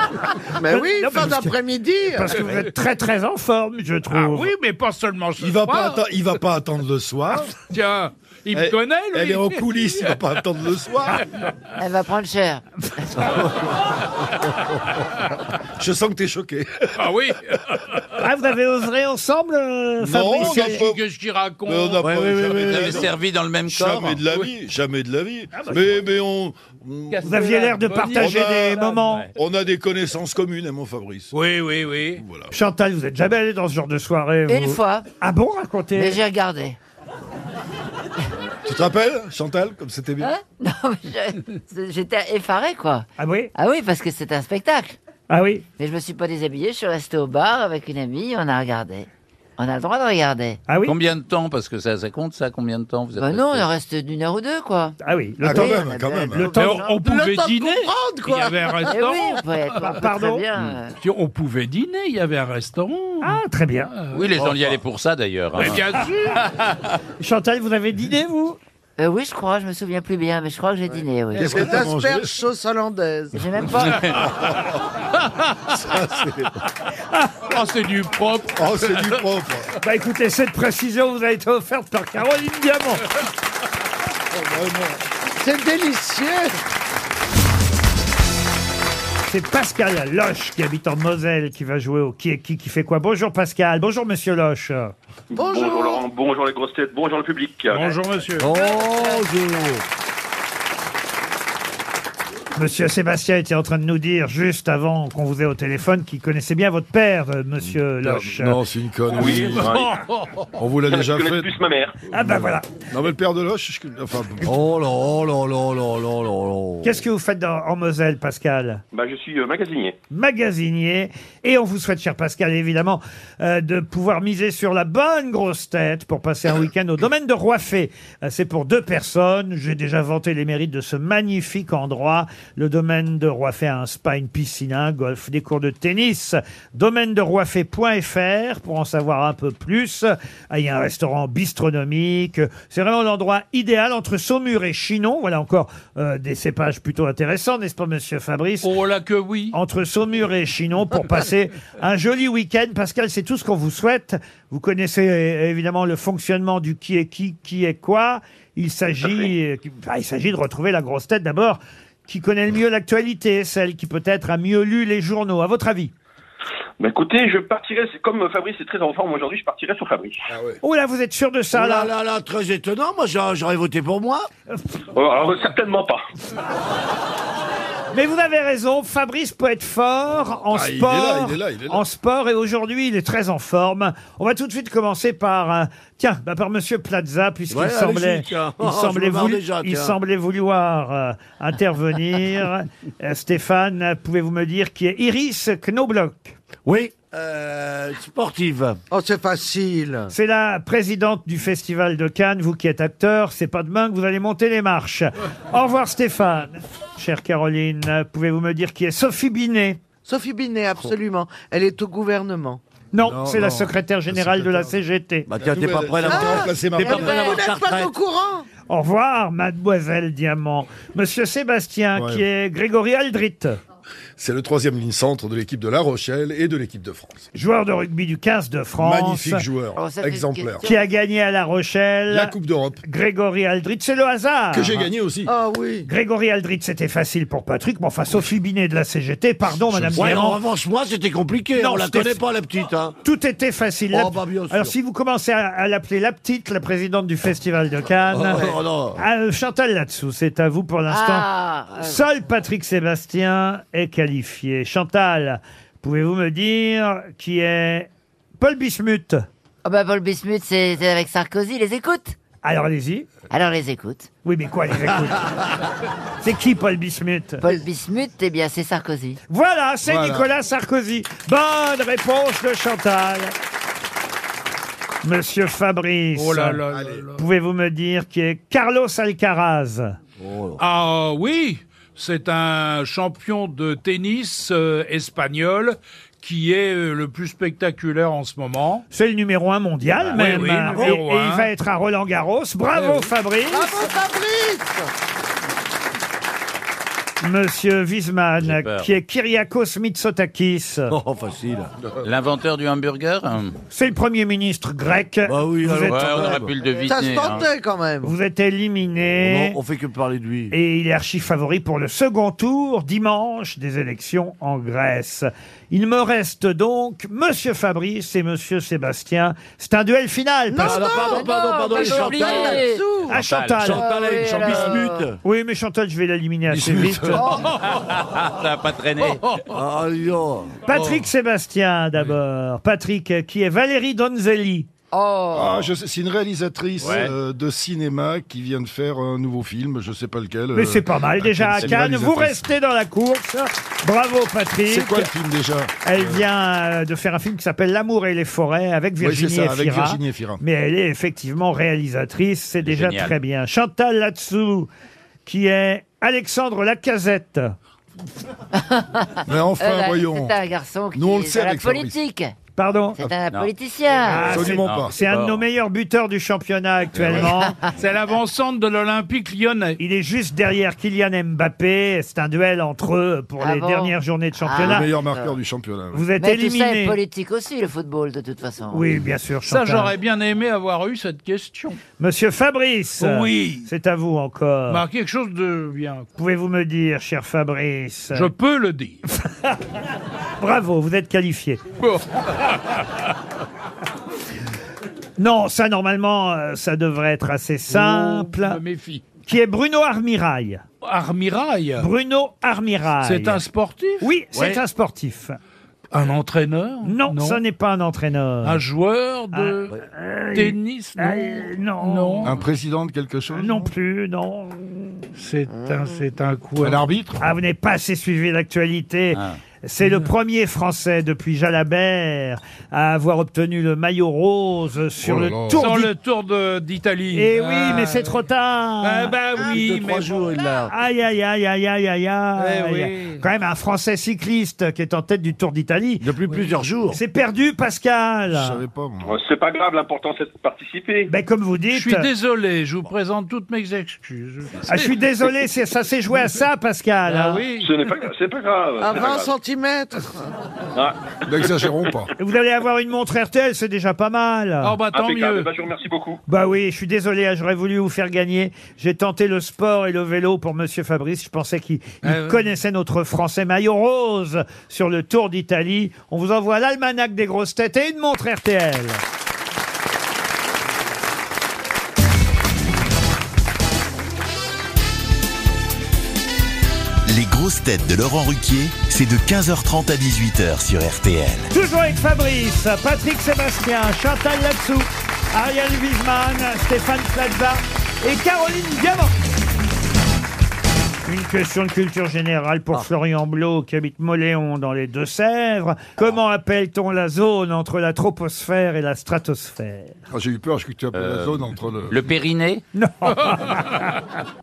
S8: Mais
S2: Non,
S8: oui,
S2: non,
S8: fin
S2: parce que-
S8: d'après-midi.
S2: Parce que vous êtes très très en forme, je trouve.
S7: Ah oui, mais pas seulement ce
S4: Il va
S7: soir. Ah,
S4: pas, atten- il va pas attendre le soir.
S7: Tiens, Il me connaît, lui.
S4: Elle est en coulisses, il va pas attendre le soir.
S6: Elle va prendre cher.
S4: Je sens que t'es choqué.
S7: Ah oui
S2: Ah, vous avez œuvré ensemble, euh, Fabrice
S4: on n'a pas-
S7: Qu'est-ce qu'il raconte
S4: Mais on n'a pas jamais de la vie. Jamais de la
S7: Oui.
S4: vie, jamais de la vie.
S7: bah,
S4: mais, mais on.
S7: Vous aviez l'air de partager
S4: on
S2: des moments. Ouais.
S4: On a des connaissances communes, hein, mon Fabrice.
S7: Oui, oui, oui.
S2: Chantal, vous êtes jamais allée dans ce genre de soirée
S6: Une
S2: vous
S6: fois.
S2: Ah bon, racontez
S6: Mais j'ai regardé.
S4: Tu te rappelles, Chantal, comme c'était Eh bien
S6: Hein Non, mais je- j'étais effaré, quoi.
S2: Ah oui
S6: Ah oui, parce que c'était un spectacle.
S2: Ah oui
S6: Mais je me suis pas déshabillée, je suis restée au bar avec une amie, on a regardé. On a le droit de regarder.
S2: Ah oui
S3: Combien de temps Parce que ça, ça compte, ça Combien de temps vous êtes
S6: Bah non,
S3: restés
S6: il reste d'une heure ou deux, quoi.
S2: Ah oui,
S3: le Ah, temps- quand même, quand même. Le temps-
S7: on pouvait dîner.
S6: quoi.
S7: Il y avait un
S6: Eh
S7: restaurant.
S6: oui, on pouvait- on pouvait
S7: Pardon Hmm.
S6: très bien, euh.
S7: Si On pouvait dîner, il y avait un restaurant.
S2: Ah, très bien.
S3: Oui, les gens y allaient pour ça d'ailleurs.
S7: Mais
S3: hein.
S7: bien sûr
S2: Chantal, vous avez dîné, vous
S6: Euh, Oui, je crois, je me souviens plus bien, mais je crois que j'ai dîné, oui.
S8: Des asperges sauce hollandaise.
S6: J'ai même pas.
S7: Oh, c'est du propre.
S4: Oh, c'est du propre.
S2: Bah écoutez, cette précision vous a été offerte par Caroline Diamant.
S8: Oh, bah, C'est délicieux.
S2: C'est Pascal Loche qui habite en Moselle qui va jouer au qui est qui qui fait quoi. Bonjour Pascal, bonjour Monsieur Loche.
S8: Bonjour.
S9: Laurent, bonjour les grosses têtes, bonjour le public.
S7: monsieur.
S2: Monsieur Sébastien était en train de nous dire juste avant qu'on vous ait au téléphone qu'il connaissait bien votre père, euh, Monsieur Loche.
S4: Non, c'est une connerie.
S9: Oui.
S4: On vous l'a
S9: Je
S4: déjà
S9: connais
S4: fait.
S9: plus ma mère.
S2: Ah bah voilà.
S4: Non, mais le père de Loche, je- enfin.
S5: Oh là là là là là là là.
S2: Qu'est-ce que vous faites dans- en Moselle, Pascal
S9: Bah, je suis euh, magasinier.
S2: magasinier. Et on vous souhaite, cher Pascal, évidemment, euh, de pouvoir miser sur la bonne grosse tête pour passer un week-end au domaine de Roiffet. Euh, c'est pour deux personnes. J'ai déjà vanté les mérites de ce magnifique endroit. Le domaine de Roiffet a un spa, une piscine, un golf, des cours de tennis. Domaine de Roiffet.fr pour en savoir un peu plus. Ah, Il y a un restaurant bistronomique. C'est vraiment l'endroit idéal entre Saumur et Chinon. Voilà encore euh, des cépages plutôt intéressants, n'est-ce pas, monsieur Fabrice
S7: Oh là que oui.
S2: entre Saumur et Chinon pour passer un joli week-end. Pascal, c'est tout ce qu'on vous souhaite. Vous connaissez euh, évidemment le fonctionnement du qui est qui, qui est quoi. Il s'agit, euh, ah, il s'agit de retrouver la grosse tête d'abord, qui connaît le mieux l'actualité, celle qui peut-être a mieux lu les journaux. À votre avis
S9: Bah, écoutez, je partirai, c'est comme euh, Fabrice est très en forme aujourd'hui, je partirai sur Fabrice.
S2: Oh là, vous êtes sûr de ça
S5: Oh là
S2: là
S5: là là, très étonnant. Moi, j'a- j'aurais voté pour moi.
S9: Oh, alors, certainement pas.
S2: Mais vous avez raison, Fabrice peut être fort en
S4: Ah, il est
S2: sport.
S4: là, il est là, il est là.
S2: En sport, et aujourd'hui, il est très en forme. On va tout de suite commencer par, euh, tiens, bah, par Monsieur Plaza, puisqu'il
S5: Ouais, allez-y,
S2: semblait,
S5: tiens.
S2: il
S5: Oh,
S2: semblait,
S5: je me marre
S2: voulu-
S5: déjà,
S2: il
S5: tiens.
S2: semblait vouloir euh, intervenir. Euh, Stéphane, pouvez-vous me dire qui est Iris Knobloch
S5: Oui. Euh, sportive.
S8: Oh, c'est facile.
S2: C'est la présidente du Festival de Cannes. Vous qui êtes acteur, c'est pas demain que vous allez monter les marches. Au revoir, Stéphane. Chère Caroline, pouvez-vous me dire qui est Sophie Binet
S8: Sophie Binet, absolument. Elle est au gouvernement.
S2: Non,
S5: Non,
S2: c'est la
S5: non.
S2: secrétaire générale de la CGT.
S5: Bah tiens, t'es pas prêt à la
S4: Ah,
S5: retraite.
S4: remplacer ma
S5: T'es pas
S4: mère.
S5: prêt à la
S8: Vous n'êtes pas
S5: retraite.
S8: au courant
S2: Au revoir, mademoiselle Diamant. Monsieur Sébastien,
S4: Ouais.
S2: qui est Grégory Aldrit,
S4: C'est le troisième ligne centre de l'équipe de La Rochelle et de l'équipe de France.
S2: joueur de rugby du 15 de France.
S4: Magnifique joueur,
S6: Oh, ça fait une
S4: exemplaire.
S6: question.
S2: Qui a gagné à La Rochelle.
S4: La Coupe d'Europe,
S2: Grégory Aldrit, c'est le hasard.
S4: que j'ai gagnée aussi.
S8: Ah oui.
S2: Grégory Aldrit, c'était facile pour Patrick, mais enfin, Sophie Binet de la CGT, pardon, madame
S5: Ouais, en
S2: Diamant.
S5: revanche, moi, c'était compliqué.
S2: Non,
S5: on la
S2: c'était-
S5: connaît pas, la petite. Hein.
S2: Tout était facile. La-
S5: Oh, bah, bien sûr.
S2: Alors, si vous commencez à, à l'appeler la petite, la présidente du Festival de Cannes,
S5: Oh, oh, non.
S2: Ah, euh, Chantal là-dessous, c'est à vous pour l'instant.
S6: Ah, euh.
S2: Seul Patrick Sébastien est qualifié. Chantal, pouvez-vous me dire qui est Paul Bismuth
S6: Oh bah Paul Bismuth, c'est c'est avec Sarkozy, les écoute.
S2: Alors allez-y.
S6: Alors les écoute.
S2: Oui, mais quoi, les écoutes C'est qui Paul Bismuth
S6: Paul Bismuth, eh bien c'est Sarkozy.
S2: Voilà, c'est
S4: Voilà.
S2: Nicolas Sarkozy. Bonne réponse de Chantal. Monsieur Fabrice,
S7: Oh là là là
S4: Allez.
S7: là.
S2: pouvez-vous me dire qui est Carlos Alcaraz Oh.
S7: Ah oui, c'est un champion de tennis euh, espagnol qui est euh, le plus spectaculaire en ce moment.
S2: C'est le numéro un mondial
S7: Bah, oui,
S2: même.
S7: oui,
S2: hein. et,
S7: numéro
S2: et
S7: un. Eh
S2: il va être à Roland Garros. Bravo Fabrice.
S8: Bravo Fabrice
S2: Monsieur Wiesmann,
S3: J'ai peur.
S2: qui est Kyriakos Mitsotakis.
S3: Oh, facile. L'inventeur du hamburger hein.
S2: C'est le premier ministre grec.
S5: Bah
S2: Vous
S3: alors.
S2: êtes-
S3: Ouais, on aurait pu le deviner.
S2: Ça se tentait,
S8: quand même.
S2: Vous êtes éliminé.
S5: hein. On fait que parler de lui.
S2: Et il est archi favori pour le second tour, dimanche, des élections en Grèce. Il me reste donc Monsieur Fabrice et Monsieur Sébastien. C'est un duel final. parce-
S5: non, pardon, pardon, pardon,
S2: mais
S5: et Chantal.
S2: Ah, Chantal.
S5: Chantal avec
S2: Ah,
S5: son
S2: oui,
S5: bismuth.
S2: Oui, mais Chantal, je vais l'éliminer assez vite.
S5: Oh.
S3: Ça va pas traîner.
S5: Ah,
S2: Patrick Sébastien, d'abord. Patrick, euh, qui est Valérie Donzelli.
S5: Oh.
S4: Ah, je sais, c'est une réalisatrice euh, de cinéma qui vient de faire un nouveau film, je sais pas lequel.
S2: Mais
S4: euh,
S2: c'est pas mal, déjà à
S4: c'est une
S2: Cannes. Vous
S4: réalisatrice.
S2: restez dans la course. Bravo, Patrick.
S4: C'est quoi le film déjà
S2: Elle vient euh, de faire un film qui s'appelle L'amour et les forêts avec
S4: Oui,
S2: Virginie,
S4: c'est ça, avec
S2: Efira.
S4: Virginie Efira.
S2: Mais elle est effectivement réalisatrice, c'est déjà
S4: Génial.
S2: très bien. Chantal Latsou, qui est Alexandre Lacazette.
S4: Mais enfin,
S6: Euh, bah,
S4: voyons.
S6: C'est un garçon qui
S4: Nous, on le
S6: est
S4: sait
S6: dans la
S4: avec Fabrice.
S6: politique.
S2: Pardon
S6: C'est un politicien.
S2: Ah,
S4: Absolument
S2: c'est-
S4: pas. Eh
S2: C'est un de nos meilleurs buteurs du championnat actuellement.
S7: C'est l'avancante de l'Olympique lyonnais.
S2: Il est juste derrière Kylian Mbappé. C'est un duel entre eux pour
S6: Ah
S2: les
S6: bon
S2: dernières journées de championnat.
S4: Le meilleur marqueur du championnat.
S2: Vous êtes
S6: Mais tout ça est
S2: éliminé.
S6: politique aussi, le football, de toute façon.
S2: Oui, bien sûr,
S7: Ça,
S2: Chantal.
S7: j'aurais bien aimé avoir eu cette question.
S2: Monsieur Fabrice.
S7: Oui.
S2: C'est à vous encore.
S7: Bah, quelque chose de bien.
S2: Pouvez-vous me dire, cher Fabrice
S7: Je peux le dire.
S2: Bravo, vous êtes qualifié. Non, ça, normalement, euh, ça devrait être assez simple.
S7: Oh, Je me méfie.
S2: Qui est Bruno Armirail
S7: Armirail
S2: Bruno Armirail.
S7: C'est un sportif
S2: Oui,
S7: Ouais.
S2: c'est un sportif.
S7: Un entraîneur
S2: Non,
S7: Non.
S2: ça n'est pas un entraîneur.
S7: Un joueur de
S2: Euh,
S7: tennis
S2: euh, euh, Non.
S7: Non.
S4: Un président de quelque chose
S2: Non plus, non.
S7: C'est un, c'est un coup.
S4: Un arbitre Ah.
S2: Ah, vous n'avez pas assez suivi l'actualité. C'est le premier Français depuis Jalabert à avoir obtenu le maillot rose sur
S7: Oh là
S2: le
S7: là.
S2: Tour
S7: Sur
S2: d'I-
S7: le tour de- d'Italie.
S2: Eh oui,
S7: Ah.
S2: mais c'est trop tard.
S7: Ah bah oui, mais bon. Ah.
S2: Aïe, aïe, aïe, aïe, aïe, aïe, aïe.
S7: Eh oui.
S2: Quand même, un Français cycliste qui est en tête du Tour d'Italie. Depuis plusieurs jours. C'est perdu, Pascal.
S4: Je savais pas. moi.
S11: C'est pas grave, l'important c'est de participer.
S2: Ben, comme vous dites.
S7: Je suis désolé, je vous présente toutes mes excuses.
S2: Ah, je suis désolé, c'est- ça s'est joué à ça, Pascal.
S7: Ah
S2: hein.
S11: Ce n'est pas, gra- c'est pas grave.
S8: À
S11: c'est pas
S8: 20
S11: grave.
S8: cm
S11: Ah.
S4: N'exagérons pas.
S2: Vous allez avoir une montre RTL, c'est déjà pas mal.
S7: Oh, bah,
S11: Impeccable. Eh ben, je vous remercie beaucoup.
S2: Bah oui, je suis désolé, hein, j'aurais voulu vous faire gagner. J'ai tenté le sport et le vélo pour Monsieur Fabrice. Je pensais qu'il il
S7: Ah ouais.
S2: connaissait notre Français maillot rose sur le Tour d'Italie. On vous envoie l'almanach des grosses têtes et une montre RTL.
S1: Les grosses têtes de Laurent Ruquier, c'est de 15h30 à 18h sur RTL.
S2: Toujours avec Fabrice, Patrick Sébastien, Chantal Latsou, Ariel Wiesman, Stéphane Plaza et Caroline Diamant. Une question de culture générale pour Florian Blot qui habite Moléon dans les Deux-Sèvres. Comment appelle-t-on la zone entre la troposphère et la stratosphère
S4: Ah, J'ai eu peur, je crois que tu appelles la
S3: Euh,
S4: zone entre le.
S3: Le périnée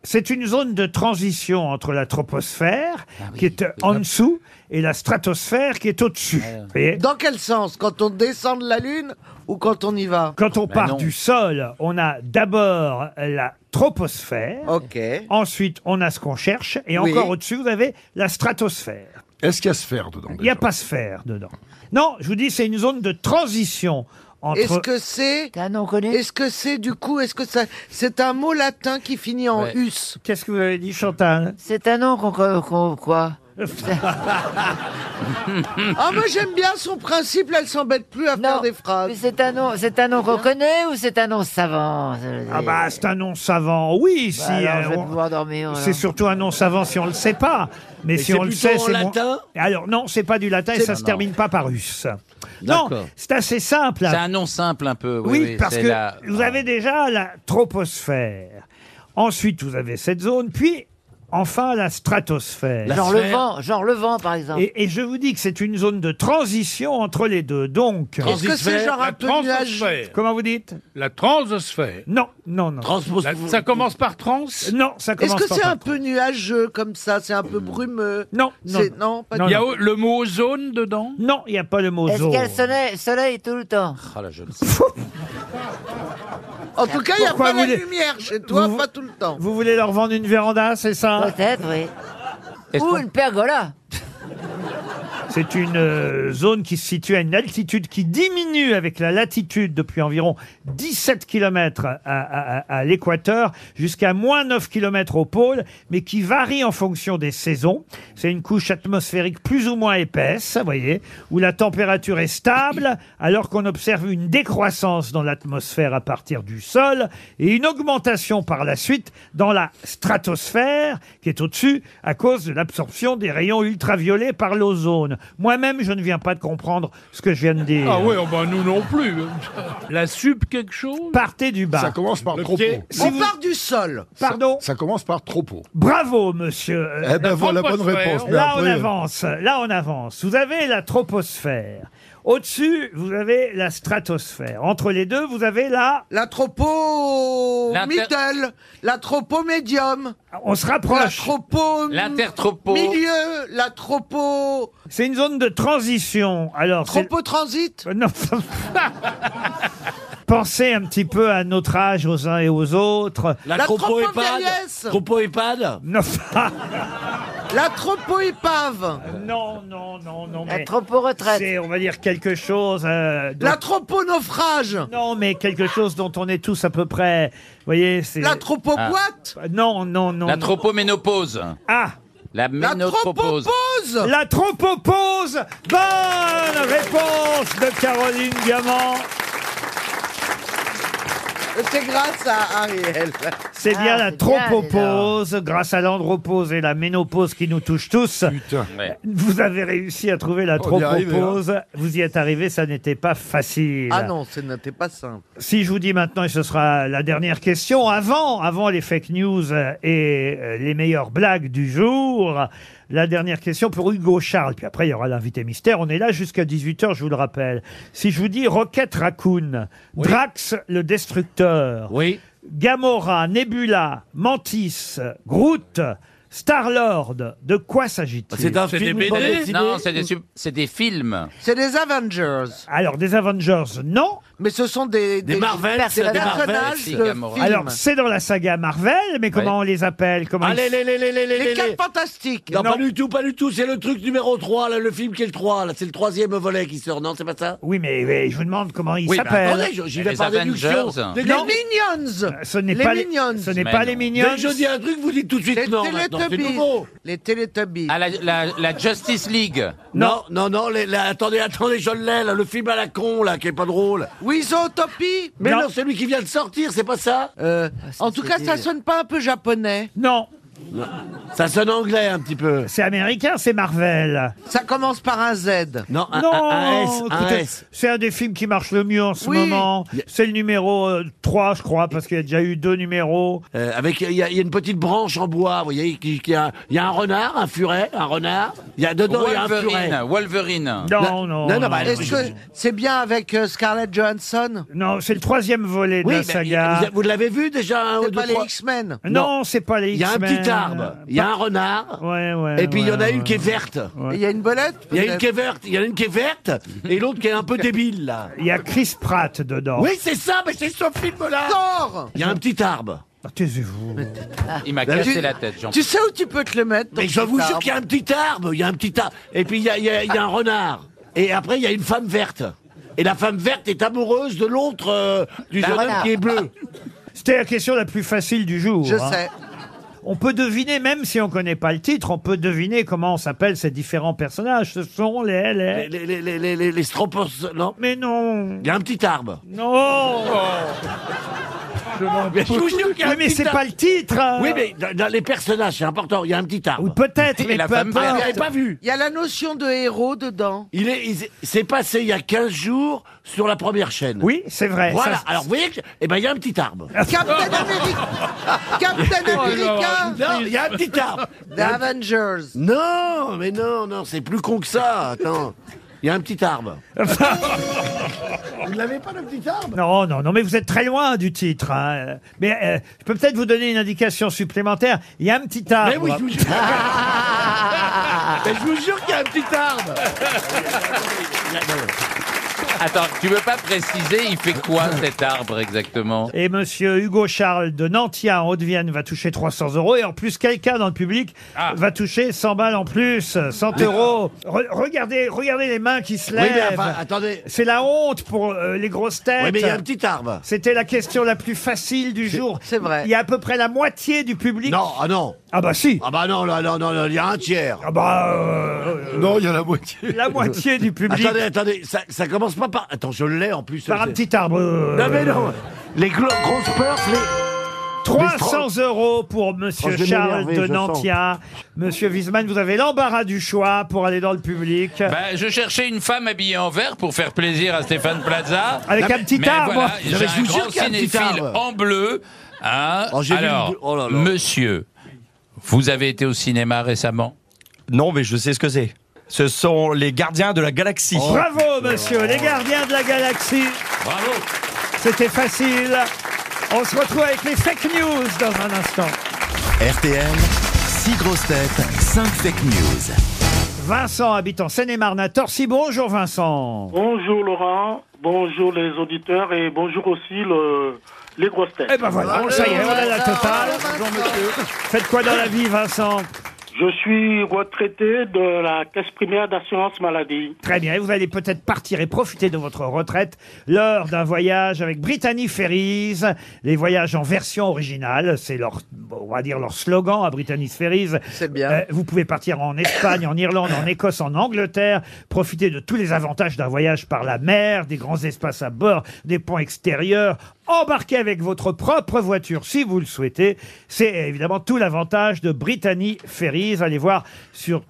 S2: C'est une zone de transition entre la troposphère
S6: Ah
S2: qui est en dessous et la stratosphère qui est au-dessus. Vous voyez
S8: Dans quel sens Quand on descend de la Lune ou quand on y va
S2: Quand on
S6: Bah
S8: Ben
S2: part
S8: non.
S2: du sol, on a d'abord la troposphère.
S8: Ok.
S2: Ensuite, on a ce qu'on cherche. Et
S8: Oui.
S2: encore au-dessus, vous avez la stratosphère.
S4: Est-ce qu'il y a sphère dedans
S2: Il n'y a pas sphère dedans. Non, je vous dis, c'est une zone de transition entre...
S8: Est-ce que c'est Est-ce que c'est du coup Est-ce que ça C'est un mot latin qui finit en
S2: Ouais.
S8: us.
S2: Qu'est-ce que vous avez dit, Chantal
S6: C'est un nom qu'on... qu'on- quoi
S8: Ah moi j'aime bien son principe. Là, elle s'embête plus à faire des phrases.
S6: C'est un nom, c'est un nom qu'on connaît ou c'est un nom savant
S2: Ah bah, c'est un nom savant, oui, si...
S6: Bah alors,
S2: euh,
S6: je vais
S2: on-
S6: pouvoir dormir.
S2: C'est
S6: sûr.
S2: surtout un nom savant si on le sait pas. Mais
S6: Et
S2: si
S6: c'est
S2: on le
S6: plutôt
S2: sait,
S6: en
S2: c'est mon-
S6: latin
S2: Alors non, c'est pas du latin et
S6: C'est-
S2: ça se
S3: Non, non.
S2: termine pas par russe. Non,
S3: D'accord.
S2: c'est assez simple.
S3: C'est un nom simple un peu.
S2: Oui,
S3: Oui, oui,
S2: parce
S3: c'est
S2: que
S3: la- Ah.
S2: vous avez déjà la troposphère. Ensuite, vous avez cette zone, puis enfin la stratosphère.
S6: Genre le vent, genre le vent par exemple.
S2: Et, et je vous dis que c'est une zone de transition entre les deux. Donc,
S7: Est-ce que c'est genre un La peu transosphère. nuageux
S2: Comment vous dites
S7: La transosphère.
S2: Non, non, non.
S7: La- ça commence par trans
S2: Non,
S8: Est-ce
S2: ça commence
S8: que
S2: pas
S8: c'est
S2: par
S8: un peu nuageux comme ça C'est un peu brumeux
S2: Non, non,
S8: c'est...
S2: non.
S8: non, pas
S2: Non,
S8: du
S7: Il y a
S8: tout.
S7: au- le mot zone dedans
S2: Non, il n'y a pas le mot
S6: Est-ce
S2: zone.
S6: qu'il y a le soleil, soleil tout le temps
S3: Ah là, je le sais.
S8: En tout cas, il n'y a
S2: Pourquoi
S8: pas
S2: vous
S8: la
S2: voulez-
S8: lumière chez toi,
S2: Vous-
S8: pas tout le temps.
S2: Vous voulez leur vendre une véranda, c'est ça
S6: Peut-être, oui.
S2: Est-ce
S6: Ou
S2: qu'on-
S6: une pergola.
S2: C'est une euh, zone qui se situe à une altitude qui diminue avec la latitude depuis environ 17 km à, à- à- à l'équateur jusqu'à moins 9 km au pôle, mais qui varie en fonction des saisons. C'est une couche atmosphérique plus ou moins épaisse, vous voyez, où la température est stable alors qu'on observe une décroissance dans l'atmosphère à partir du sol et une augmentation par la suite dans la stratosphère qui est au-dessus à cause de l'absorption des rayons ultraviolets par l'ozone. Moi-même, je ne viens pas de comprendre ce que je viens de dire.
S7: Ah oui, oh bah nous non plus. La sup quelque chose
S2: Partez du bas.
S7: Ça commence par
S4: Le
S7: trop
S4: pied.
S7: haut.
S2: Bah, Si vous-
S8: du sol.
S2: Pardon
S4: Ça, ça commence par trop haut.
S2: Bravo, monsieur. euh,
S4: Eh ben,
S2: la
S4: voilà, bonne
S2: troposphère.
S4: réponse, mais
S2: Là, on
S4: après-
S2: avance. Là, on avance. Vous avez la troposphère. Au-dessus, vous avez la stratosphère. Entre les deux, vous avez la...
S8: La tropo
S2: L'inter-
S8: middle, la tropo médium.
S2: On se rapproche.
S8: La tropo
S2: L'intertropo.
S8: milieu, la tropo
S2: C'est une zone de transition. Alors, c'est-
S8: tropo transit.
S2: Bah Non. pensez un petit peu à notre âge, aux uns et aux autres.
S8: La La tropo tropo EHPAD vieillesse. Tropo
S2: EHPAD Non.
S8: la tropo épave.
S2: Non, non, non, non.
S8: La
S6: tropo retraite.
S2: C'est, on va dire, quelque chose... euh, dont-
S8: La tropo naufrage.
S2: Non, mais quelque chose dont on est tous à peu près. Vous voyez, c'est.
S8: La tropo
S3: Ah.
S8: boîte.
S2: Non, non, non.
S3: La
S2: non.
S3: tropoménopause.
S2: Ah
S3: La ménopause.
S2: La tropopause Bonne réponse de Caroline Diamant
S8: C'est grâce à Ariel.
S2: Ah, C'est
S8: Ah,
S2: bien la tropopause, grâce à l'andropause et la ménopause qui nous touchent tous. Vous avez réussi à trouver la
S8: On y hein. est arrivé,
S2: tropopause. Vous y êtes arrivé, ça n'était pas facile.
S8: Ah non, ce n'était pas simple.
S2: Si je vous dis maintenant, et ce sera la dernière question, avant, avant les fake news euh, et euh, les meilleures blagues du jour, la dernière question pour Hugo Charles. Puis après, il y aura l'invité mystère. On est là jusqu'à 18h, je vous le rappelle. Si je vous dis Rocket Raccoon, Drax le Destructeur, Gamora, Nebula, Mantis, Groot, Star-Lord, de quoi
S3: Ah,
S2: s'agit-il
S3: Non, c'est des, sub- c'est des films.
S8: C'est des Avengers.
S2: Alors, des Avengers, non.
S8: Mais ce sont des...
S3: Des Marvel,
S8: des
S3: c'est des Marvel,
S8: personnages
S3: c'est
S8: de
S3: Gamora.
S8: films.
S2: Alors, c'est dans la saga Marvel, mais comment on les appelle comment ils-
S8: Les quatre fantastiques.
S5: Non, pas du tout, pas du tout. C'est le truc numéro 3, là, le film qui est le 3. Là, c'est le troisième volet qui sort. Non, c'est pas ça
S2: Oui, mais, mais je vous demande comment il
S5: Oui, bah,
S2: s'appelle.
S5: attendez, je- j'y vais Les par déduction. Avengers.
S8: Les
S2: Non,
S8: Minions.
S2: Euh, ce n'est
S8: les
S2: pas les-
S8: Minions.
S2: ce n'est Mais pas non. les Minions.
S5: Dès que je dis un truc, vous dites tout de suite
S8: Les
S5: non. maintenant, c'est
S8: Teletubbies.
S5: nouveau.
S8: Les Teletubbies.
S3: Ah, la, la- la Justice League.
S5: Non, non, non, les- les- attendez, attendez, je l'ai, là, le film à la con, là, qui est pas drôle.
S8: Wizootopie
S5: Mais non, celui qui vient de sortir, c'est pas ça
S8: Euh, En tout cas, ça sonne pas un peu japonais.
S2: Non.
S5: Ça sonne anglais, un petit peu.
S2: C'est américain, c'est Marvel.
S8: Ça commence par un Z.
S5: Non,
S2: Non, écoutez, c'est un des films qui marche le mieux en ce
S8: Oui.
S2: moment. C'est le numéro 3, je crois, parce qu'il y a déjà eu deux numéros.
S5: Euh, avec il y, a il y a une petite branche en bois, vous voyez, qui, qui a- il y a un renard, un furet, un renard. Il y a Ah, dedans il y a un furet.
S3: Wolverine. Wolverine.
S5: Non, non, non, non, bah,
S8: Est-ce que c'est bien avec euh, Scarlett Johansson
S2: Non, c'est le troisième volet de
S8: Oui,
S2: la
S8: mais
S2: saga.
S8: il- il- vous
S5: l'avez vu déjà un
S8: C'est pas les X-Men.
S2: Non, c'est pas les
S5: Il y a un
S2: X-Men.
S5: petit arbre, il y a un renard.
S2: Ouais, ouais,
S5: et puis il y en a
S2: ouais,
S5: une
S2: ouais.
S5: qui est verte.
S2: Ouais.
S8: Il y a une belette
S5: Il y a une qui est verte, il y en a une qui est verte et l'autre qui est un peu débile là.
S2: Il y a Chris Pratt dedans.
S5: Oui, c'est ça, mais c'est ce film-là.
S8: Thor
S5: Il y a un petit arbre.
S2: Ah, Taisez-vous.
S3: Il m'a
S5: Bah,
S3: cassé
S5: tu-
S3: la tête, jean
S8: Tu sais où tu peux te le mettre ton
S5: Mais je vous
S8: petit
S5: jure
S8: arbre
S5: qu'il y a un petit arbre, il y a un petit arbre. Et puis il y a, il y a- il y a un renard. Et après il y a une femme verte. Et la femme verte est amoureuse de l'autre euh, du
S2: Bah,
S5: jeune homme
S2: renard.
S5: qui est bleu.
S2: C'était la question la plus facile du jour.
S5: Je
S2: hein.
S5: sais.
S2: On peut deviner, même si on connaît pas le titre, on peut deviner comment s'appellent ces différents personnages. Ce sont les...
S5: Les,
S2: les...
S5: les, les, les, les, les- les stropos- non
S2: Mais non
S5: Il y a un petit arbre. Oh.
S2: Non
S5: Mais je vous jure qu'il y a
S2: Oui,
S5: un
S2: mais
S5: petit
S2: c'est
S5: arbre.
S2: pas le titre hein.
S5: Oui, mais dans, dans les personnages, c'est important, il y a un petit arbre. Oui,
S2: peut-être,
S5: mais
S2: peu importe.
S5: Vous l'avez Ah, pas vu.
S8: Il y a la notion de héros dedans.
S5: Il est, il- c'est passé il y a 15 jours sur la première chaîne.
S2: Oui, c'est vrai.
S5: Voilà.
S2: Ça, c'est-
S5: Alors, vous voyez, que- eh ben, il y a un petit arbre.
S8: Captain America Captain America
S5: Oh, Non, il y a un petit arbre.
S8: The Avengers
S5: Non, mais non, non, c'est plus con que ça. Attends, il y a un petit arbre. Vous l'avez pas le petit arbre
S2: Non, non, non, mais vous êtes très loin du titre. hein. Mais euh, je peux peut-être vous donner une indication supplémentaire. Il y a un petit arbre.
S5: Mais oui, je vous jure. Mais je vous jure qu'il y a un petit arbre.
S3: Attends, tu veux pas préciser, il fait quoi cet arbre exactement
S2: Et monsieur Hugo Charles de Nantia en Haute-Vienne va toucher 300 euros. Et en plus, quelqu'un dans le public va toucher 100 balles en plus, 100 euros. Re- regardez, regardez les mains qui se
S5: Oui,
S2: lèvent.
S5: mais enfin, attendez.
S2: C'est la honte pour euh, les grosses têtes.
S5: Oui, mais il y a un petit arbre.
S2: C'était la question la plus facile du jour. C'est vrai. Il y a à peu près la moitié du public.
S5: Non, ah non.
S2: Ah bah si.
S5: Ah bah non, là, non, non, non, il y a un tiers.
S2: Ah bah.
S5: non, il y a euh, la moitié.
S2: La moitié du public.
S5: Attendez, attendez, ça, ça commence pas par. Attends, je l'ai en plus.
S2: Par un
S5: c'est-
S2: petit arbre. euh,
S5: Non, mais non. Les glo- grosses peurs, les.
S2: 300 euros pour Monsieur
S5: Oh, je vais
S2: Charles
S5: m'énerver,
S2: de
S5: je sens.
S2: Nantia. Monsieur Wiesmann, vous avez l'embarras du choix pour aller dans le public.
S3: Bah, je cherchais une femme habillée en vert pour faire plaisir à Stéphane Plaza.
S2: Avec un petit
S3: Mais
S2: arbre.
S3: voilà,
S2: Non,
S3: j'ai
S2: mais je
S3: un
S2: vous jure
S3: grand
S2: qu'il y a un petit
S3: cinéphile
S2: arbre.
S3: en bleu. hein.
S15: Oh, j'ai vu
S3: Alors,
S15: le bleu. Oh là là.
S3: monsieur, vous avez été au cinéma récemment
S15: Non, mais je sais ce que c'est. Ce sont les gardiens de la galaxie.
S2: Bravo, monsieur, les gardiens de la galaxie.
S3: Oh. Bravo.
S2: C'était facile. On se retrouve avec les fake news dans un instant.
S1: RTL, 6 grosses têtes, 5 fake news.
S2: Vincent habite en Seine-et-Marne à Torcy. Bonjour, Vincent.
S12: Bonjour Laurent, bonjour les auditeurs et bonjour aussi le- les grosses têtes.
S2: Eh ben voilà, bon, ça y est, on a la totale. Faites quoi dans la vie, Vincent
S12: Je suis retraité de la caisse primaire d'assurance maladie.
S2: Très bien, et vous allez peut-être partir et profiter de votre retraite lors d'un voyage avec Brittany Ferries. Les voyages en version originale, c'est leur, on va dire leur slogan à Brittany Ferries. C'est bien. vous pouvez partir en Espagne, en Irlande, en Écosse, en Angleterre, profiter de tous les avantages d'un voyage par la mer, des grands espaces à bord, des ponts extérieurs. Embarquer avec votre propre voiture si vous le souhaitez. C'est évidemment tout l'avantage de Brittany Ferries. Allez voir sur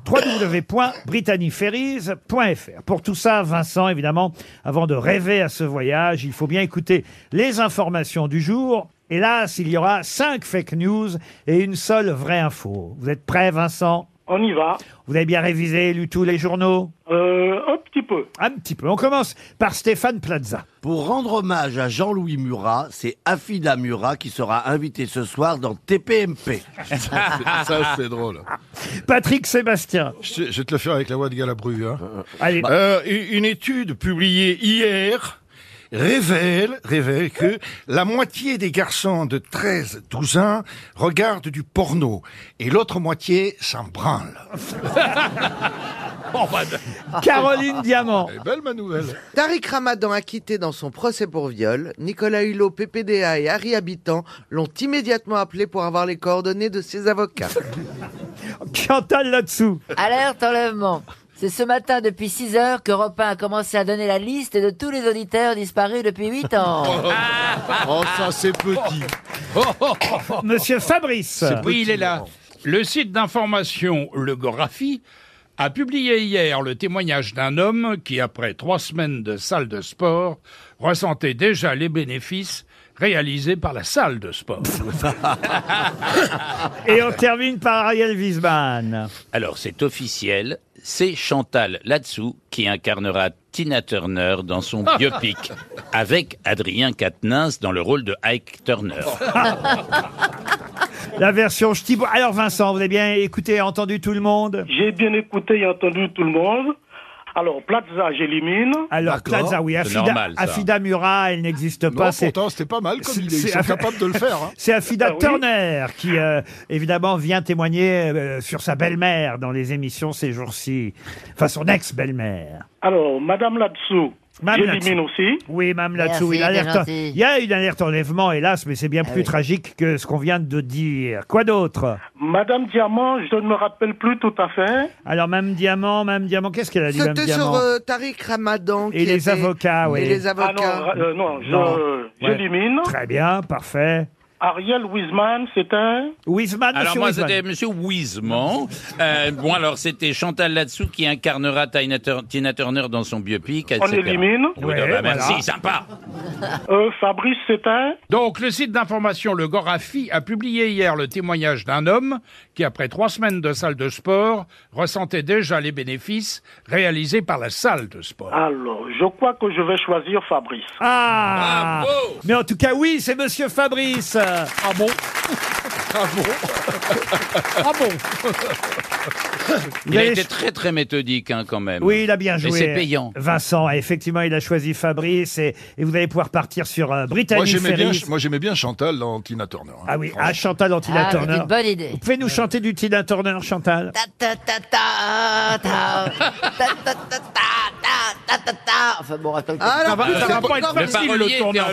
S2: www.brittanyferries.fr. Pour tout ça, Vincent, évidemment, avant de rêver à ce voyage, il faut bien écouter les informations du jour. Hélas, il y aura cinq fake news et une seule vraie info. Vous êtes prêts, Vincent
S12: On y va. Euh,
S2: Vous avez bien révisé, lu tous les journaux
S12: Un petit peu.
S2: Un petit peu. On commence par Stéphane Plaza.
S5: Pour rendre hommage à Jean-Louis Murat, c'est Afida Murat qui sera invitée ce soir dans TPMP.
S4: Ça, c'est drôle.
S2: Patrick Sébastien.
S4: Je, te- je vais te le faire avec la voix de Galabru. hein.
S2: Allez.
S4: Euh, une une étude publiée hier révèle, révèle que la moitié des garçons de 13-12 ans regardent du porno et l'autre moitié s'en branle.
S2: Oh, bah, Caroline Diamant.
S4: belle ma nouvelle.
S8: Tariq Ramadan acquitté dans son procès pour viol, Nicolas Hulot, PPDA et Harry Habitant l'ont immédiatement appelé pour avoir les coordonnées de ses avocats.
S2: Chantal là-dessous.
S6: Alerte enlèvement. C'est ce matin, depuis 6 heures, que Repin a commencé à donner la liste de tous les auditeurs disparus depuis 8 ans. Ah,
S7: Oh, ça c'est petit.
S2: Monsieur Fabrice.
S7: Oui, il est là. Le site d'information Le Gorafi a publié hier le témoignage d'un homme qui, après trois semaines de salle de sport, ressentait déjà les bénéfices réalisés par la salle de sport.
S2: Et on termine par Ariel Wiesmann.
S3: Alors, c'est officiel, c'est Chantal Latsou qui incarnera Tina Turner dans son biopic, avec Adrien Quatennens dans le rôle de Ike Turner.
S16: Oh.
S2: La version ch'tibo. Alors Vincent, vous avez bien écouté et entendu tout le monde
S12: J'ai bien écouté et entendu tout le monde. Alors, Plaza, j'élimine.
S2: Alors Plaza, oui, Afida, Afida Murat, elle n'existe pas.
S4: Non,
S2: c'est-
S4: pourtant, c'était pas mal comme
S2: c'est-
S4: idée. Ils
S2: c'est-
S4: sont capables de le faire. hein.
S2: C'est Afida
S4: Ah oui.
S2: Turner qui, euh, évidemment, vient témoigner euh, sur sa belle-mère dans les émissions ces jours-ci. Enfin, son ex-belle-mère.
S12: Alors, Madame Latsou,
S2: Madame
S12: j'élimine
S2: Latsou.
S12: aussi.
S2: Oui, Mme
S12: Merci,
S2: Latsou, il,
S12: t'es
S2: alerte-
S12: gentil.
S2: il y a une alerte enlèvement, hélas, mais c'est bien plus tragique que ce qu'on vient de dire. Quoi d'autre
S12: Madame Diamant, je ne me rappelle plus tout à fait.
S2: Alors, Mme Diamant, Mme Diamant, qu'est-ce qu'elle a dit, Mme
S8: C'était
S2: Diamant
S8: sur euh, Tariq Ramadan.
S2: Et
S8: qui
S2: les
S8: était-
S2: avocats, oui.
S8: Et les
S2: Ah
S8: avocats.
S12: Ah non, euh, non, je-
S2: Ouais.
S12: j'élimine.
S2: Très bien, parfait.
S12: Ariel Wiesman, c'est un.
S2: Wiesman,
S3: Alors moi c'était Monsieur Wiseman. Euh, bon alors c'était Chantal Latsou qui incarnera Tina Tur- Tina Turner dans son biopic.
S7: On
S3: etc.
S7: élimine
S3: Oui,
S7: Ouais,
S3: ah bah,
S7: voilà.
S3: Merci, sympa.
S12: Fabrice Sétain.
S7: Donc, le site d'information Le Gorafi a publié hier le témoignage d'un homme qui, après trois semaines de salle de sport, ressentait déjà les bénéfices réalisés par la salle de sport.
S12: Alors, je crois que je vais choisir Fabrice.
S2: Ah Mais en tout cas, oui, c'est Monsieur Fabrice. Ah
S7: bon
S4: Ah bon
S2: Ah bon Vous
S3: Il a
S2: allez
S3: été
S2: ch-
S3: très très méthodique hein, quand même.
S2: Oui, il a bien joué.
S3: Et c'est payant.
S2: Vincent, Et effectivement, il a choisi Fabrice et, et vous allez pouvoir partir sur euh, Brittany
S4: Moi j'aimais bien,
S2: Ferries.
S4: moi, j'aimais bien Chantal dans Tina Turner. hein,
S2: Ah oui,
S4: franchement.
S2: à Chantal dans Tina
S6: Ah, c'est
S2: Turner.
S6: une bonne idée.
S2: Vous pouvez nous chanter du Tina Turner, Chantal
S6: Ta, ta, ta, ta, ta, ta, ta, ta, ta, ta. Enfin bon, attends.
S2: Ah, Ça va- ça va pas être facile, le tournage.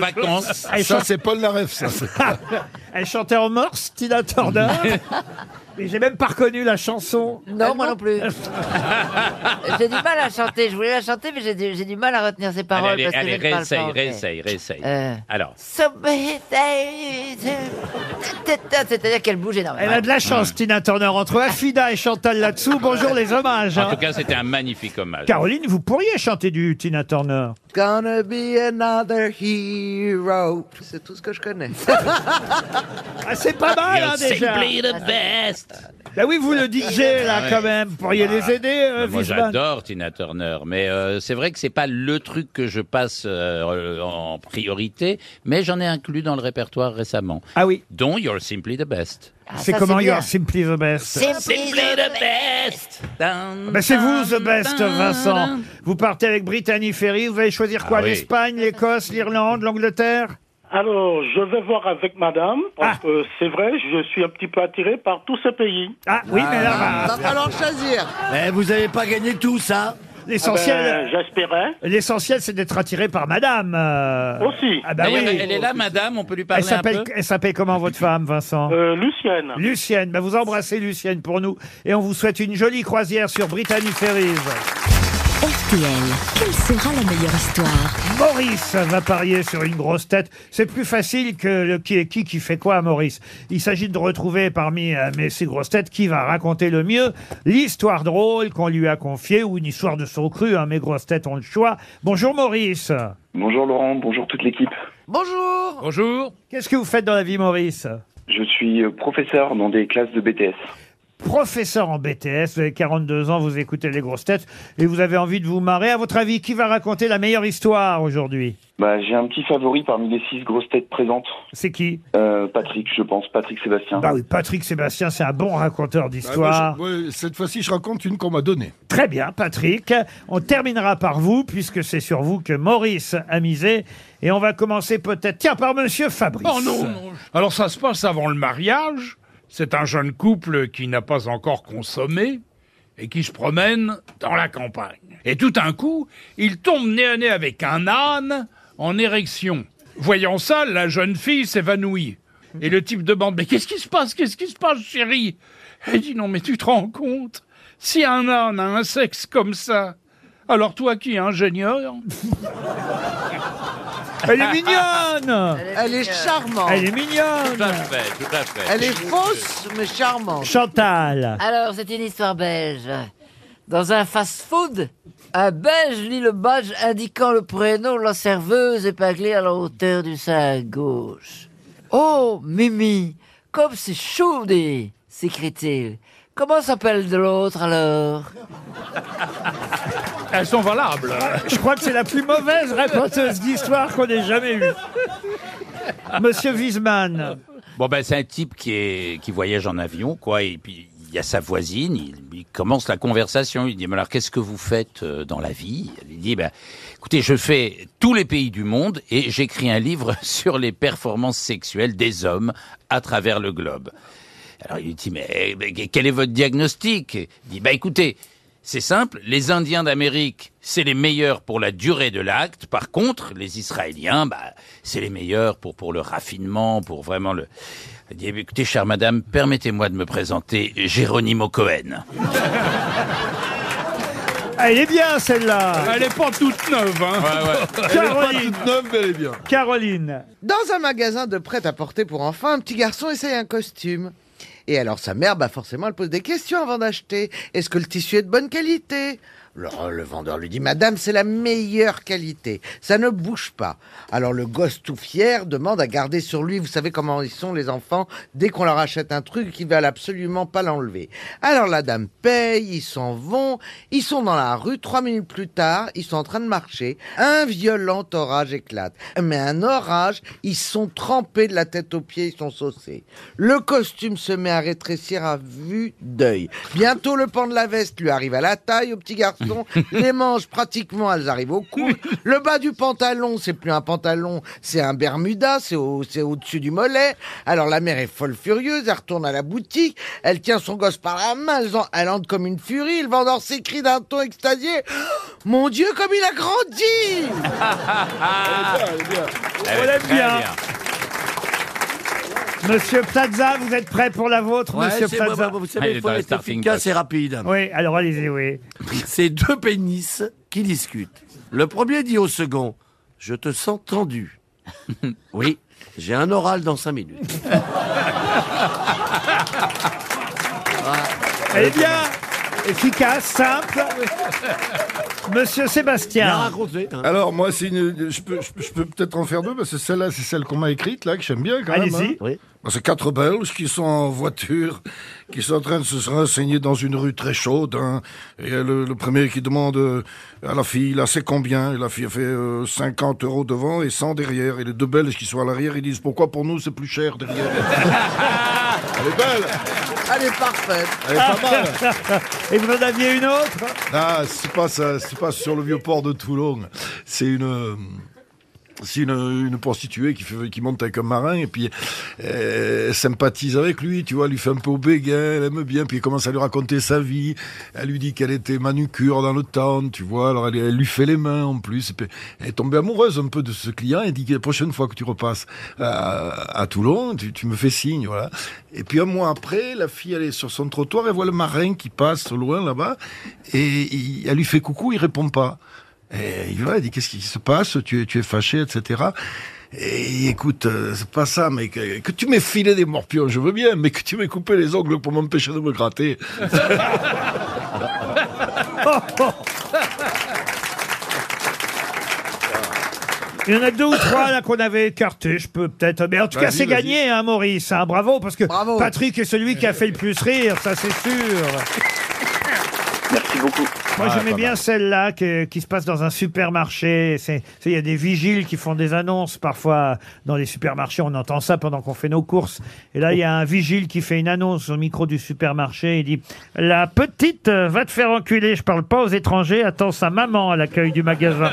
S2: Elle
S4: Ça,
S2: chante-
S4: c'est Paul Naref, ça.
S2: Elle chantait en morse, Tina Turner. Mais j'ai même pas reconnu la chanson.
S6: Non, moi non plus. J'ai du mal à chanter. Je voulais la chanter, mais j'ai du, j'ai du mal à retenir ses paroles.
S3: allez,
S6: parce que
S3: allez,
S6: je ne parle
S3: réessaye,
S6: pas anglais.
S3: réessaye, réessaye.
S6: Euh.
S3: Alors.
S6: So many days, ta, ta, ta. C'est-à-dire qu'elle bouge énormément.
S2: Elle a de la chance, Tina Turner, entre Afida et Chantal là-dessous. Bonjour les hommages.
S3: En
S2: hein.
S3: tout cas, c'était un magnifique hommage.
S2: Caroline, vous pourriez chanter du Tina Turner.
S8: Gonna be another hero. C'est tout ce que je connais.
S2: Ah, c'est pas mal, hein,
S8: You're
S2: déjà.
S8: simply the
S3: best.
S2: Bah oui, vous le disiez, là,
S3: Ah ouais.
S2: quand même. Vous pourriez
S3: Ah.
S2: les aider, euh,
S3: Bah, Moi,
S2: Wiesmann.
S3: j'adore Tina Turner, mais euh, c'est vrai que c'est pas le truc que je passe euh, en priorité, mais j'en ai inclus dans le répertoire récemment.
S2: Ah oui.
S3: Dont You're Simply the Best.
S2: C'est comment You're Simply the Best
S3: the best.
S2: Bah, c'est vous, The Best, Vincent. Vous partez avec Brittany Ferry. Vous allez choisir quoi
S12: Ah oui.
S2: L'Espagne, l'Écosse, l'Irlande, l'Angleterre
S12: Alors, je vais voir avec madame,
S2: Ah.
S12: parce que c'est vrai, je suis un petit peu attiré par tous ces pays. Ah
S2: Ah
S12: oui, mais là,
S8: Va falloir choisir.
S5: Eh, vous n'avez pas gagné tout ça
S12: Ah
S2: L'essentiel-
S12: ben, J'espérais.
S2: L'essentiel, c'est d'être attiré par madame. Aussi. Ah bah
S3: D'ailleurs,
S2: oui.
S3: Elle est là, madame, on peut lui
S2: Elle
S3: parler un
S2: s'appelle,
S3: peu
S2: elle s'appelle comment votre femme, Vincent
S12: Lucienne.
S2: Lucienne. Bah, vous embrassez Lucienne pour nous. Et on vous souhaite une jolie croisière sur Brittany Ferries.
S13: RTL, quelle sera la meilleure histoire
S2: Maurice va parier sur une grosse tête. C'est plus facile que le qui est qui qui fait quoi à Maurice. Il s'agit de retrouver parmi euh, mes six grosses têtes qui va raconter le mieux l'histoire drôle qu'on lui a confiée ou une histoire de son cru. hein. Mes grosses têtes ont le choix. Bonjour Maurice.
S17: Bonjour Laurent, bonjour toute l'équipe.
S2: Bonjour.
S7: Bonjour.
S2: Qu'est-ce que vous faites dans la vie Maurice
S17: Je suis euh, professeur dans des classes de BTS.
S2: Professeur en BTS, vous avez 42 ans, vous écoutez les grosses têtes et vous avez envie de vous marrer. À votre avis, qui va raconter la meilleure histoire aujourd'hui
S17: Bah, j'ai un petit favori parmi les six grosses têtes présentes.
S2: C'est qui
S17: Euh, Patrick, je pense, Patrick Sébastien.
S2: Bah oui, Patrick Sébastien, c'est un bon raconteur
S17: Ah,
S2: d'histoire.
S17: moi,
S4: Bah, Ouais, cette fois-ci, je raconte une qu'on m'a donnée.
S2: Très bien, Patrick. On terminera par vous, puisque c'est sur vous que Maurice a misé. Et on va commencer peut-être, tiens, par Monsieur Fabrice.
S7: Oh non, non. Alors ça se passe avant le mariage. C'est un jeune couple qui n'a pas encore consommé et qui se promène dans la campagne. Et tout d'un coup, il tombe nez à nez avec un âne en érection. Voyant ça, la jeune fille s'évanouit. Et le type demande Mais qu'est-ce qui se passe Qu'est-ce qui se passe, chérie Elle dit Non, mais tu te rends compte Si un âne a un sexe comme ça, alors toi qui es ingénieur.
S2: Elle est mignonne
S8: Elle est charmante.
S2: Elle est mignonne
S3: Tout à fait, tout à fait.
S8: Elle est fausse, mais charmante.
S2: Chantal.
S6: Alors, c'est une histoire belge. Dans un fast-food, un Belge lit le badge indiquant le prénom de la serveuse épinglée à la hauteur du sein gauche. Oh, Mimi, comme c'est chaud, des- s'écrie-t-il. Comment s'appelle de l'autre alors
S7: Elles sont valables.
S2: Je crois que c'est la plus mauvaise raconteuse d'histoire qu'on ait jamais eue. Monsieur Wiesmann.
S3: Bon, ben, c'est un type qui, est, qui voyage en avion, quoi, et puis il y a sa voisine, il, il commence la conversation, il dit, mais alors, qu'est-ce que vous faites euh, dans la vie Elle lui dit, ben, écoutez, je fais tous les pays du monde et j'écris un livre sur les performances sexuelles des hommes à travers le globe. Alors, il lui dit, mais, mais quel est votre diagnostic Il dit, ben, écoutez, c'est simple, les Indiens d'Amérique, c'est les meilleurs pour la durée de l'acte. Par contre, les Israéliens, bah, c'est les meilleurs pour, pour le raffinement, pour vraiment le... Elle dit, eh, écoutez, chère madame, permettez-moi de me présenter Géronimo Cohen.
S2: Elle Ah, est bien, celle-là.
S7: Elle est pas toute neuve, hein.
S4: Ah. Elle est pas
S2: Caroline.
S4: toute neuve, mais elle est bien.
S2: Caroline.
S8: Dans un magasin de prêt-à-porter pour enfants, un petit garçon essaye un costume. Et alors sa mère, bah forcément, elle pose des questions avant d'acheter. Est-ce que le tissu est de bonne qualité Le, le vendeur lui dit, Madame, c'est la meilleure qualité. Ça ne bouge pas. Alors le gosse tout fier demande à garder sur lui. Vous savez comment ils sont les enfants. Dès qu'on leur achète un truc, ils veulent absolument pas l'enlever. Alors la dame paye, ils s'en vont. Ils sont dans la rue. Trois minutes plus tard, ils sont en train de marcher. Un violent orage éclate. Mais un orage, ils sont trempés de la tête aux pieds, ils sont saucés. Le costume se met à rétrécir à vue d'œil. Bientôt, le pan de la veste lui arrive à la taille au petit garçon. Les manches, pratiquement, elles arrivent au cou. Le bas du pantalon, c'est plus un pantalon, c'est un Bermuda, c'est au- c'est au-dessus du mollet. Alors la mère est folle furieuse, elle retourne à la boutique, elle tient son gosse par la main, elle, en- elle entre comme une furie. Le vendeur s'écrie d'un ton extasié. Mon Dieu, comme il a grandi
S2: On l'aime bien. Monsieur Plaza, vous êtes prêt pour la vôtre,
S5: Ouais,
S2: monsieur
S5: c'est-
S2: Plaza
S5: ouais, ouais, vous
S4: Ah,
S5: savez, Ah, il faut être efficace et rapide.
S2: Oui, alors allez-y, oui.
S5: C'est deux pénis qui discutent. Le premier dit au second Je te sens tendu. oui, j'ai un oral dans cinq minutes.
S2: Elle est bien efficace, simple. Monsieur Sébastien.
S4: Alors moi, c'est une- je peux, je peux- je peux peut-être en faire deux parce que celle-là, c'est celle qu'on m'a écrite là que j'aime bien quand même.
S2: Allez-y.
S4: hein. Bon, c'est quatre Belges qui sont en voiture, qui sont en train de se renseigner dans une rue très chaude. hein. Et le, le premier qui demande euh, à la fille, là, c'est combien Et la fille a fait euh, 50 euros devant et 100 derrière. Et les deux Belges qui sont à l'arrière, ils disent pourquoi pour nous c'est plus cher derrière. Elle est belle.
S8: Elle est parfaite.
S4: Elle est pas mal.
S2: Et vous en aviez une autre
S4: Ah, c'est pas ça, c'est pas sur le vieux port de Toulon. C'est une. euh, C'est une, une prostituée qui, fait, qui monte avec un marin et puis euh, elle sympathise avec lui, tu vois, elle lui fait un peu au béguin, elle aime bien, puis elle commence à lui raconter sa vie, elle lui dit qu'elle était manucure dans le town, tu vois, alors elle, elle lui fait les mains en plus, et puis elle est tombée amoureuse un peu de ce client, elle dit que la prochaine fois que tu repasses euh, à, à Toulon, tu, tu me fais signe, voilà. Et puis un mois après, la fille elle est sur son trottoir, elle voit le marin qui passe au loin là-bas, et il- elle lui fait coucou, il répond pas. Et il va, il dit qu'est-ce qui se passe tu es, tu es fâché, etc. Et écoute, euh, c'est pas ça, mais que, que tu m'aies filé des morpions, je veux bien, mais que tu m'aies coupé les ongles pour m'empêcher de me gratter.
S2: Il y en a deux ou trois là qu'on avait écartés, je peux peut-être. Mais en tout cas,
S4: Vas-y,
S2: c'est
S4: vas-y.
S2: gagné, hein, Maurice. hein, bravo, parce que Patrick est celui qui a fait le plus rire, ça c'est sûr.
S9: Merci beaucoup.
S2: Moi,
S12: Ah,
S4: Ah,
S2: j'aimais bien celle-là que- qui se passe dans un supermarché. C'est- c'est- Il y a des vigiles qui font des annonces parfois dans les supermarchés. On entend ça pendant qu'on fait nos courses. Et là, il y a un vigile qui fait une annonce au micro du supermarché. Il dit La petite euh, va te faire enculer. Je parle pas aux étrangers. Attends sa maman à l'accueil du magasin.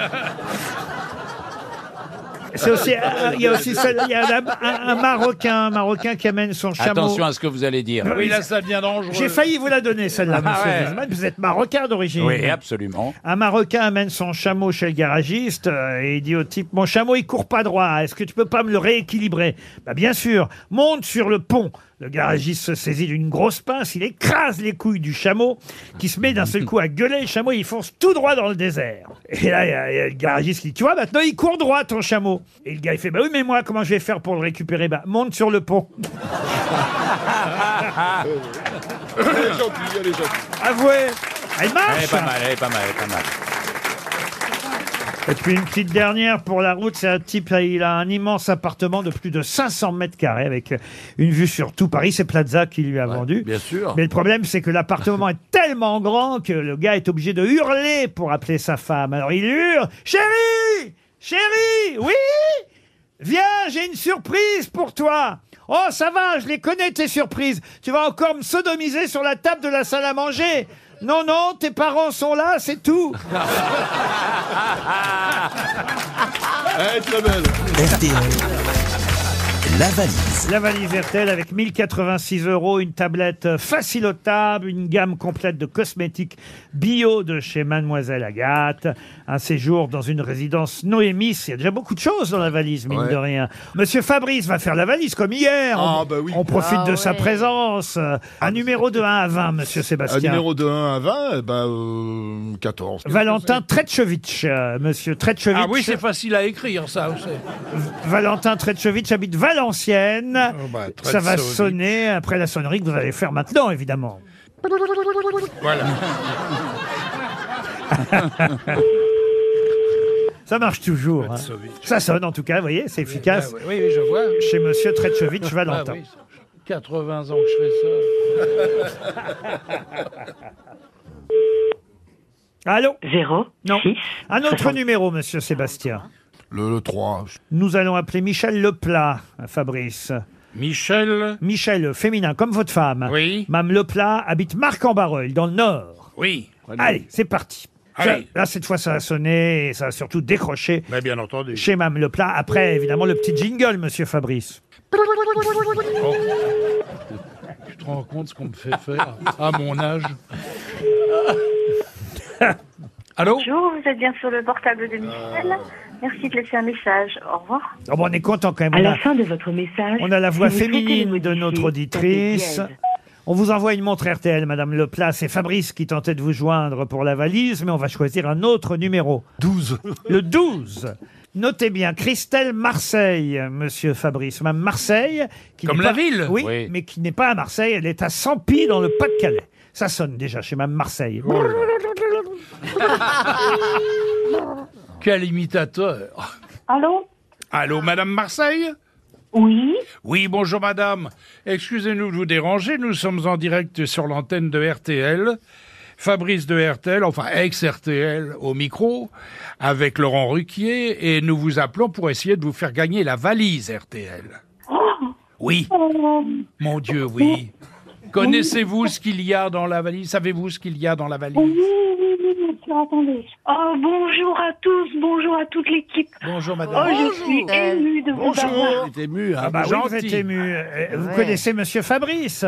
S2: C'est aussi, euh, il y a aussi celle- il y a un, un- un Marocain, un Marocain qui amène son chameau.
S3: Attention à ce que vous allez dire.
S2: Oui, là,
S7: ça devient dangereux.
S2: J'ai failli vous la donner celle-là,
S3: Ah
S2: monsieur
S3: ouais.
S2: Wiesmann. Vous êtes Marocain d'origine.
S3: Oui, absolument.
S2: Un Marocain amène son chameau chez le garagiste euh, et il dit au type Mon chameau, il court pas droit. Est-ce que tu peux pas me le rééquilibrer bah, Bien sûr. Monte sur le pont. Le garagiste se saisit d'une grosse pince. Il écrase les couilles du chameau qui se met d'un seul coup à gueuler. Le chameau, il fonce tout droit dans le désert. Et là, il y a- il y, a le garagiste qui dit Tu vois, maintenant, il court droit ton chameau. Et le gars, il fait Bah oui, mais moi, comment je vais faire pour le récupérer Bah, monte sur le pont.
S4: Elle est gentille, elle est gentille.
S2: Avouez Elle marche
S3: Elle est pas mal, elle est pas mal, elle est pas mal.
S2: Et puis une petite dernière pour la route, c'est un type, là, il a un immense appartement de plus de 500 mètres carrés avec une vue sur tout Paris. C'est Plaza qui lui a vendu.
S5: bien sûr.
S2: Mais le problème, c'est que l'appartement est tellement grand que le gars est obligé de hurler pour appeler sa femme. Alors il hurle Chérie Chérie Oui Viens, j'ai une surprise pour toi Oh, ça va, je les connais tes surprises. Tu vas encore me sodomiser sur la table de la salle à manger. Non, non, tes parents sont là, c'est tout.
S4: Elle est très belle.
S1: La valise.
S2: La valise RTL avec 1086 euros, une tablette facile au table, une gamme complète de cosmétiques bio de chez Mademoiselle Agathe, un séjour dans une résidence Noémis. Il y a déjà beaucoup de choses dans la valise, mine
S4: Ouais.
S2: de rien. Monsieur Fabrice va faire la valise comme hier.
S4: Ah,
S2: on,
S4: bah oui.
S2: on profite
S4: Ah,
S2: de sa
S4: ouais. Ah,
S2: présence. Euh, Un numéro de 1 à 20, monsieur
S4: Un
S2: Sébastien.
S4: numéro de 1 à 20, eh ben, euh, 14.
S2: Valentin Tretchevitch, euh, monsieur Tretchevitch.
S7: Ah oui, c'est facile à écrire, ça. vous savez.
S2: Valentin Tretchevitch habite Valenciennes.
S7: Oh, bah,
S2: Ça va
S7: Tretchevitch.
S2: sonner après la sonnerie que vous allez faire maintenant, évidemment.
S7: Voilà.
S2: Ça marche toujours. hein. Ça sonne en tout cas, vous voyez, c'est efficace.
S7: oui, bah Ah, oui, oui, je vois.
S2: Chez Monsieur Tretchevitch
S7: Ah
S2: Valentin.
S7: oui, 80 ans que je fais ça.
S2: Allô
S18: 0
S2: Non. Un autre numéro, Monsieur Sébastien.
S4: Le, 3.
S2: Nous allons appeler Michel Leplat, Fabrice.
S7: Michel
S2: Michel, féminin, comme votre femme.
S7: Oui.
S2: Mme Leplat habite Marc-en-Barœul, dans le Nord.
S7: Oui.
S2: Allez, c'est parti.
S7: Ah, Allez.
S2: Là, cette fois, ça a sonné et ça a surtout décroché
S7: Mais bien entendu.
S2: chez Mme Leplat. Après, évidemment, le petit jingle, Monsieur Fabrice.
S7: Oh. Tu te rends compte ce qu'on me fait faire à mon âge Allô
S19: Bonjour, vous êtes bien sur le portable de Michel. Merci de laisser un message. Au revoir.
S2: Oh, bon, on est content quand même.
S19: À
S2: On
S19: la
S2: a-
S19: fin de votre message,
S2: On a la
S19: si
S2: voix
S19: vous souhaitez
S2: féminine
S19: le
S2: de notre
S19: modifier, tapez
S2: auditrice.
S19: dièse.
S2: On vous envoie une montre RTL, Madame Leplat. C'est Fabrice qui tentait de vous joindre pour la valise, mais on va choisir un autre numéro. 12. Le 12. Notez bien, Christelle Marseille, Monsieur Fabrice. Même Marseille. Qui
S7: Comme
S2: n'est
S7: la
S2: pas-
S7: ville.
S2: Oui,
S7: Oui.
S2: mais qui n'est pas à Marseille. Elle est à Sampi, dans le Pas-de-Calais. Ça sonne déjà chez Mme Marseille.
S18: Oh
S7: Quel imitateur
S19: Allô
S7: Allô, Madame Marseille
S19: Oui.
S7: Oui, bonjour Madame. Excusez-nous de vous déranger, nous sommes en direct sur l'antenne de RTL. Fabrice de RTL, enfin ex-RTL au micro, avec Laurent Ruquier, et nous vous appelons pour essayer de vous faire gagner la valise RTL. Oui.
S18: Oh,
S7: Mon Dieu, oui. Connaissez-vous ce qu'il y a dans la valise Savez-vous ce qu'il y a dans la valise
S18: Oui, oui, oui, bien sûr, attendez. Oh, bonjour à tous, bonjour à toute l'équipe.
S7: Bonjour, madame.
S18: Oh, je
S7: Bonjour.
S18: suis émue de vous hein. avoir.
S7: ému,
S2: Ah bah oui, vous êtes ému. Euh, Vous
S18: Ouais.
S2: connaissez Monsieur Fabrice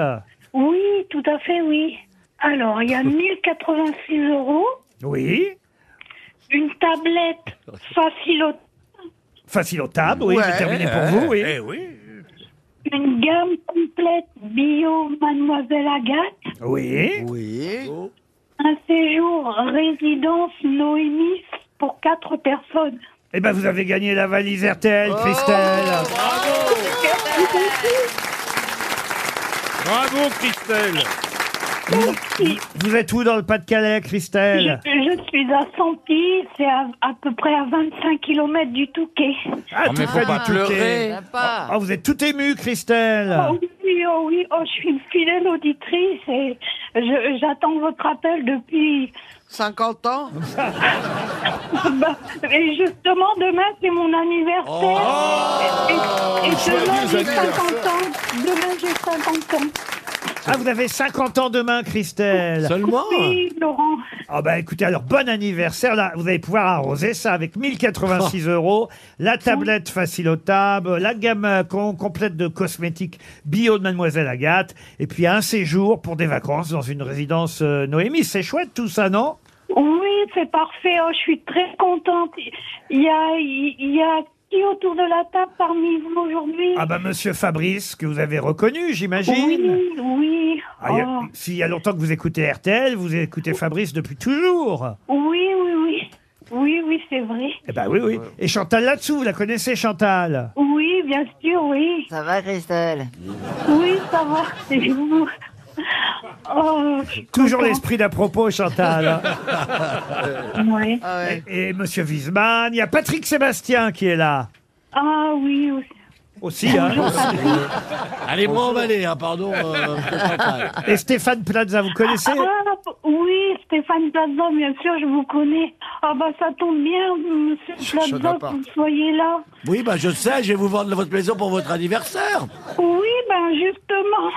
S18: Oui, tout à fait, oui. Alors, il y a 1086 euros,
S2: Oui.
S18: une tablette facile,
S2: Facile au table, oui,
S18: Ouais. Eh
S2: j'ai terminé pour vous, oui.
S18: une gamme complète bio Mademoiselle Agathe,
S2: Oui.
S8: Oui.
S18: un séjour résidence Noémie pour quatre personnes.
S2: Eh ben, vous avez gagné la valise RTL, Christelle.
S7: Bravo, Christelle.
S2: Vous, vous êtes où dans le Pas-de-Calais,
S18: Je,
S2: Christelle
S18: je suis à Sampi, c'est à, à peu près à 25 km du Touquet.
S2: Ah, tout près du Touquet.
S18: Sympa.
S2: Ah, vous êtes tout ému, Christelle.
S18: Oh oui, oh oui, oh, je suis une fidèle auditrice et je- j'attends votre appel depuis... 50 ans Bah, Et justement, demain, c'est mon anniversaire. et et- et
S2: Oh. Joyeux
S18: demain, j'ai
S2: anniversaire.
S18: 50 ans. Demain, j'ai 50 ans.
S2: Ah, vous avez 50 ans demain, Christelle. Seulement
S18: Oui, Laurent.
S2: Ah bah écoutez, alors bon anniversaire. Là, vous allez pouvoir arroser ça avec 1086 euros, la tablette facile au table, la gamme euh, com- complète de cosmétiques bio de Mademoiselle Agathe, et puis un séjour pour des vacances dans une résidence euh, Noémie. C'est chouette tout ça, non
S18: Oui, c'est parfait. Oh, je suis très contente. Il y a, il y a qui autour de la table parmi vous aujourd'hui
S2: Ah bah Monsieur Fabrice, que vous avez reconnu, j'imagine.
S18: Oui, oui.
S2: Ah, il y a-
S18: Oh.
S2: S'il y a longtemps que vous écoutez RTL, vous écoutez Fabrice depuis toujours.
S18: Oh. Oui, oui, oui. Oui, oui, c'est vrai.
S2: Eh ben oui, oui. Et Chantal là-dessous, vous la connaissez, Chantal
S18: Oui, bien sûr, oui.
S6: Ça va, Christelle
S18: Oui, ça va, c'est vous. Oh, je suis
S2: Toujours
S18: contente.
S2: l'esprit d'à propos, Chantal.
S18: Ouais.
S2: Et, et Monsieur Wiesmann, il y a Patrick Sébastien qui est là.
S18: Ah oui, aussi.
S2: Aussi, hein.
S18: Bonjour, Patrick.
S5: Allez, moi emballé, hein, pardon. euh, monsieur Chantal.
S2: Et Stéphane Plaza, vous connaissez
S18: Ah, oui, Stéphane Plaza, bien sûr, je vous connais. Ah bah ça tombe bien, monsieur
S5: je
S18: Plaza,
S5: n'ai pas.
S18: que vous soyez là.
S5: Oui, bah je sais, je vais vous vendre votre maison pour votre anniversaire.
S18: Oui, ben justement,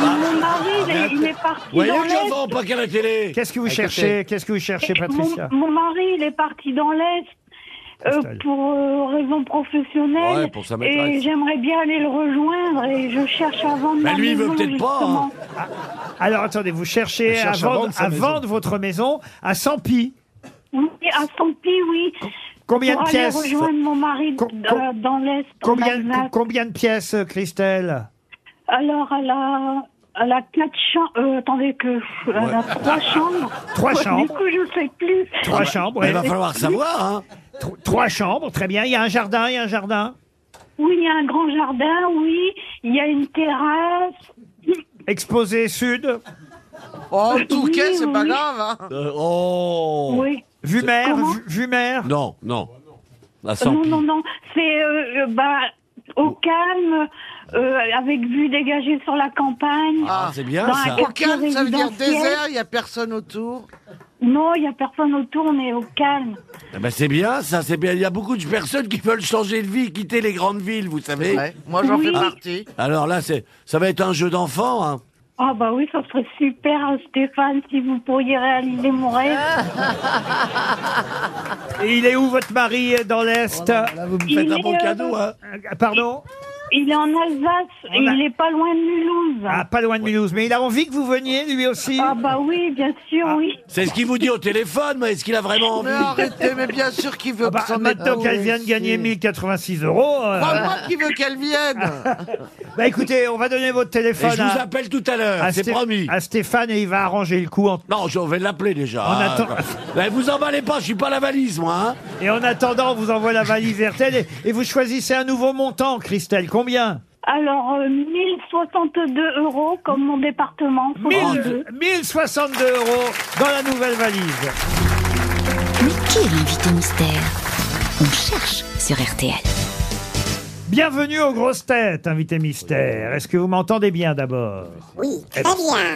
S18: mon mari, il est- ah, il est parti
S5: Voyez
S18: dans
S5: que je
S18: l'Est.
S5: vends pas qu'à la télé.
S2: Qu'est-ce que vous
S5: Écoutez.
S2: cherchez Qu'est-ce que vous cherchez, Patricia
S18: Mon, mon mari, il est parti dans l'Est. euh,
S2: Christelle.
S18: pour euh, raison professionnelle
S2: Ouais, pour sa
S18: et
S2: maîtresse.
S18: j'aimerais bien aller le rejoindre et je cherche à vendre ma
S2: Bah, lui, il veut
S18: maison,
S2: peut-être pas, hein.
S18: justement.
S2: Alors attendez, vous cherchez
S18: On
S2: à
S18: cherche à
S2: vendre,
S18: vendre sa
S2: à
S18: maison.
S2: vendre votre maison à 100 pis.
S18: oui à Sampi oui
S2: Combien
S18: pour
S2: de pièces
S18: aller rejoindre mon mari
S2: Com-
S18: d-
S2: com-
S18: euh, dans l'Est en
S2: Combien,
S18: Alsace.
S2: co- combien de pièces, euh, Christelle
S18: alors elle a elle a quatre chambres euh, attendez que elle a trois chambres
S2: Trois
S18: Ouais, du
S2: chambres.
S18: coup je sais plus
S2: Trois chambres.
S18: Ah, Mais
S2: ouais.
S18: il va falloir savoir,
S5: hein.
S2: Tro- Trois chambres, très bien. Il y a un jardin, il y a un jardin.
S18: oui il y a un grand jardin oui il y a une terrasse
S2: Exposé sud.
S8: hein.
S18: Oh, en tout cas, c'est pas grave,
S5: oh
S18: Oui.
S2: Vumer,
S18: Comment
S2: vu- Vumer.
S5: Non, non. La
S18: Euh,
S5: Bah, sans
S18: non,
S5: pli.
S18: non, non. C'est euh, euh, bah, au calme, euh, avec vue dégagée sur la campagne.
S5: Ah, c'est bien,
S18: Dans
S5: ça.
S18: un
S5: Au
S18: quartier
S8: calme, ça veut dire
S18: résidentiel.
S8: désert, il n'y a personne autour.
S18: Non, il n'y a personne autour, mais au calme.
S5: Eh ben, c'est bien, ça, c'est bien. Il y a beaucoup de personnes qui veulent changer de vie, quitter les grandes villes, vous savez. Ah.
S8: vrai. Moi, j'en
S18: Oui. fais
S8: partie.
S5: Alors là, c'est, ça va être un jeu d'enfant. Hein.
S18: Ah bah oui, ça serait super, euh, Stéphane, si vous pourriez réaliser mon rêve.
S8: Ah.
S2: Et il est où votre mari euh, dans
S18: Oh,
S2: l'Est vous
S18: me faites Il un bon est, euh, cadeau, hein.
S2: Pardon
S18: Il est en Alsace, et
S2: On a-
S18: il est pas loin de Mulhouse.
S2: Ah, pas loin de Mulhouse. Mais il a envie que vous veniez, lui aussi Ah.
S18: Ah bah oui, bien sûr, oui.
S5: C'est ce qu'il vous dit au téléphone, mais est-ce qu'il a vraiment envie
S8: Mais arrêtez, mais bien sûr qu'il veut
S2: Ah bah,
S8: que Ah s'en
S2: Maintenant
S8: aille.
S2: qu'elle vient de gagner 1086 euros. euh,
S8: Crois-moi qu'il veut qu'elle vienne.
S2: Bah écoutez, on va donner votre téléphone.
S5: Et je
S2: à-
S5: vous appelle tout à l'heure,
S2: à
S5: c'est
S2: Sté-
S5: promis.
S2: À Stéphane et il va arranger le coup. En...
S5: Non, je vais l'appeler déjà.
S2: On
S5: Ah,
S2: attend-
S5: bah, vous emballez pas, je suis pas la valise, moi. hein.
S2: Et en attendant, on vous envoie la valise RTL et, et vous choisissez un nouveau montant, Christelle. Combien
S18: Alors, euh, 1062 euros comme mon département.
S2: 1000 1062 euros dans la nouvelle valise.
S13: Mais qui est l'invité mystère On cherche sur RTL.
S2: Bienvenue aux grosses têtes, invité mystère. Est-ce que vous m'entendez bien d'abord Oui, très bien.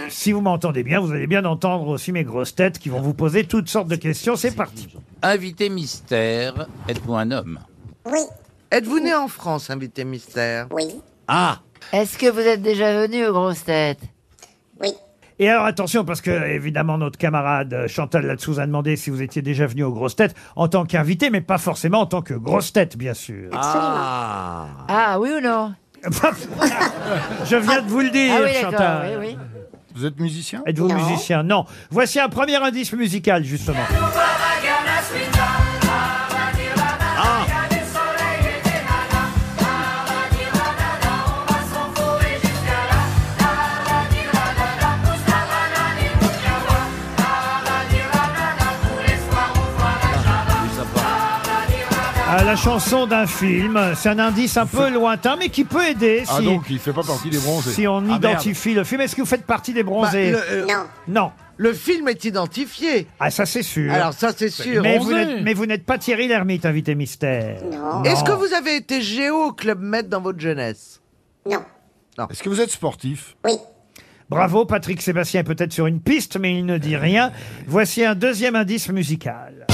S2: Si vous m'entendez bien, vous allez bien entendre aussi mes grosses têtes qui vont vous poser toutes sortes de questions. C'est parti.
S3: Invité mystère, êtes-vous un homme
S8: Oui. Êtes-vous né en France, invité mystère Oui.
S5: Ah
S6: Est-ce que vous êtes déjà venu aux grosses têtes
S2: Et alors attention, parce que évidemment notre camarade euh, Chantal Latsous a demandé si vous étiez déjà venu aux grosses têtes en tant qu'invité, mais pas forcément en tant que grosse tête, bien sûr.
S5: Ah
S6: Ah, oui ou non
S2: Je viens de vous le dire,
S6: Ah oui, d'accord,
S2: Chantal.
S6: oui, oui.
S4: Vous êtes musicien
S2: Êtes-vous musicien Non. Voici un premier indice musical, justement.
S5: Ah
S2: Ah, la chanson d'un film, c'est un indice un peu lointain, mais qui peut aider.
S4: Ah
S2: si-
S4: donc, il fait pas partie des bronzés.
S2: Si on
S4: Ah, merde.
S2: identifie le film, est-ce que vous faites partie des bronzés
S8: Bah, le- euh, Non.
S2: Non.
S8: Le film est identifié.
S2: Ah, ça c'est sûr.
S8: Alors, ça, c'est sûr.
S2: Mais vous
S8: Bronzé.
S2: n'êtes- mais vous n'êtes pas Thierry Lhermitte, invité mystère. Non.
S8: Est-ce que vous avez été géo au Club Med dans votre jeunesse Non.
S4: Est-ce que vous êtes sportif
S2: Bravo, Patrick Sébastien est peut-être sur une piste, mais il ne dit rien. Voici un deuxième indice musical.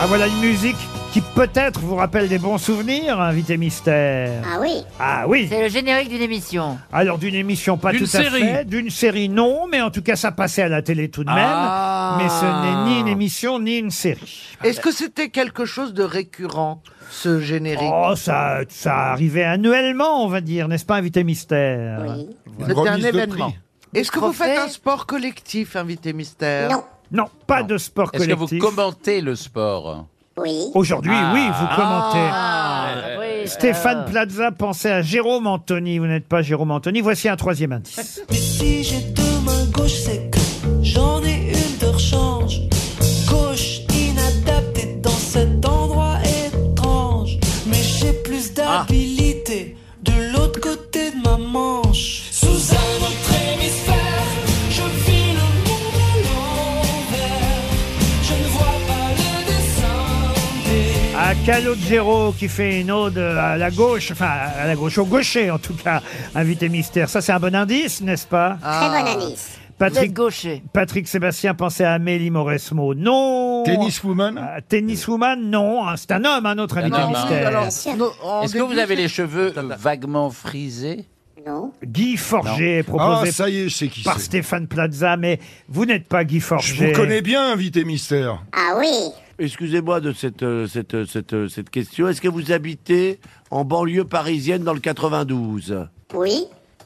S2: Ah voilà une musique qui peut-être vous rappelle des bons souvenirs, invité mystère.
S6: Ah oui
S2: Ah oui
S6: C'est le générique d'une émission.
S2: Alors d'une émission pas
S6: D'une
S2: tout
S6: série.
S2: à fait, d'une série non, mais en tout cas ça passait à la télé tout de même.
S8: Ah.
S2: Mais ce n'est ni une émission ni une série.
S8: Est-ce que c'était quelque chose de récurrent, ce générique
S2: Oh ça, ça arrivait annuellement, on va dire, n'est-ce pas, invité mystère
S8: C'était un événement. Est-ce que vous faites un sport collectif, invité mystère Non.
S2: Non, pas de sport
S3: Est-ce que
S2: collectif.
S3: vous commentez le sport Ah.
S2: Oui. Aujourd'hui, oui, vous
S8: Ah.
S2: commentez. Ah, Stéphane Plaza pensait à Jérôme Anthony. Vous n'êtes pas Jérôme Anthony. Voici un troisième indice.
S16: Mais si j'ai deux mains gauches, c'est que j'en ai une de rechange. Gauche inadaptée dans cet endroit étrange. Mais j'ai plus d'habilité de l'autre côté de ma manche. Sous un autre hémisphère, je vis le monde à l'envers. Je ne vois pas le dessin des.
S2: À Calogero qui fait une ode à la gauche, enfin à la gauche, au gaucher en tout cas, invité mystère. Ça c'est un bon indice, n'est-ce pas
S6: Très bon indice. Ah. Vous êtes
S2: Patrick,
S6: gaucher.
S2: Patrick Sébastien pensait à Amélie Mauresmo. Non
S4: Tenniswoman
S2: Ah, Tenniswoman, non. Ah, C'est un homme, un autre invité
S3: homme, hein.
S2: mystère.
S3: Alors,
S8: non, en
S3: Est-ce que vous
S8: début,
S3: avez
S8: c'est-
S3: les cheveux vaguement frisés
S19: Non.
S2: Guy Forger est proposé
S4: Ah, ça y est, je sais qui
S2: par
S4: c'est.
S2: Stéphane Plaza, mais vous n'êtes pas Guy Forger.
S4: Je vous connais bien, invité mystère.
S19: Ah oui
S5: Excusez-moi de cette, euh, cette, euh, cette, euh, cette question. Est-ce que vous habitez en banlieue parisienne dans le 92
S19: Oui.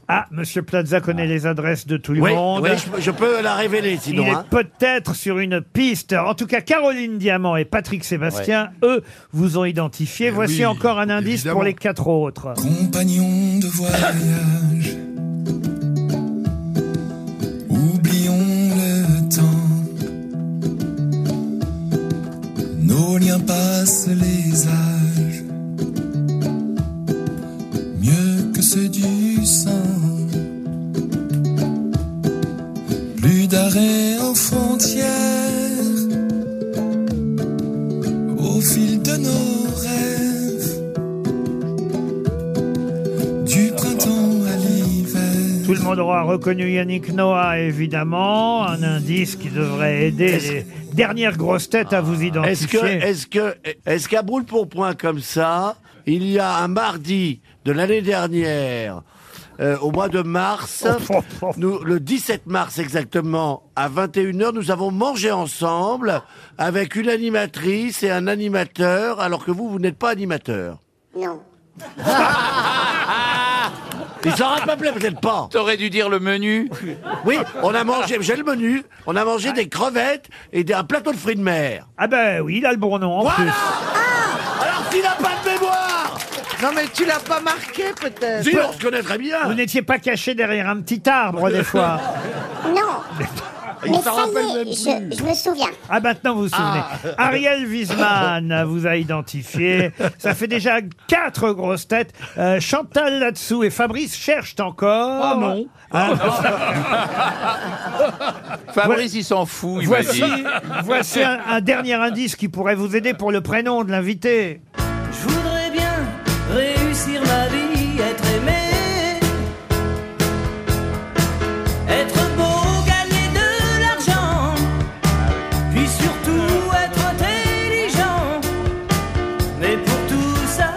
S2: Ah, Monsieur Plaza connaît les adresses de tout le
S5: Oui,
S2: monde.
S5: oui, je, je peux la révéler sinon.
S2: Il est
S5: hein.
S2: peut-être sur une piste. En tout cas, Caroline Diamant et Patrick Sébastien, eux, vous ont
S5: Eh
S2: identifié. Voici
S12: oui,
S2: encore un indice
S12: évidemment.
S2: pour les quatre autres.
S12: Compagnon de voyage, oublions
S16: d'arrêt aux frontières. Au fil de nos rêves, du
S5: Ah,
S16: printemps à l'hiver.
S2: Tout le monde aura reconnu Yannick Noah, évidemment. Un indice qui devrait aider
S5: Est-ce- Ah.
S2: les dernières grosses têtes à vous identifier.
S5: Est-ce que, est-ce que, est-ce qu'à brûle pour point comme ça, il y a un mardi de l'année dernière, euh, au mois de mars,
S2: Oh,
S5: nous, le 17 mars exactement, à 21h, nous avons mangé ensemble avec une animatrice et un animateur, alors que vous, vous n'êtes pas animateur.
S16: Non.
S5: Il s'en rappelle peut-être pas.
S3: T'aurais dû dire le menu.
S5: Oui, on a mangé, j'ai le menu, on a mangé des crevettes et des- un plateau de fruits de mer.
S2: Ah ben oui, il a le bon nom en
S5: voilà
S2: plus.
S5: Alors qu'il n'a pas de mémoire
S8: Non mais tu l'as pas marqué peut-être
S5: Si, on se connaît très bien
S2: Vous n'étiez pas caché derrière un petit arbre des fois.
S20: Non.
S2: Il
S20: Mais
S2: s'en
S20: ça
S2: rappelle
S20: y
S2: même
S20: est, je, je me souviens.
S2: Ah, maintenant vous vous souvenez.
S20: Ah.
S2: Ariel Wiesman vous a identifié. Ça fait déjà quatre grosses têtes. Euh, Chantal là-dessous et Fabrice cherchent encore.
S16: Oh non.
S2: Hein
S3: Fabrice, il s'en fout, il m'a
S2: voici,
S3: dit.
S2: voici un, un dernier indice qui pourrait vous aider pour le prénom de l'invité.
S16: Je voudrais bien réussir ma vie, être aimé, être beau, gagner de l'argent, puis surtout être intelligent. Mais pour tout ça,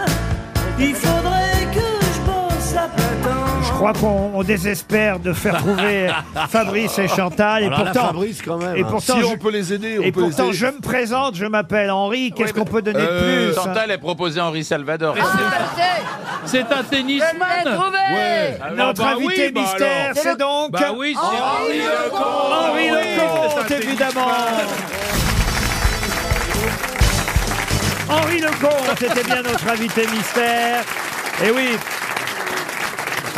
S16: il faudrait que je bosse à plein temps.
S2: Je crois qu'on on désespère de faire trouver Fabrice et Chantal. Et
S5: Alors là,
S2: pourtant,
S5: Fabrice, quand même,
S2: et
S5: hein.
S2: pourtant,
S5: Si
S2: je-
S5: on peut les aider, on
S2: et
S5: peut les
S2: pourtant,
S5: aider.
S2: je me présente, je m'appelle Henri. Qu'est-ce qu'on peut donner
S3: Euh,
S2: de plus hein
S3: Chantal a proposé Henri Salvador.
S7: C'est un
S2: Eh,
S7: tennisman.
S2: Ouais.
S7: Ah,
S2: Notre
S7: bah oui,
S2: invité
S7: bah
S2: mystère,
S7: alors.
S2: c'est donc
S7: Bah oui, c'est Henri Lecomte.
S2: Henri
S7: Oui,
S2: Lecomte,
S7: c'est un
S2: évidemment. Henri Lecomte était bien notre invité mystère. Et oui.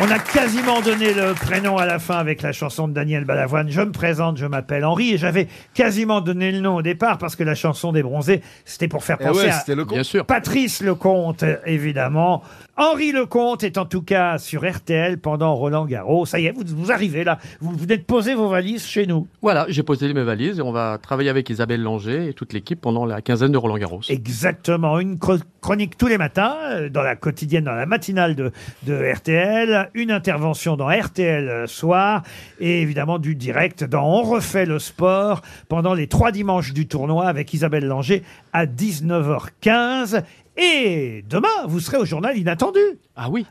S2: On a quasiment donné le prénom à la fin avec la chanson de Daniel Balavoine. Je me présente, je m'appelle Henri. Et j'avais quasiment donné le nom au départ parce que la chanson des bronzés, c'était pour faire
S4: Eh
S2: penser
S4: ouais,
S2: à
S4: c'était Lecomte. Bien sûr.
S2: Patrice Lecomte, évidemment. Henri Lecomte est en tout cas sur RTL pendant Roland Garros. Ça y est, vous, vous arrivez là. Vous venez de poser vos valises chez nous.
S21: Voilà, j'ai posé mes valises et on va travailler avec Isabelle Langer et toute l'équipe pendant la quinzaine de Roland Garros.
S2: Exactement. Une chro- chronique tous les matins, euh, dans la quotidienne, dans la matinale de, de RTL. Une intervention dans RTL euh, soir. Et évidemment, du direct dans On refait le sport pendant les trois dimanches du tournoi avec Isabelle Langer à 19h15. Et demain, vous serez au journal inattendu.
S21: Ah oui.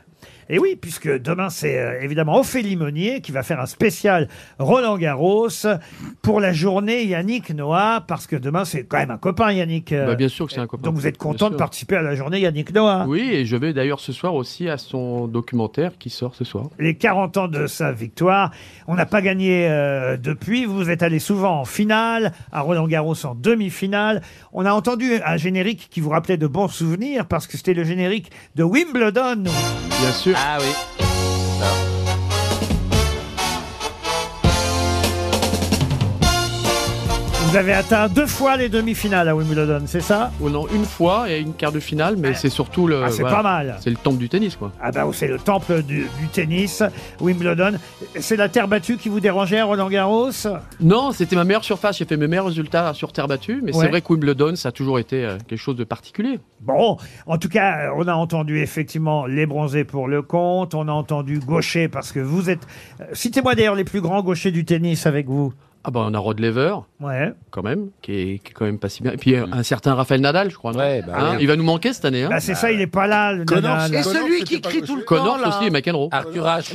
S2: Et oui, puisque demain, c'est euh, évidemment Ophélie Meunier qui va faire un spécial Roland Garros pour la journée Yannick Noah, parce que demain, c'est quand même un copain, Yannick. euh,
S21: Bah, bien sûr que c'est un copain.
S2: donc vous êtes
S21: Bien
S2: content de
S21: sûr.
S2: participer à la journée Yannick Noah. hein
S21: Oui, et je vais d'ailleurs ce soir aussi à son documentaire qui sort ce soir.
S2: Les 40 ans de sa victoire, on n'a pas gagné euh, depuis. Vous êtes allé souvent en finale, à Roland Garros en demi-finale. On a entendu un générique qui vous rappelait de bons souvenirs parce que c'était le générique de Wimbledon.
S21: Bien sûr.
S3: Ah oui.
S2: Vous avez atteint deux fois les demi-finales à Wimbledon, c'est ça
S21: Oh non, une fois et une quart de finale, mais c'est surtout le.
S2: ah, c'est pas mal.
S21: C'est le temple du tennis, quoi.
S2: Ah bah c'est le temple du, du tennis, Wimbledon. C'est la terre battue qui vous dérangeait à Roland Garros
S21: Non, c'était ma meilleure surface. J'ai fait mes meilleurs résultats sur terre battue, mais
S2: Ouais.
S21: c'est vrai que Wimbledon, ça a toujours été euh, quelque chose de particulier.
S2: Bon, en tout cas, on a entendu effectivement les bronzés pour le compte, on a entendu gaucher parce que vous êtes... Euh, Citez-moi d'ailleurs les plus grands gauchers du tennis avec vous.
S21: Ah bah on a Rod Lever,
S2: Ouais.
S21: quand même, qui est, qui est quand même pas si bien. Et puis euh, un certain Raphaël Nadal, je crois. non Hein,
S2: oui.
S21: il va nous manquer cette année. Hein
S2: Bah, c'est ça, il est pas là, le Nadal.
S8: Et celui qui crie tout le temps
S21: Connors
S8: là.
S21: aussi et McEnroe.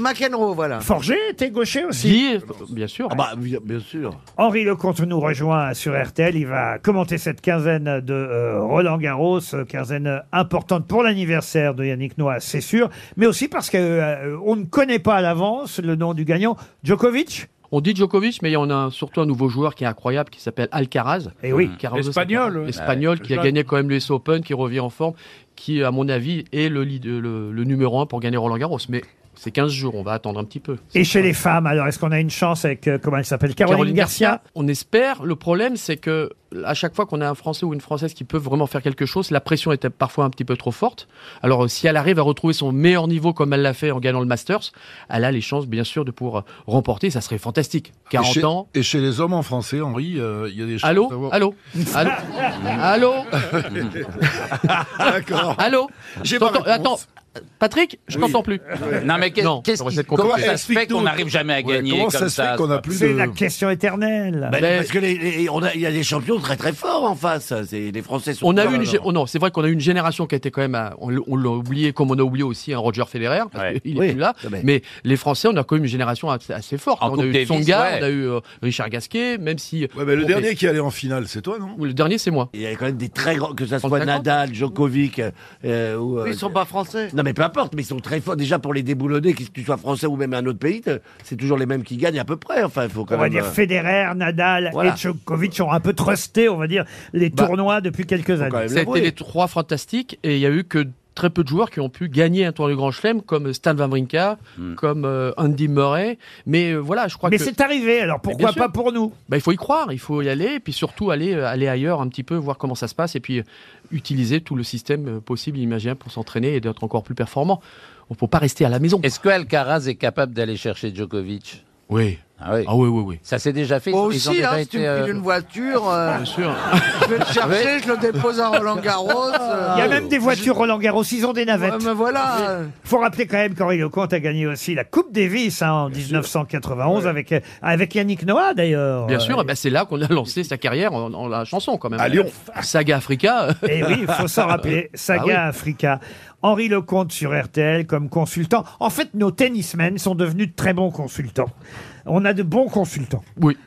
S8: McEnroe, voilà.
S2: Forger était gaucher aussi.
S21: Guy, bien sûr.
S5: Ah, bien sûr.
S2: Henri Lecomte nous rejoint sur RTL. Il va commenter cette quinzaine de euh, Roland Garros, euh, quinzaine importante pour l'anniversaire de Yannick Noah, c'est sûr, mais aussi parce que euh, on ne connaît pas à l'avance le nom du gagnant, Djokovic.
S21: On dit Djokovic, mais il y en a un- surtout un nouveau joueur qui est incroyable qui s'appelle Alcaraz.
S2: Et Eh oui.
S21: Espagnol. Espagnol qui a gagné quand même le US Open, qui revient en forme, qui, à mon avis, est le, lead- le, le numéro un pour gagner Roland Garros. Mais C'est 15 jours, on va attendre un petit peu.
S2: Et chez les femmes, alors, est-ce qu'on a une chance avec, euh, comment elle s'appelle Caroline, Garcia,
S21: On espère. Le problème, c'est que à chaque fois qu'on a un Français ou une Française qui peut vraiment faire quelque chose, la pression était parfois un petit peu trop forte. Alors, euh, si elle arrive à retrouver son meilleur niveau comme elle l'a fait en gagnant le Masters, elle a les chances, bien sûr, de pouvoir remporter. Ça serait fantastique. 40
S4: et chez,
S21: ans.
S4: Et chez les hommes en français, Henri, euh, il y a des choses.
S21: Allô Allô Allô Allô
S4: D'accord.
S21: Allô
S4: J'ai pas
S21: T'entends- Attends,
S4: réponse.
S21: Patrick, je
S4: Oui.
S21: t'entends plus.
S3: Non, mais qu'est-
S21: Non,
S3: qu'est-ce
S21: on va
S3: qui-
S21: essayer de
S3: comment
S21: comprendre.
S3: ça se fait qu'on
S4: Explique-nous.
S3: n'arrive jamais à
S4: Ouais,
S3: gagner
S4: comment
S3: comme
S4: ça
S3: ça Ben,
S4: se fait qu'on a plus
S2: C'est
S4: de-
S2: la question éternelle.
S5: Bah,
S21: Ben,
S5: Parce que les, les- on a- il y a des champions très très forts en face. C'est- Les Français sont.
S21: On a
S5: forts.
S21: eu une, gé- oh non, c'est vrai qu'on a eu une génération qui était quand même, à- on l- on l'a oublié comme on a oublié aussi un Roger Federer, parce qu'il est plus là. Mais... les Français, on a quand même une génération assez, assez forte.
S4: En
S21: on,
S4: Coupe
S21: a eu
S4: Davis,
S21: Tsonga,
S4: ouais.
S21: on a eu euh, Richard Gasquet, même si.
S4: Ouais, mais le
S21: Bon,
S4: dernier
S21: Oh, mais-
S4: qui allait en finale, c'est toi, non
S21: Le dernier, c'est moi.
S5: Il y a quand même des très grands, que ça soit
S21: 35 ans.
S5: Nadal, Djokovic. euh, euh, ou, euh,
S8: Ils sont pas français.
S5: Non mais peu importe, mais ils sont très forts. Déjà pour les déboulonner, que tu sois français ou même un autre pays, t'es- c'est toujours les mêmes qui gagnent à peu près. Enfin, il faut quand
S2: On va
S5: même.
S2: dire
S5: euh,
S2: Federer, Nadal
S5: Voilà.
S2: et Djokovic ont un peu trusté, on va dire, les
S8: Bah,
S2: tournois depuis quelques années.
S21: Ça a été les trois fantastiques et il y a eu que très peu de joueurs qui ont pu gagner un tour du Grand Chelem comme Stan Wawrinka,
S4: Hmm.
S21: comme euh, Andy Murray. Mais euh, voilà, je crois
S2: Mais
S21: que.
S2: c'est arrivé, alors
S21: Mais
S2: pourquoi
S21: bien sûr.
S2: pas pour nous
S21: Bah, il faut y croire, il faut y aller, et puis surtout aller, euh, aller ailleurs un petit peu, voir comment ça se passe, et puis euh, utiliser tout le système euh, possible, et imaginable pour s'entraîner et d'être encore plus performant. On ne peut pas rester à la maison.
S3: Est-ce que Alcaraz est capable d'aller chercher Djokovic
S21: Oui.
S3: Ah oui.
S21: Ah oui, oui, oui.
S3: Ça s'est déjà fait.
S8: Moi
S3: ils ont
S8: aussi,
S3: déjà
S8: hein, si
S3: été,
S8: tu me
S3: euh,
S8: files une voiture, euh,
S21: Bien sûr.
S8: je vais le chercher, je le dépose à Roland Garros. euh,
S2: Il y a même des voitures Roland Garros, ils ont des navettes.
S8: Ouais, mais voilà.
S2: Faut rappeler quand même qu'Henri Lecomte a gagné aussi la Coupe Davis hein, en 1991 avec, avec Yannick Noah d'ailleurs.
S21: Bien
S2: Euh,
S21: sûr, eh ben, c'est là qu'on a lancé sa carrière en, en la chanson quand même.
S2: À Lyon.
S21: Saga Africa.
S2: Et Eh oui, il faut s'en rappeler. Saga
S21: Ah oui.
S2: Africa. Henri Lecomte sur RTL comme consultant. En fait, nos tennismen sont devenus de très bons consultants. On a de bons consultants.
S21: Oui.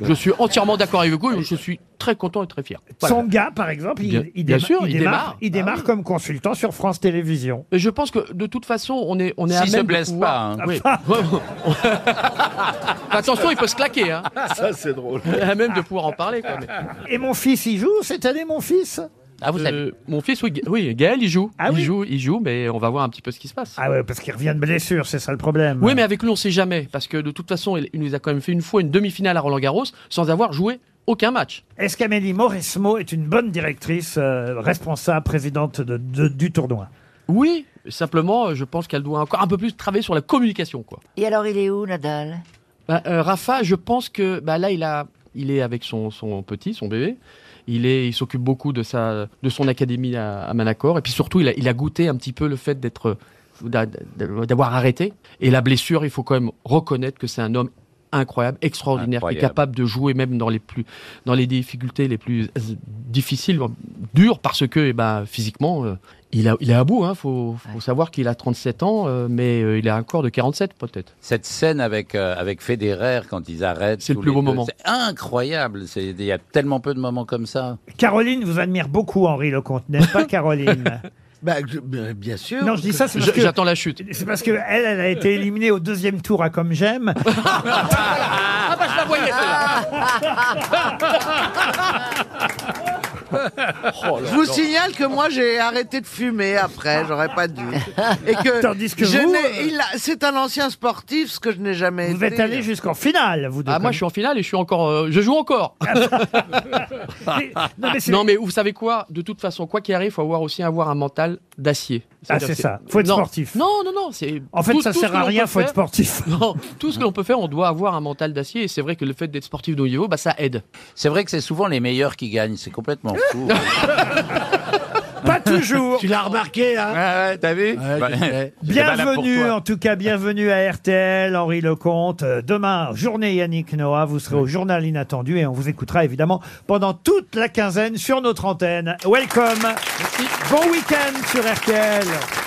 S21: Je suis entièrement d'accord avec vous, et je suis très content et très fier. Voilà.
S2: Tsonga, par exemple, il,
S21: Bien-
S2: il
S21: bien
S2: déma-
S21: sûr, il
S2: démarre,
S21: démarre. Ah
S2: il démarre comme consultant sur France Télévisions.
S21: Mais je pense que de toute façon, on est, on est à même.
S3: S'il se
S21: de
S3: blesse
S21: pouvoir- Ah
S3: pas, hein.
S2: Ah,
S21: Oui. Attention, il peut se claquer. Hein.
S2: Ah,
S4: Ça, c'est drôle.
S21: On est à même de pouvoir en parler. Quoi, mais-
S2: Et mon fils, il joue cette année, mon fils
S3: Ah, vous
S21: Euh,
S3: savez.
S21: Mon fils, oui, Ga- oui, Gaël, il joue.
S2: Ah
S21: il
S2: oui
S21: joue, il joue, mais on va voir un petit peu ce qui se passe.
S2: Ah ouais, parce qu'il revient de blessure, c'est ça le problème.
S21: Oui, mais avec lui, on sait jamais. Parce que de toute façon, il il nous a quand même fait une fois une demi-finale à Roland-Garros sans avoir joué aucun match.
S2: Est-ce qu'Amélie Mauresmo est une bonne directrice, euh, responsable, présidente de- de- du tournoi
S21: Oui, simplement, euh, je pense qu'elle doit encore un peu plus travailler sur la communication. Quoi.
S6: Et alors, il est où, Nadal
S21: Bah, euh, Rafa, je pense que bah, là, il, a, il est avec son, son petit, son bébé. Il est- il s'occupe beaucoup de, sa, de son académie à, à Manacor. Et puis surtout, il a, il a goûté un petit peu le fait d'être, d'a- d'a- d'avoir arrêté. Et la blessure, il faut quand même reconnaître que c'est un homme incroyable, extraordinaire, qui est
S3: Incroyable.
S21: capable de jouer même dans les, plus, dans les difficultés les plus euh, difficiles, dures, parce que eh ben, physiquement, euh, il, a, il est à bout. Il faut, faut savoir qu'il a 37 ans, euh, mais euh, il a un corps de 47 peut-être.
S3: Cette scène avec, euh, avec Federer quand ils arrêtent. C'est
S21: le plus beau moment.
S3: C'est incroyable. C'est- Il y a tellement peu de moments comme ça.
S2: Caroline vous admire beaucoup, Henri Lecomte, n'est-ce pas, Caroline
S8: Bah, je- bah, bien sûr.
S2: Non, je dis ça, c'est parce
S21: Je-
S2: que-
S21: J'attends la chute.
S2: C'est parce que elle, elle a été éliminée au deuxième tour à Comme J'aime.
S21: Ah bah je la voyais
S16: Ah, pues
S8: Je vous signale que moi j'ai arrêté de fumer après, j'aurais pas dû. Et que,
S2: Tandis que
S8: je
S2: vous,
S8: n'ai-
S2: euh,
S8: il a- c'est un ancien sportif, ce que je n'ai jamais
S2: Vous
S8: été.
S2: êtes allé jusqu'en finale, vous deux.
S21: Ah moi je suis en finale et je suis encore, euh, je joue encore.
S2: non, mais c'est-
S21: non mais vous savez quoi De toute façon, quoi qu'il arrive, faut avoir aussi avoir un mental d'acier.
S2: Ah,
S21: C'est-à-dire
S2: c'est
S21: que-
S2: ça. Faut être
S21: Non.
S2: sportif.
S21: Non non non, c'est.
S2: En fait, ça
S21: ce
S2: sert à
S21: que l'on
S2: rien,
S21: peut
S2: faut être sportif.
S21: Non, tout ce que l'on peut faire, on doit avoir un mental d'acier. Et c'est vrai que le fait d'être sportif de haut niveau, bah ça aide.
S3: C'est vrai que c'est souvent les meilleurs qui gagnent. C'est complètement fou.
S2: Pas toujours.
S5: Tu l'as remarqué, hein
S3: Ah ouais, t'as vu Bah, c'est valable pour
S2: Bienvenue,
S3: toi.
S2: en tout cas, bienvenue à RTL, Henri Lecomte. Euh, Demain, journée Yannick Noah, vous serez au journal inattendu et on vous écoutera évidemment pendant toute la quinzaine sur notre antenne. Welcome. Bon week-end sur RTL.